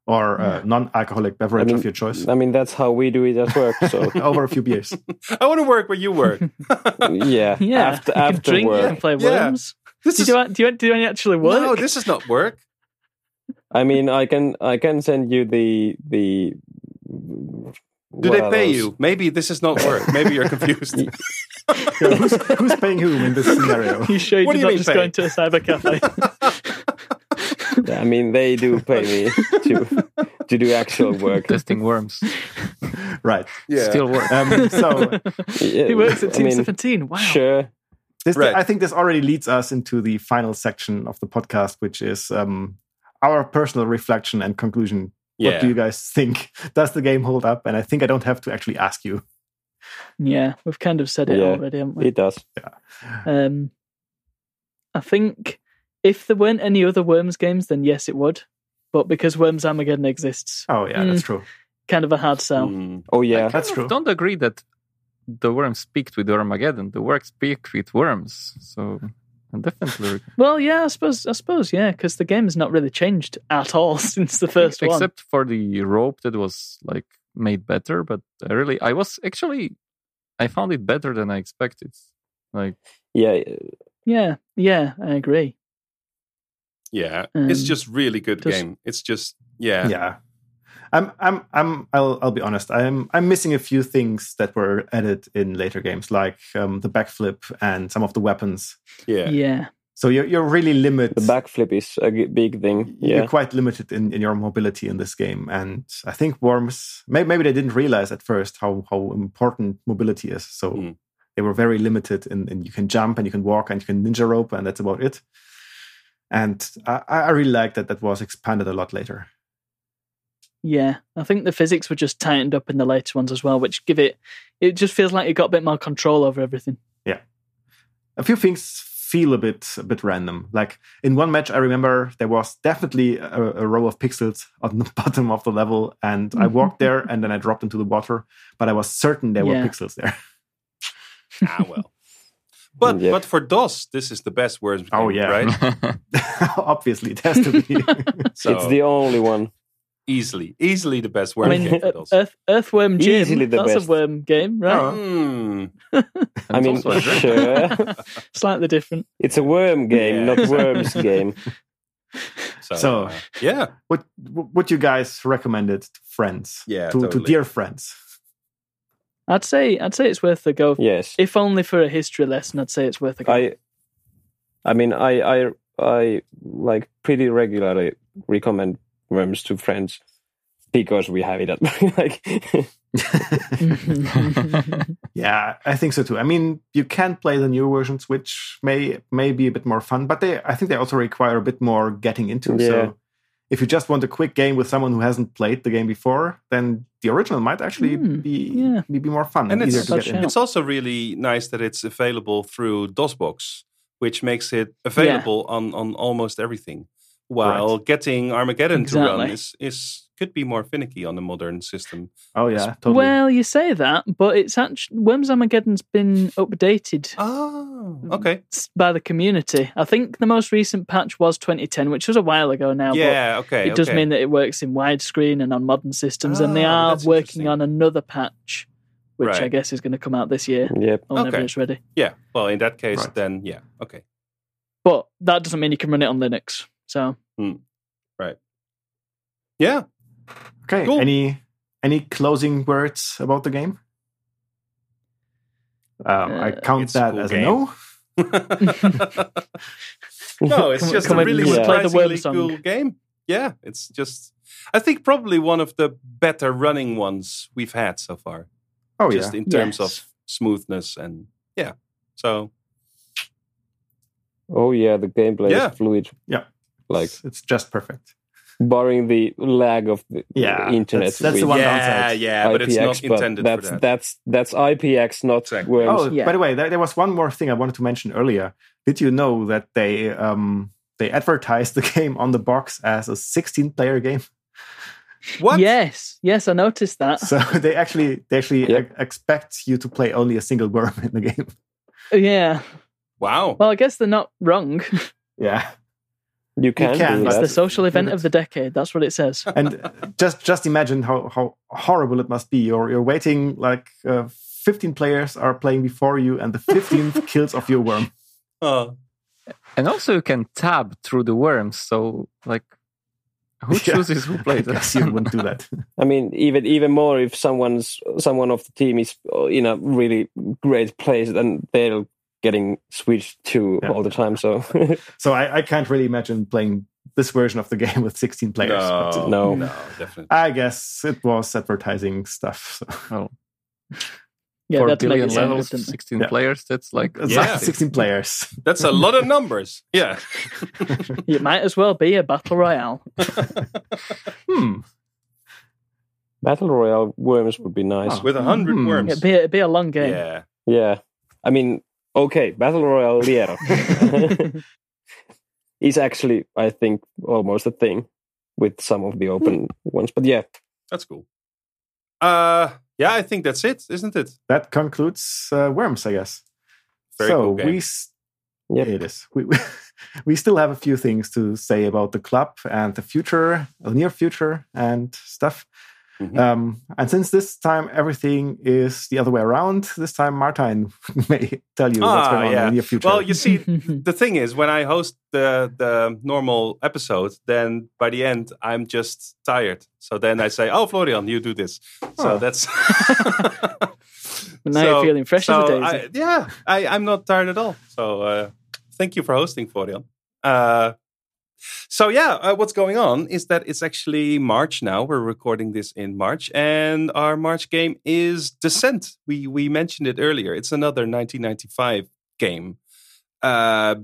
Or uh, non-alcoholic beverage mean- of your choice. I mean, that's how we do it at work. So over a few beers. I want to work where you work. yeah, Yeah, you after can after drink, you work. can play Yeah. worms. This Do, is you, do, you, do you actually work? no, this is not work. I mean, I can I can send you the the. Do they pay you? Maybe this is not work. Maybe you're confused. Yeah, who's, who's paying whom in this scenario? You sure What you're do not you mean, just pay? going to a cyber cafe? I mean, they do pay me to to do actual work. Testing worms. Right. yeah. Still works. Um, so Yeah, he works at I Team mean, 17. Wow. Sure. this, Right. I think this already leads us into the final section of the podcast, which is um, our personal reflection and conclusion. What Yeah. do you guys think? Does the game hold up? And I think I don't have to actually ask you. Yeah, we've kind of said it Yeah. already, haven't we? It does. Um, I think if there weren't any other Worms games, then yes, it would. But because Worms Armageddon exists, Oh yeah, Mm. that's true. kind of a hard sell. Mm. Oh yeah. That's I true. don't agree that the worms speak with Armageddon. The worms speak with worms. So I definitely Well, yeah, I suppose, I suppose, yeah, because the game's not really changed at all since the first one. except for the rope that was like made better. But I really, I was actually, I found it better than I expected. Like Yeah. Yeah, yeah, I agree. Yeah, it's Um, just really good just- game. It's just yeah, yeah i'm i'm i'm i'll i'll be honest i'm i'm missing a few things that were added in later games like um, the backflip and some of the weapons yeah, Yeah, yeah. so you're you're really limited The backflip is a g- big thing. Yeah. you're quite limited in, in your mobility in this game and i think worms maybe, maybe they didn't realize at first how how important mobility is so Mm. they were very limited in, in you can jump and you can walk and you can ninja rope and that's about it and i i really like that that was expanded a lot later yeah. I think the physics were just tightened up in the later ones as well, which give it. It just feels like it got a bit more control over everything. a few things feel a bit a bit random. Like in one match, I remember there was definitely a, a row of pixels on the bottom of the level, and I walked there, and then I dropped into the water, but I was certain there Yeah. were pixels there. Ah well, but Yeah. but for DOS, this is the best words. Oh, yeah. right. Obviously, it has to be. So It's the only one. easily, easily the best I word mean, uh, game for Ear- DOS. Earth, Earthworm Jim. Easily the that's best. a worm game, right? Hmm. I mean, also a drink. sure. Slightly different. It's a worm game, Yeah. not worms game. So, So- uh, yeah, what would you guys recommend it to friends? Yeah, to, to totally. dear friends. I'd say I'd say it's worth a go. Yes. If only for a history lesson, I'd say it's worth a go. I, I mean, I, I, I like pretty regularly recommend worms to friends because we have it at like. Yeah, I think so too. I mean, you can play the new versions, which may may be a bit more fun, but they I think they also require a bit more getting into. Yeah. So if you just want a quick game with someone who hasn't played the game before, then the original might actually Mm, be, yeah. be be more fun and, And um, easier it's, to get in. Yeah. it's also really nice that it's available through DOSBox, which makes it available on, on almost everything. While getting Armageddon to run Exactly. is, is could be more finicky on the modern system. Oh yeah, totally. Well, you say that, but it's actually Worms Armageddon's been updated Oh, okay. s- by the community. I think the most recent patch was 2010, which was a while ago now. Yeah, but okay. it does okay. mean that it works in widescreen and on modern systems, and they Oh, are that's working interesting. on another patch, which I Right. guess is going to come out this year yep. or whenever Okay. it's ready. yeah. Well, in that case, Right. then yeah, okay. But that doesn't mean you can run it on Linux. So Yeah, okay. cool. Any any closing words about the game? Um, I Uh, count It's a that cool as a game. no. No, it's Can we- just can a we really play the worm surprisingly song? cool game. Yeah, it's just. I think probably one of the better running ones we've had so far, Oh yeah. just in terms Yes. of smoothness and yeah. So Oh yeah, the gameplay Yeah. is fluid. Yeah. Like it's, it's just perfect. barring the lag of the Yeah, the internet. that's- that's the with one yeah, downside. yeah, but it's not IPX, but intended for that's, that. That's that's IPX, not Exactly. worms. Oh, Yeah. by the way, there, there was one more thing I wanted to mention earlier. Did you know that they um, they advertised the game on the box as a 16 player game? What? Yes, yes, I noticed that. So they actually they actually Yep. e- expect you to play only a single worm in the game. yeah. Wow. Well, I guess they're not wrong. it's Yeah. You can, can, do but that. the social event of the decade. That's what it says. and just just imagine how how horrible it must be. You're you're waiting like uh, 15 players are playing before you, and the 15th kills off your worm. Uh, And also you can tab through the worms, so like who Yeah. chooses who I plays guess you wouldn't do that. I mean, even even more if someone's someone of the team is in a really great place, then they're getting switched to Yeah. all the time. So So I, I can't really imagine playing this version of the game with 16 players. no, but no. Oh, no, definitely. I guess it was advertising stuff. So. Yeah, Oh, Four that's made it billion sound levels, good, didn't it? sixteen Yeah. players. That's like It's Yeah. like 16 players. That's a lot of numbers. Yeah. It might as well be a battle royale. Hmm. battle royale worms would be nice. Ah. With a hundred Hmm. worms. It'd be, it'd be a long game. Yeah. Yeah, I mean, okay, battle royale Liero is actually, I think, almost a thing with some of the Hmm. open ones. But yeah, That's cool. Uh yeah, I think that's it, isn't it? That concludes uh, Worms, I guess. Very so cool game. we. s- Yep. It is. We, we, we still have a few things to say about the club and the future, the near future, and stuff. Mhm. Um, and since this time everything is the other way around, this time Martin may tell you what's Ah, going on in yeah. the near future. Well, you see, Mm. the thing is, when I host the the normal episode, then by the end I'm just tired. So then I say, "Oh, Florian, you do this." So Oh. that's. Now you're feeling fresh as a so daisy. I- yeah, I, I'm not tired at all. So uh, thank you for hosting, Florian. Uh, so yeah, uh, what's going on is that it's actually March now. We're recording this in March, and our March game is Descent. We we mentioned it earlier. It's another 1995 game. Uh,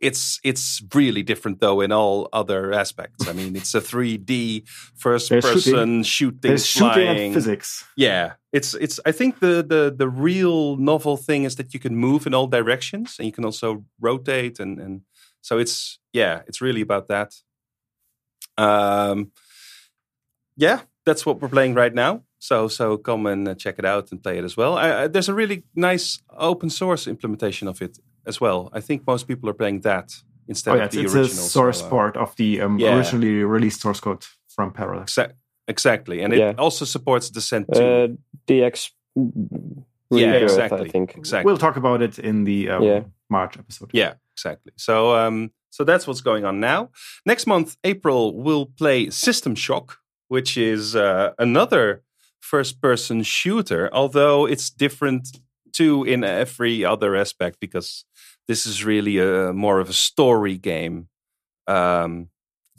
it's it's really different though in all other aspects. I mean, it's a 3D first There's person shooting, There's shooting and flying, physics. yeah, it's it's. I think the the the real novel thing is that you can move in all directions and you can also rotate and and so it's yeah, it's really about that. Um, yeah, that's what we're playing right now. So so come and uh, check it out and play it as well. I, I, there's a really nice open source implementation of it as well. I think most people are playing that instead Oh, yeah, of it's, the it's a original. source so, uh, part of the um, Yeah. originally released source code from Parallax. Exa- exactly, and Yeah. it also supports Descent too. uh, DX. yeah, Rebirth, exactly. I think. Exactly. We'll talk about it in the um, Yeah. March episode. Yeah, exactly. So um, so that's what's going on now. Next month, April, we'll play System Shock, which is uh, another first-person shooter, although it's different too in every other aspect because this is really a more of a story game. Um,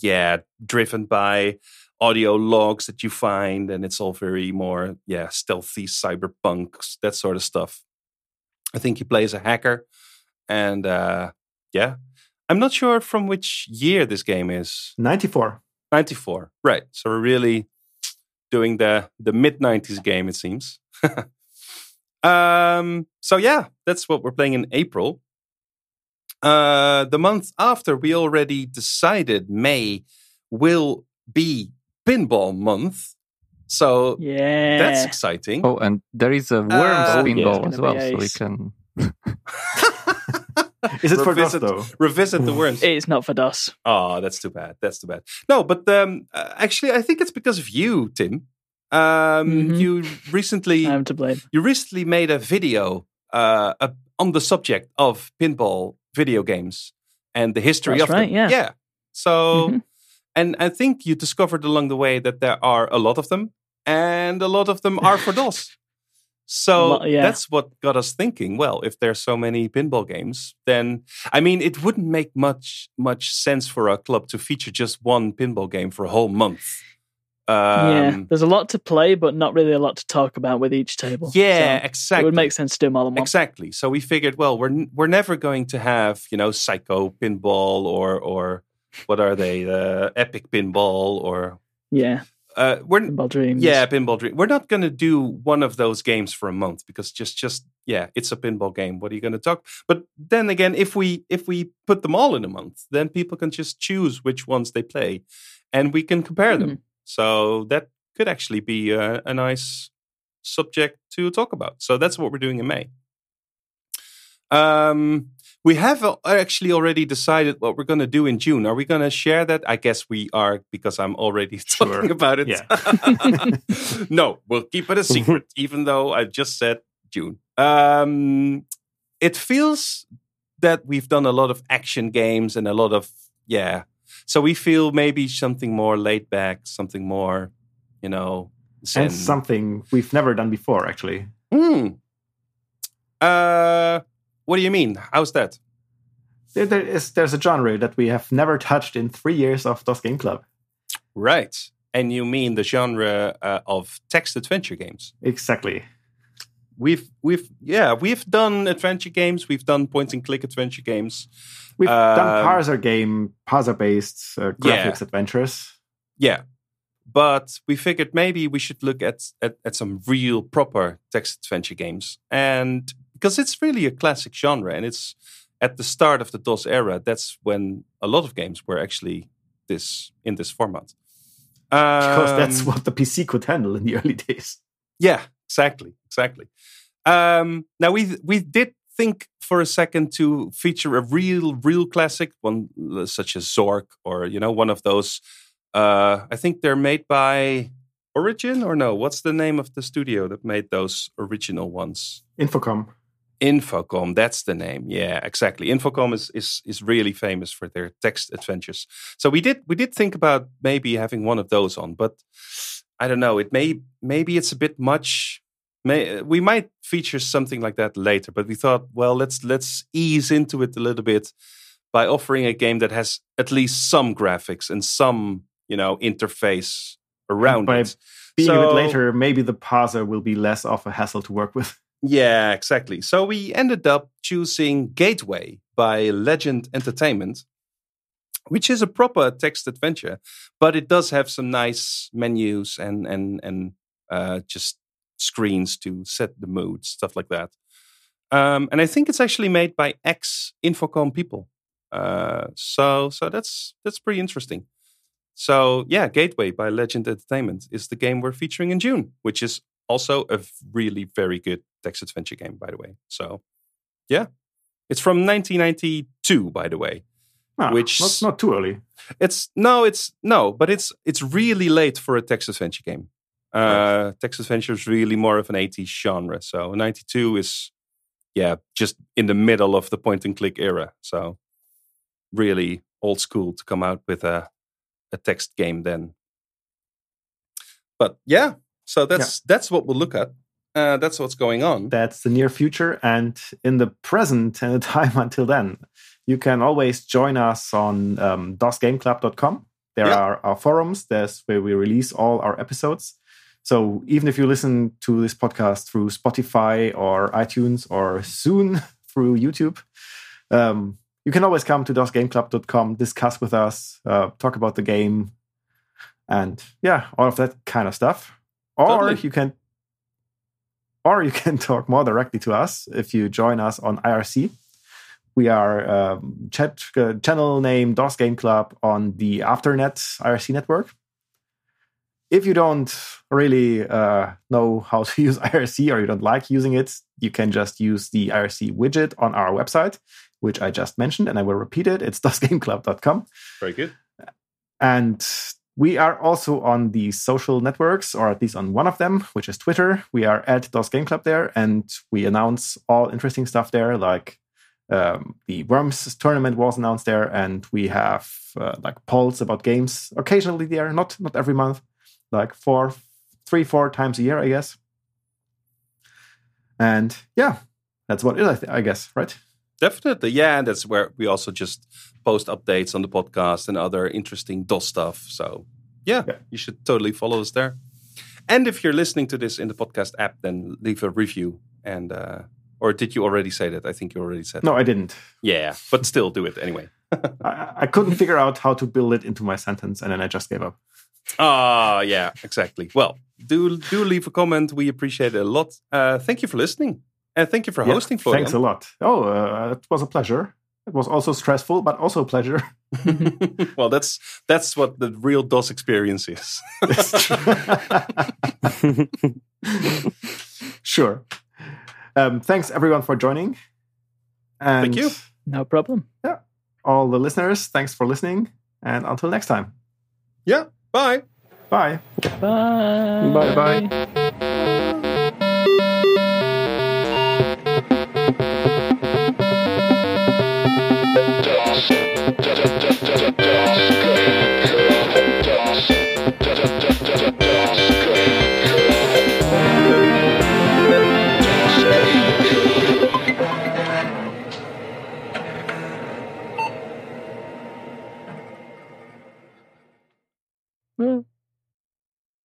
yeah, driven by audio logs that you find, and it's all very more yeah stealthy cyberpunk that sort of stuff. I think he plays a hacker and uh, yeah, I'm not sure from which year this game is. 94. 94, right? So we're really doing the the mid 90s game, it seems. um, so yeah, that's what we're playing in April. Uh, the month after, we already decided May will be pinball month. So Yeah. that's exciting. Oh, and there is a worms Uh, oh, pinball yeah. as well, Gonna so be we ace. can. Is it for us Revisit- though? Revisit the worms. It's not for DOS. Oh, that's too bad. That's too bad. No, but um, uh, actually, I think it's because of you, Tim. Um, Mhm. You recently I'm to blame. you recently made a video uh, uh, on the subject of pinball video games and the history That's of right, them. yeah. yeah. So, Mhm. and I think you discovered along the way that there are a lot of them, and a lot of them are for DOS. So Well, yeah. that's what got us thinking. Well, if there's so many pinball games, then I mean, it wouldn't make much much sense for a club to feature just one pinball game for a whole month. Um, yeah, there's a lot to play, but not really a lot to talk about with each table. yeah, So exactly. It would make sense to do them all in one. Exactly. So we figured, well, we're n- we're never going to have you know Psycho Pinball or or what are they, uh, Epic Pinball or yeah, uh, we're n- Pinball Dreams. yeah Pinball Dream. We're not going to do one of those games for a month because just just yeah, it's a pinball game. What are you going to talk? But then again, if we if we put them all in a month, then people can just choose which ones they play, and we can compare them. So that could actually be a, a nice subject to talk about. So that's what we're doing in May. Um, we have al- actually already decided what we're going to do in June. Are we going to share that? I guess we are because I'm already talking about it. no, we'll keep it a secret, even though I just said June. Um, it feels that we've done a lot of action games and a lot of, yeah. So we feel maybe something more laid back, something more, you know, zen. and something we've never done before, actually. Hmm. Uh, what do you mean? How's that? There, there is, there's a genre that we have never touched in three years of DOS Game Club. Right. And you mean the genre uh, of text adventure games? Exactly. We've we've yeah we've done adventure games. We've done point and click adventure games. We've done Um, parser game, parser based uh, Yeah. graphics adventures. Yeah. But we figured maybe we should look at, at, at some real proper text adventure games. And because it's really a classic genre and it's at the start of the DOS era, that's when a lot of games were actually this in this format. Because that's Um, what the PC could handle in the early days. yeah, exactly, exactly. Um, now we we did think for a second to feature a real, real classic one uh, such as Zork or you know one of those. Uh, I think they're made by Origin or no? What's the name of the studio that made those original ones? Infocom. Infocom, that's the name. Yeah, exactly. Infocom is, is is really famous for their text adventures. So we did we did think about maybe having one of those on, but I don't know. It may maybe it's a bit much. May, we might feature something like that later, but we thought, well, let's let's ease into it a little bit by offering a game that has at least some graphics and some you know interface around by it. Being a So- bit later, maybe the parser will be less of a hassle to work with. yeah, exactly. So we ended up choosing Gateway by Legend Entertainment, which is a proper text adventure, but it does have some nice menus and and and uh, just screens to set the mood, stuff like that. Um, and I think it's actually made by ex Infocom people. Uh, so so that's that's pretty interesting. So yeah, Gateway by Legend Entertainment is the game we're featuring in June, which is also a v- really very good text adventure game, by the way. So, yeah, it's from 1992, by the way. Ah, Which- not, not too early. It's no, it's no, but it's it's really late for a text adventure game. Uh, text adventure is really more of an 80s genre. So 92 is, yeah, just in the middle of the point and click era. So really old school to come out with a a text game then. But yeah, so that's that's what we'll look at. Uh, that's what's going on. That's the near future. And in the present and the time until then, you can always join us on um, dosgameclub.com. There Yeah. are our forums. There's where we release all our episodes. So even if you listen to this podcast through Spotify or iTunes or soon through YouTube, um, you can always come to dosgameclub.com, discuss with us, uh, talk about the game, and yeah, all of that kind of stuff. Or Totally. you can, or you can talk more directly to us if you join us on IRC. We are um, chat uh, channel name DOS Game Club on the Afternet IRC network. If you don't really uh, know how to use IRC or you don't like using it, you can just use the IRC widget on our website, which I just mentioned, and I will repeat it. It's dosgameclub.com. Very good. And we are also on the social networks, or at least on one of them, which is Twitter. We are at DOS Game Club there, and we announce all interesting stuff there, like um, the Worms tournament was announced there, and we have uh, like polls about games occasionally there, not not every month, like four, three, four times a year, I guess. And yeah, that's what it is, I, th- I guess, right? Definitely, yeah. And that's where we also just post updates on the podcast and other interesting DOS stuff. So, yeah, Yeah. you should totally follow us there. And if you're listening to this in the podcast app, then leave a review. And uh, or did you already say that? I think you already said. No, that. I didn't. yeah, but still do it anyway. I, I couldn't figure out how to build it into my sentence, and then I just gave up. Ah, yeah, exactly. Well, do do leave a comment. We appreciate it a lot. Uh, thank you for listening, and thank you for Yeah, hosting for Thanks a lot. Oh, uh, it was a pleasure. It was also stressful, but also a pleasure. well, that's that's what the real DOS experience is. sure. Um, thanks everyone for joining. And Thank you. No problem. All the listeners, thanks for listening. And until next time, yeah. Bye. bye. Bye. Bye-bye. bye.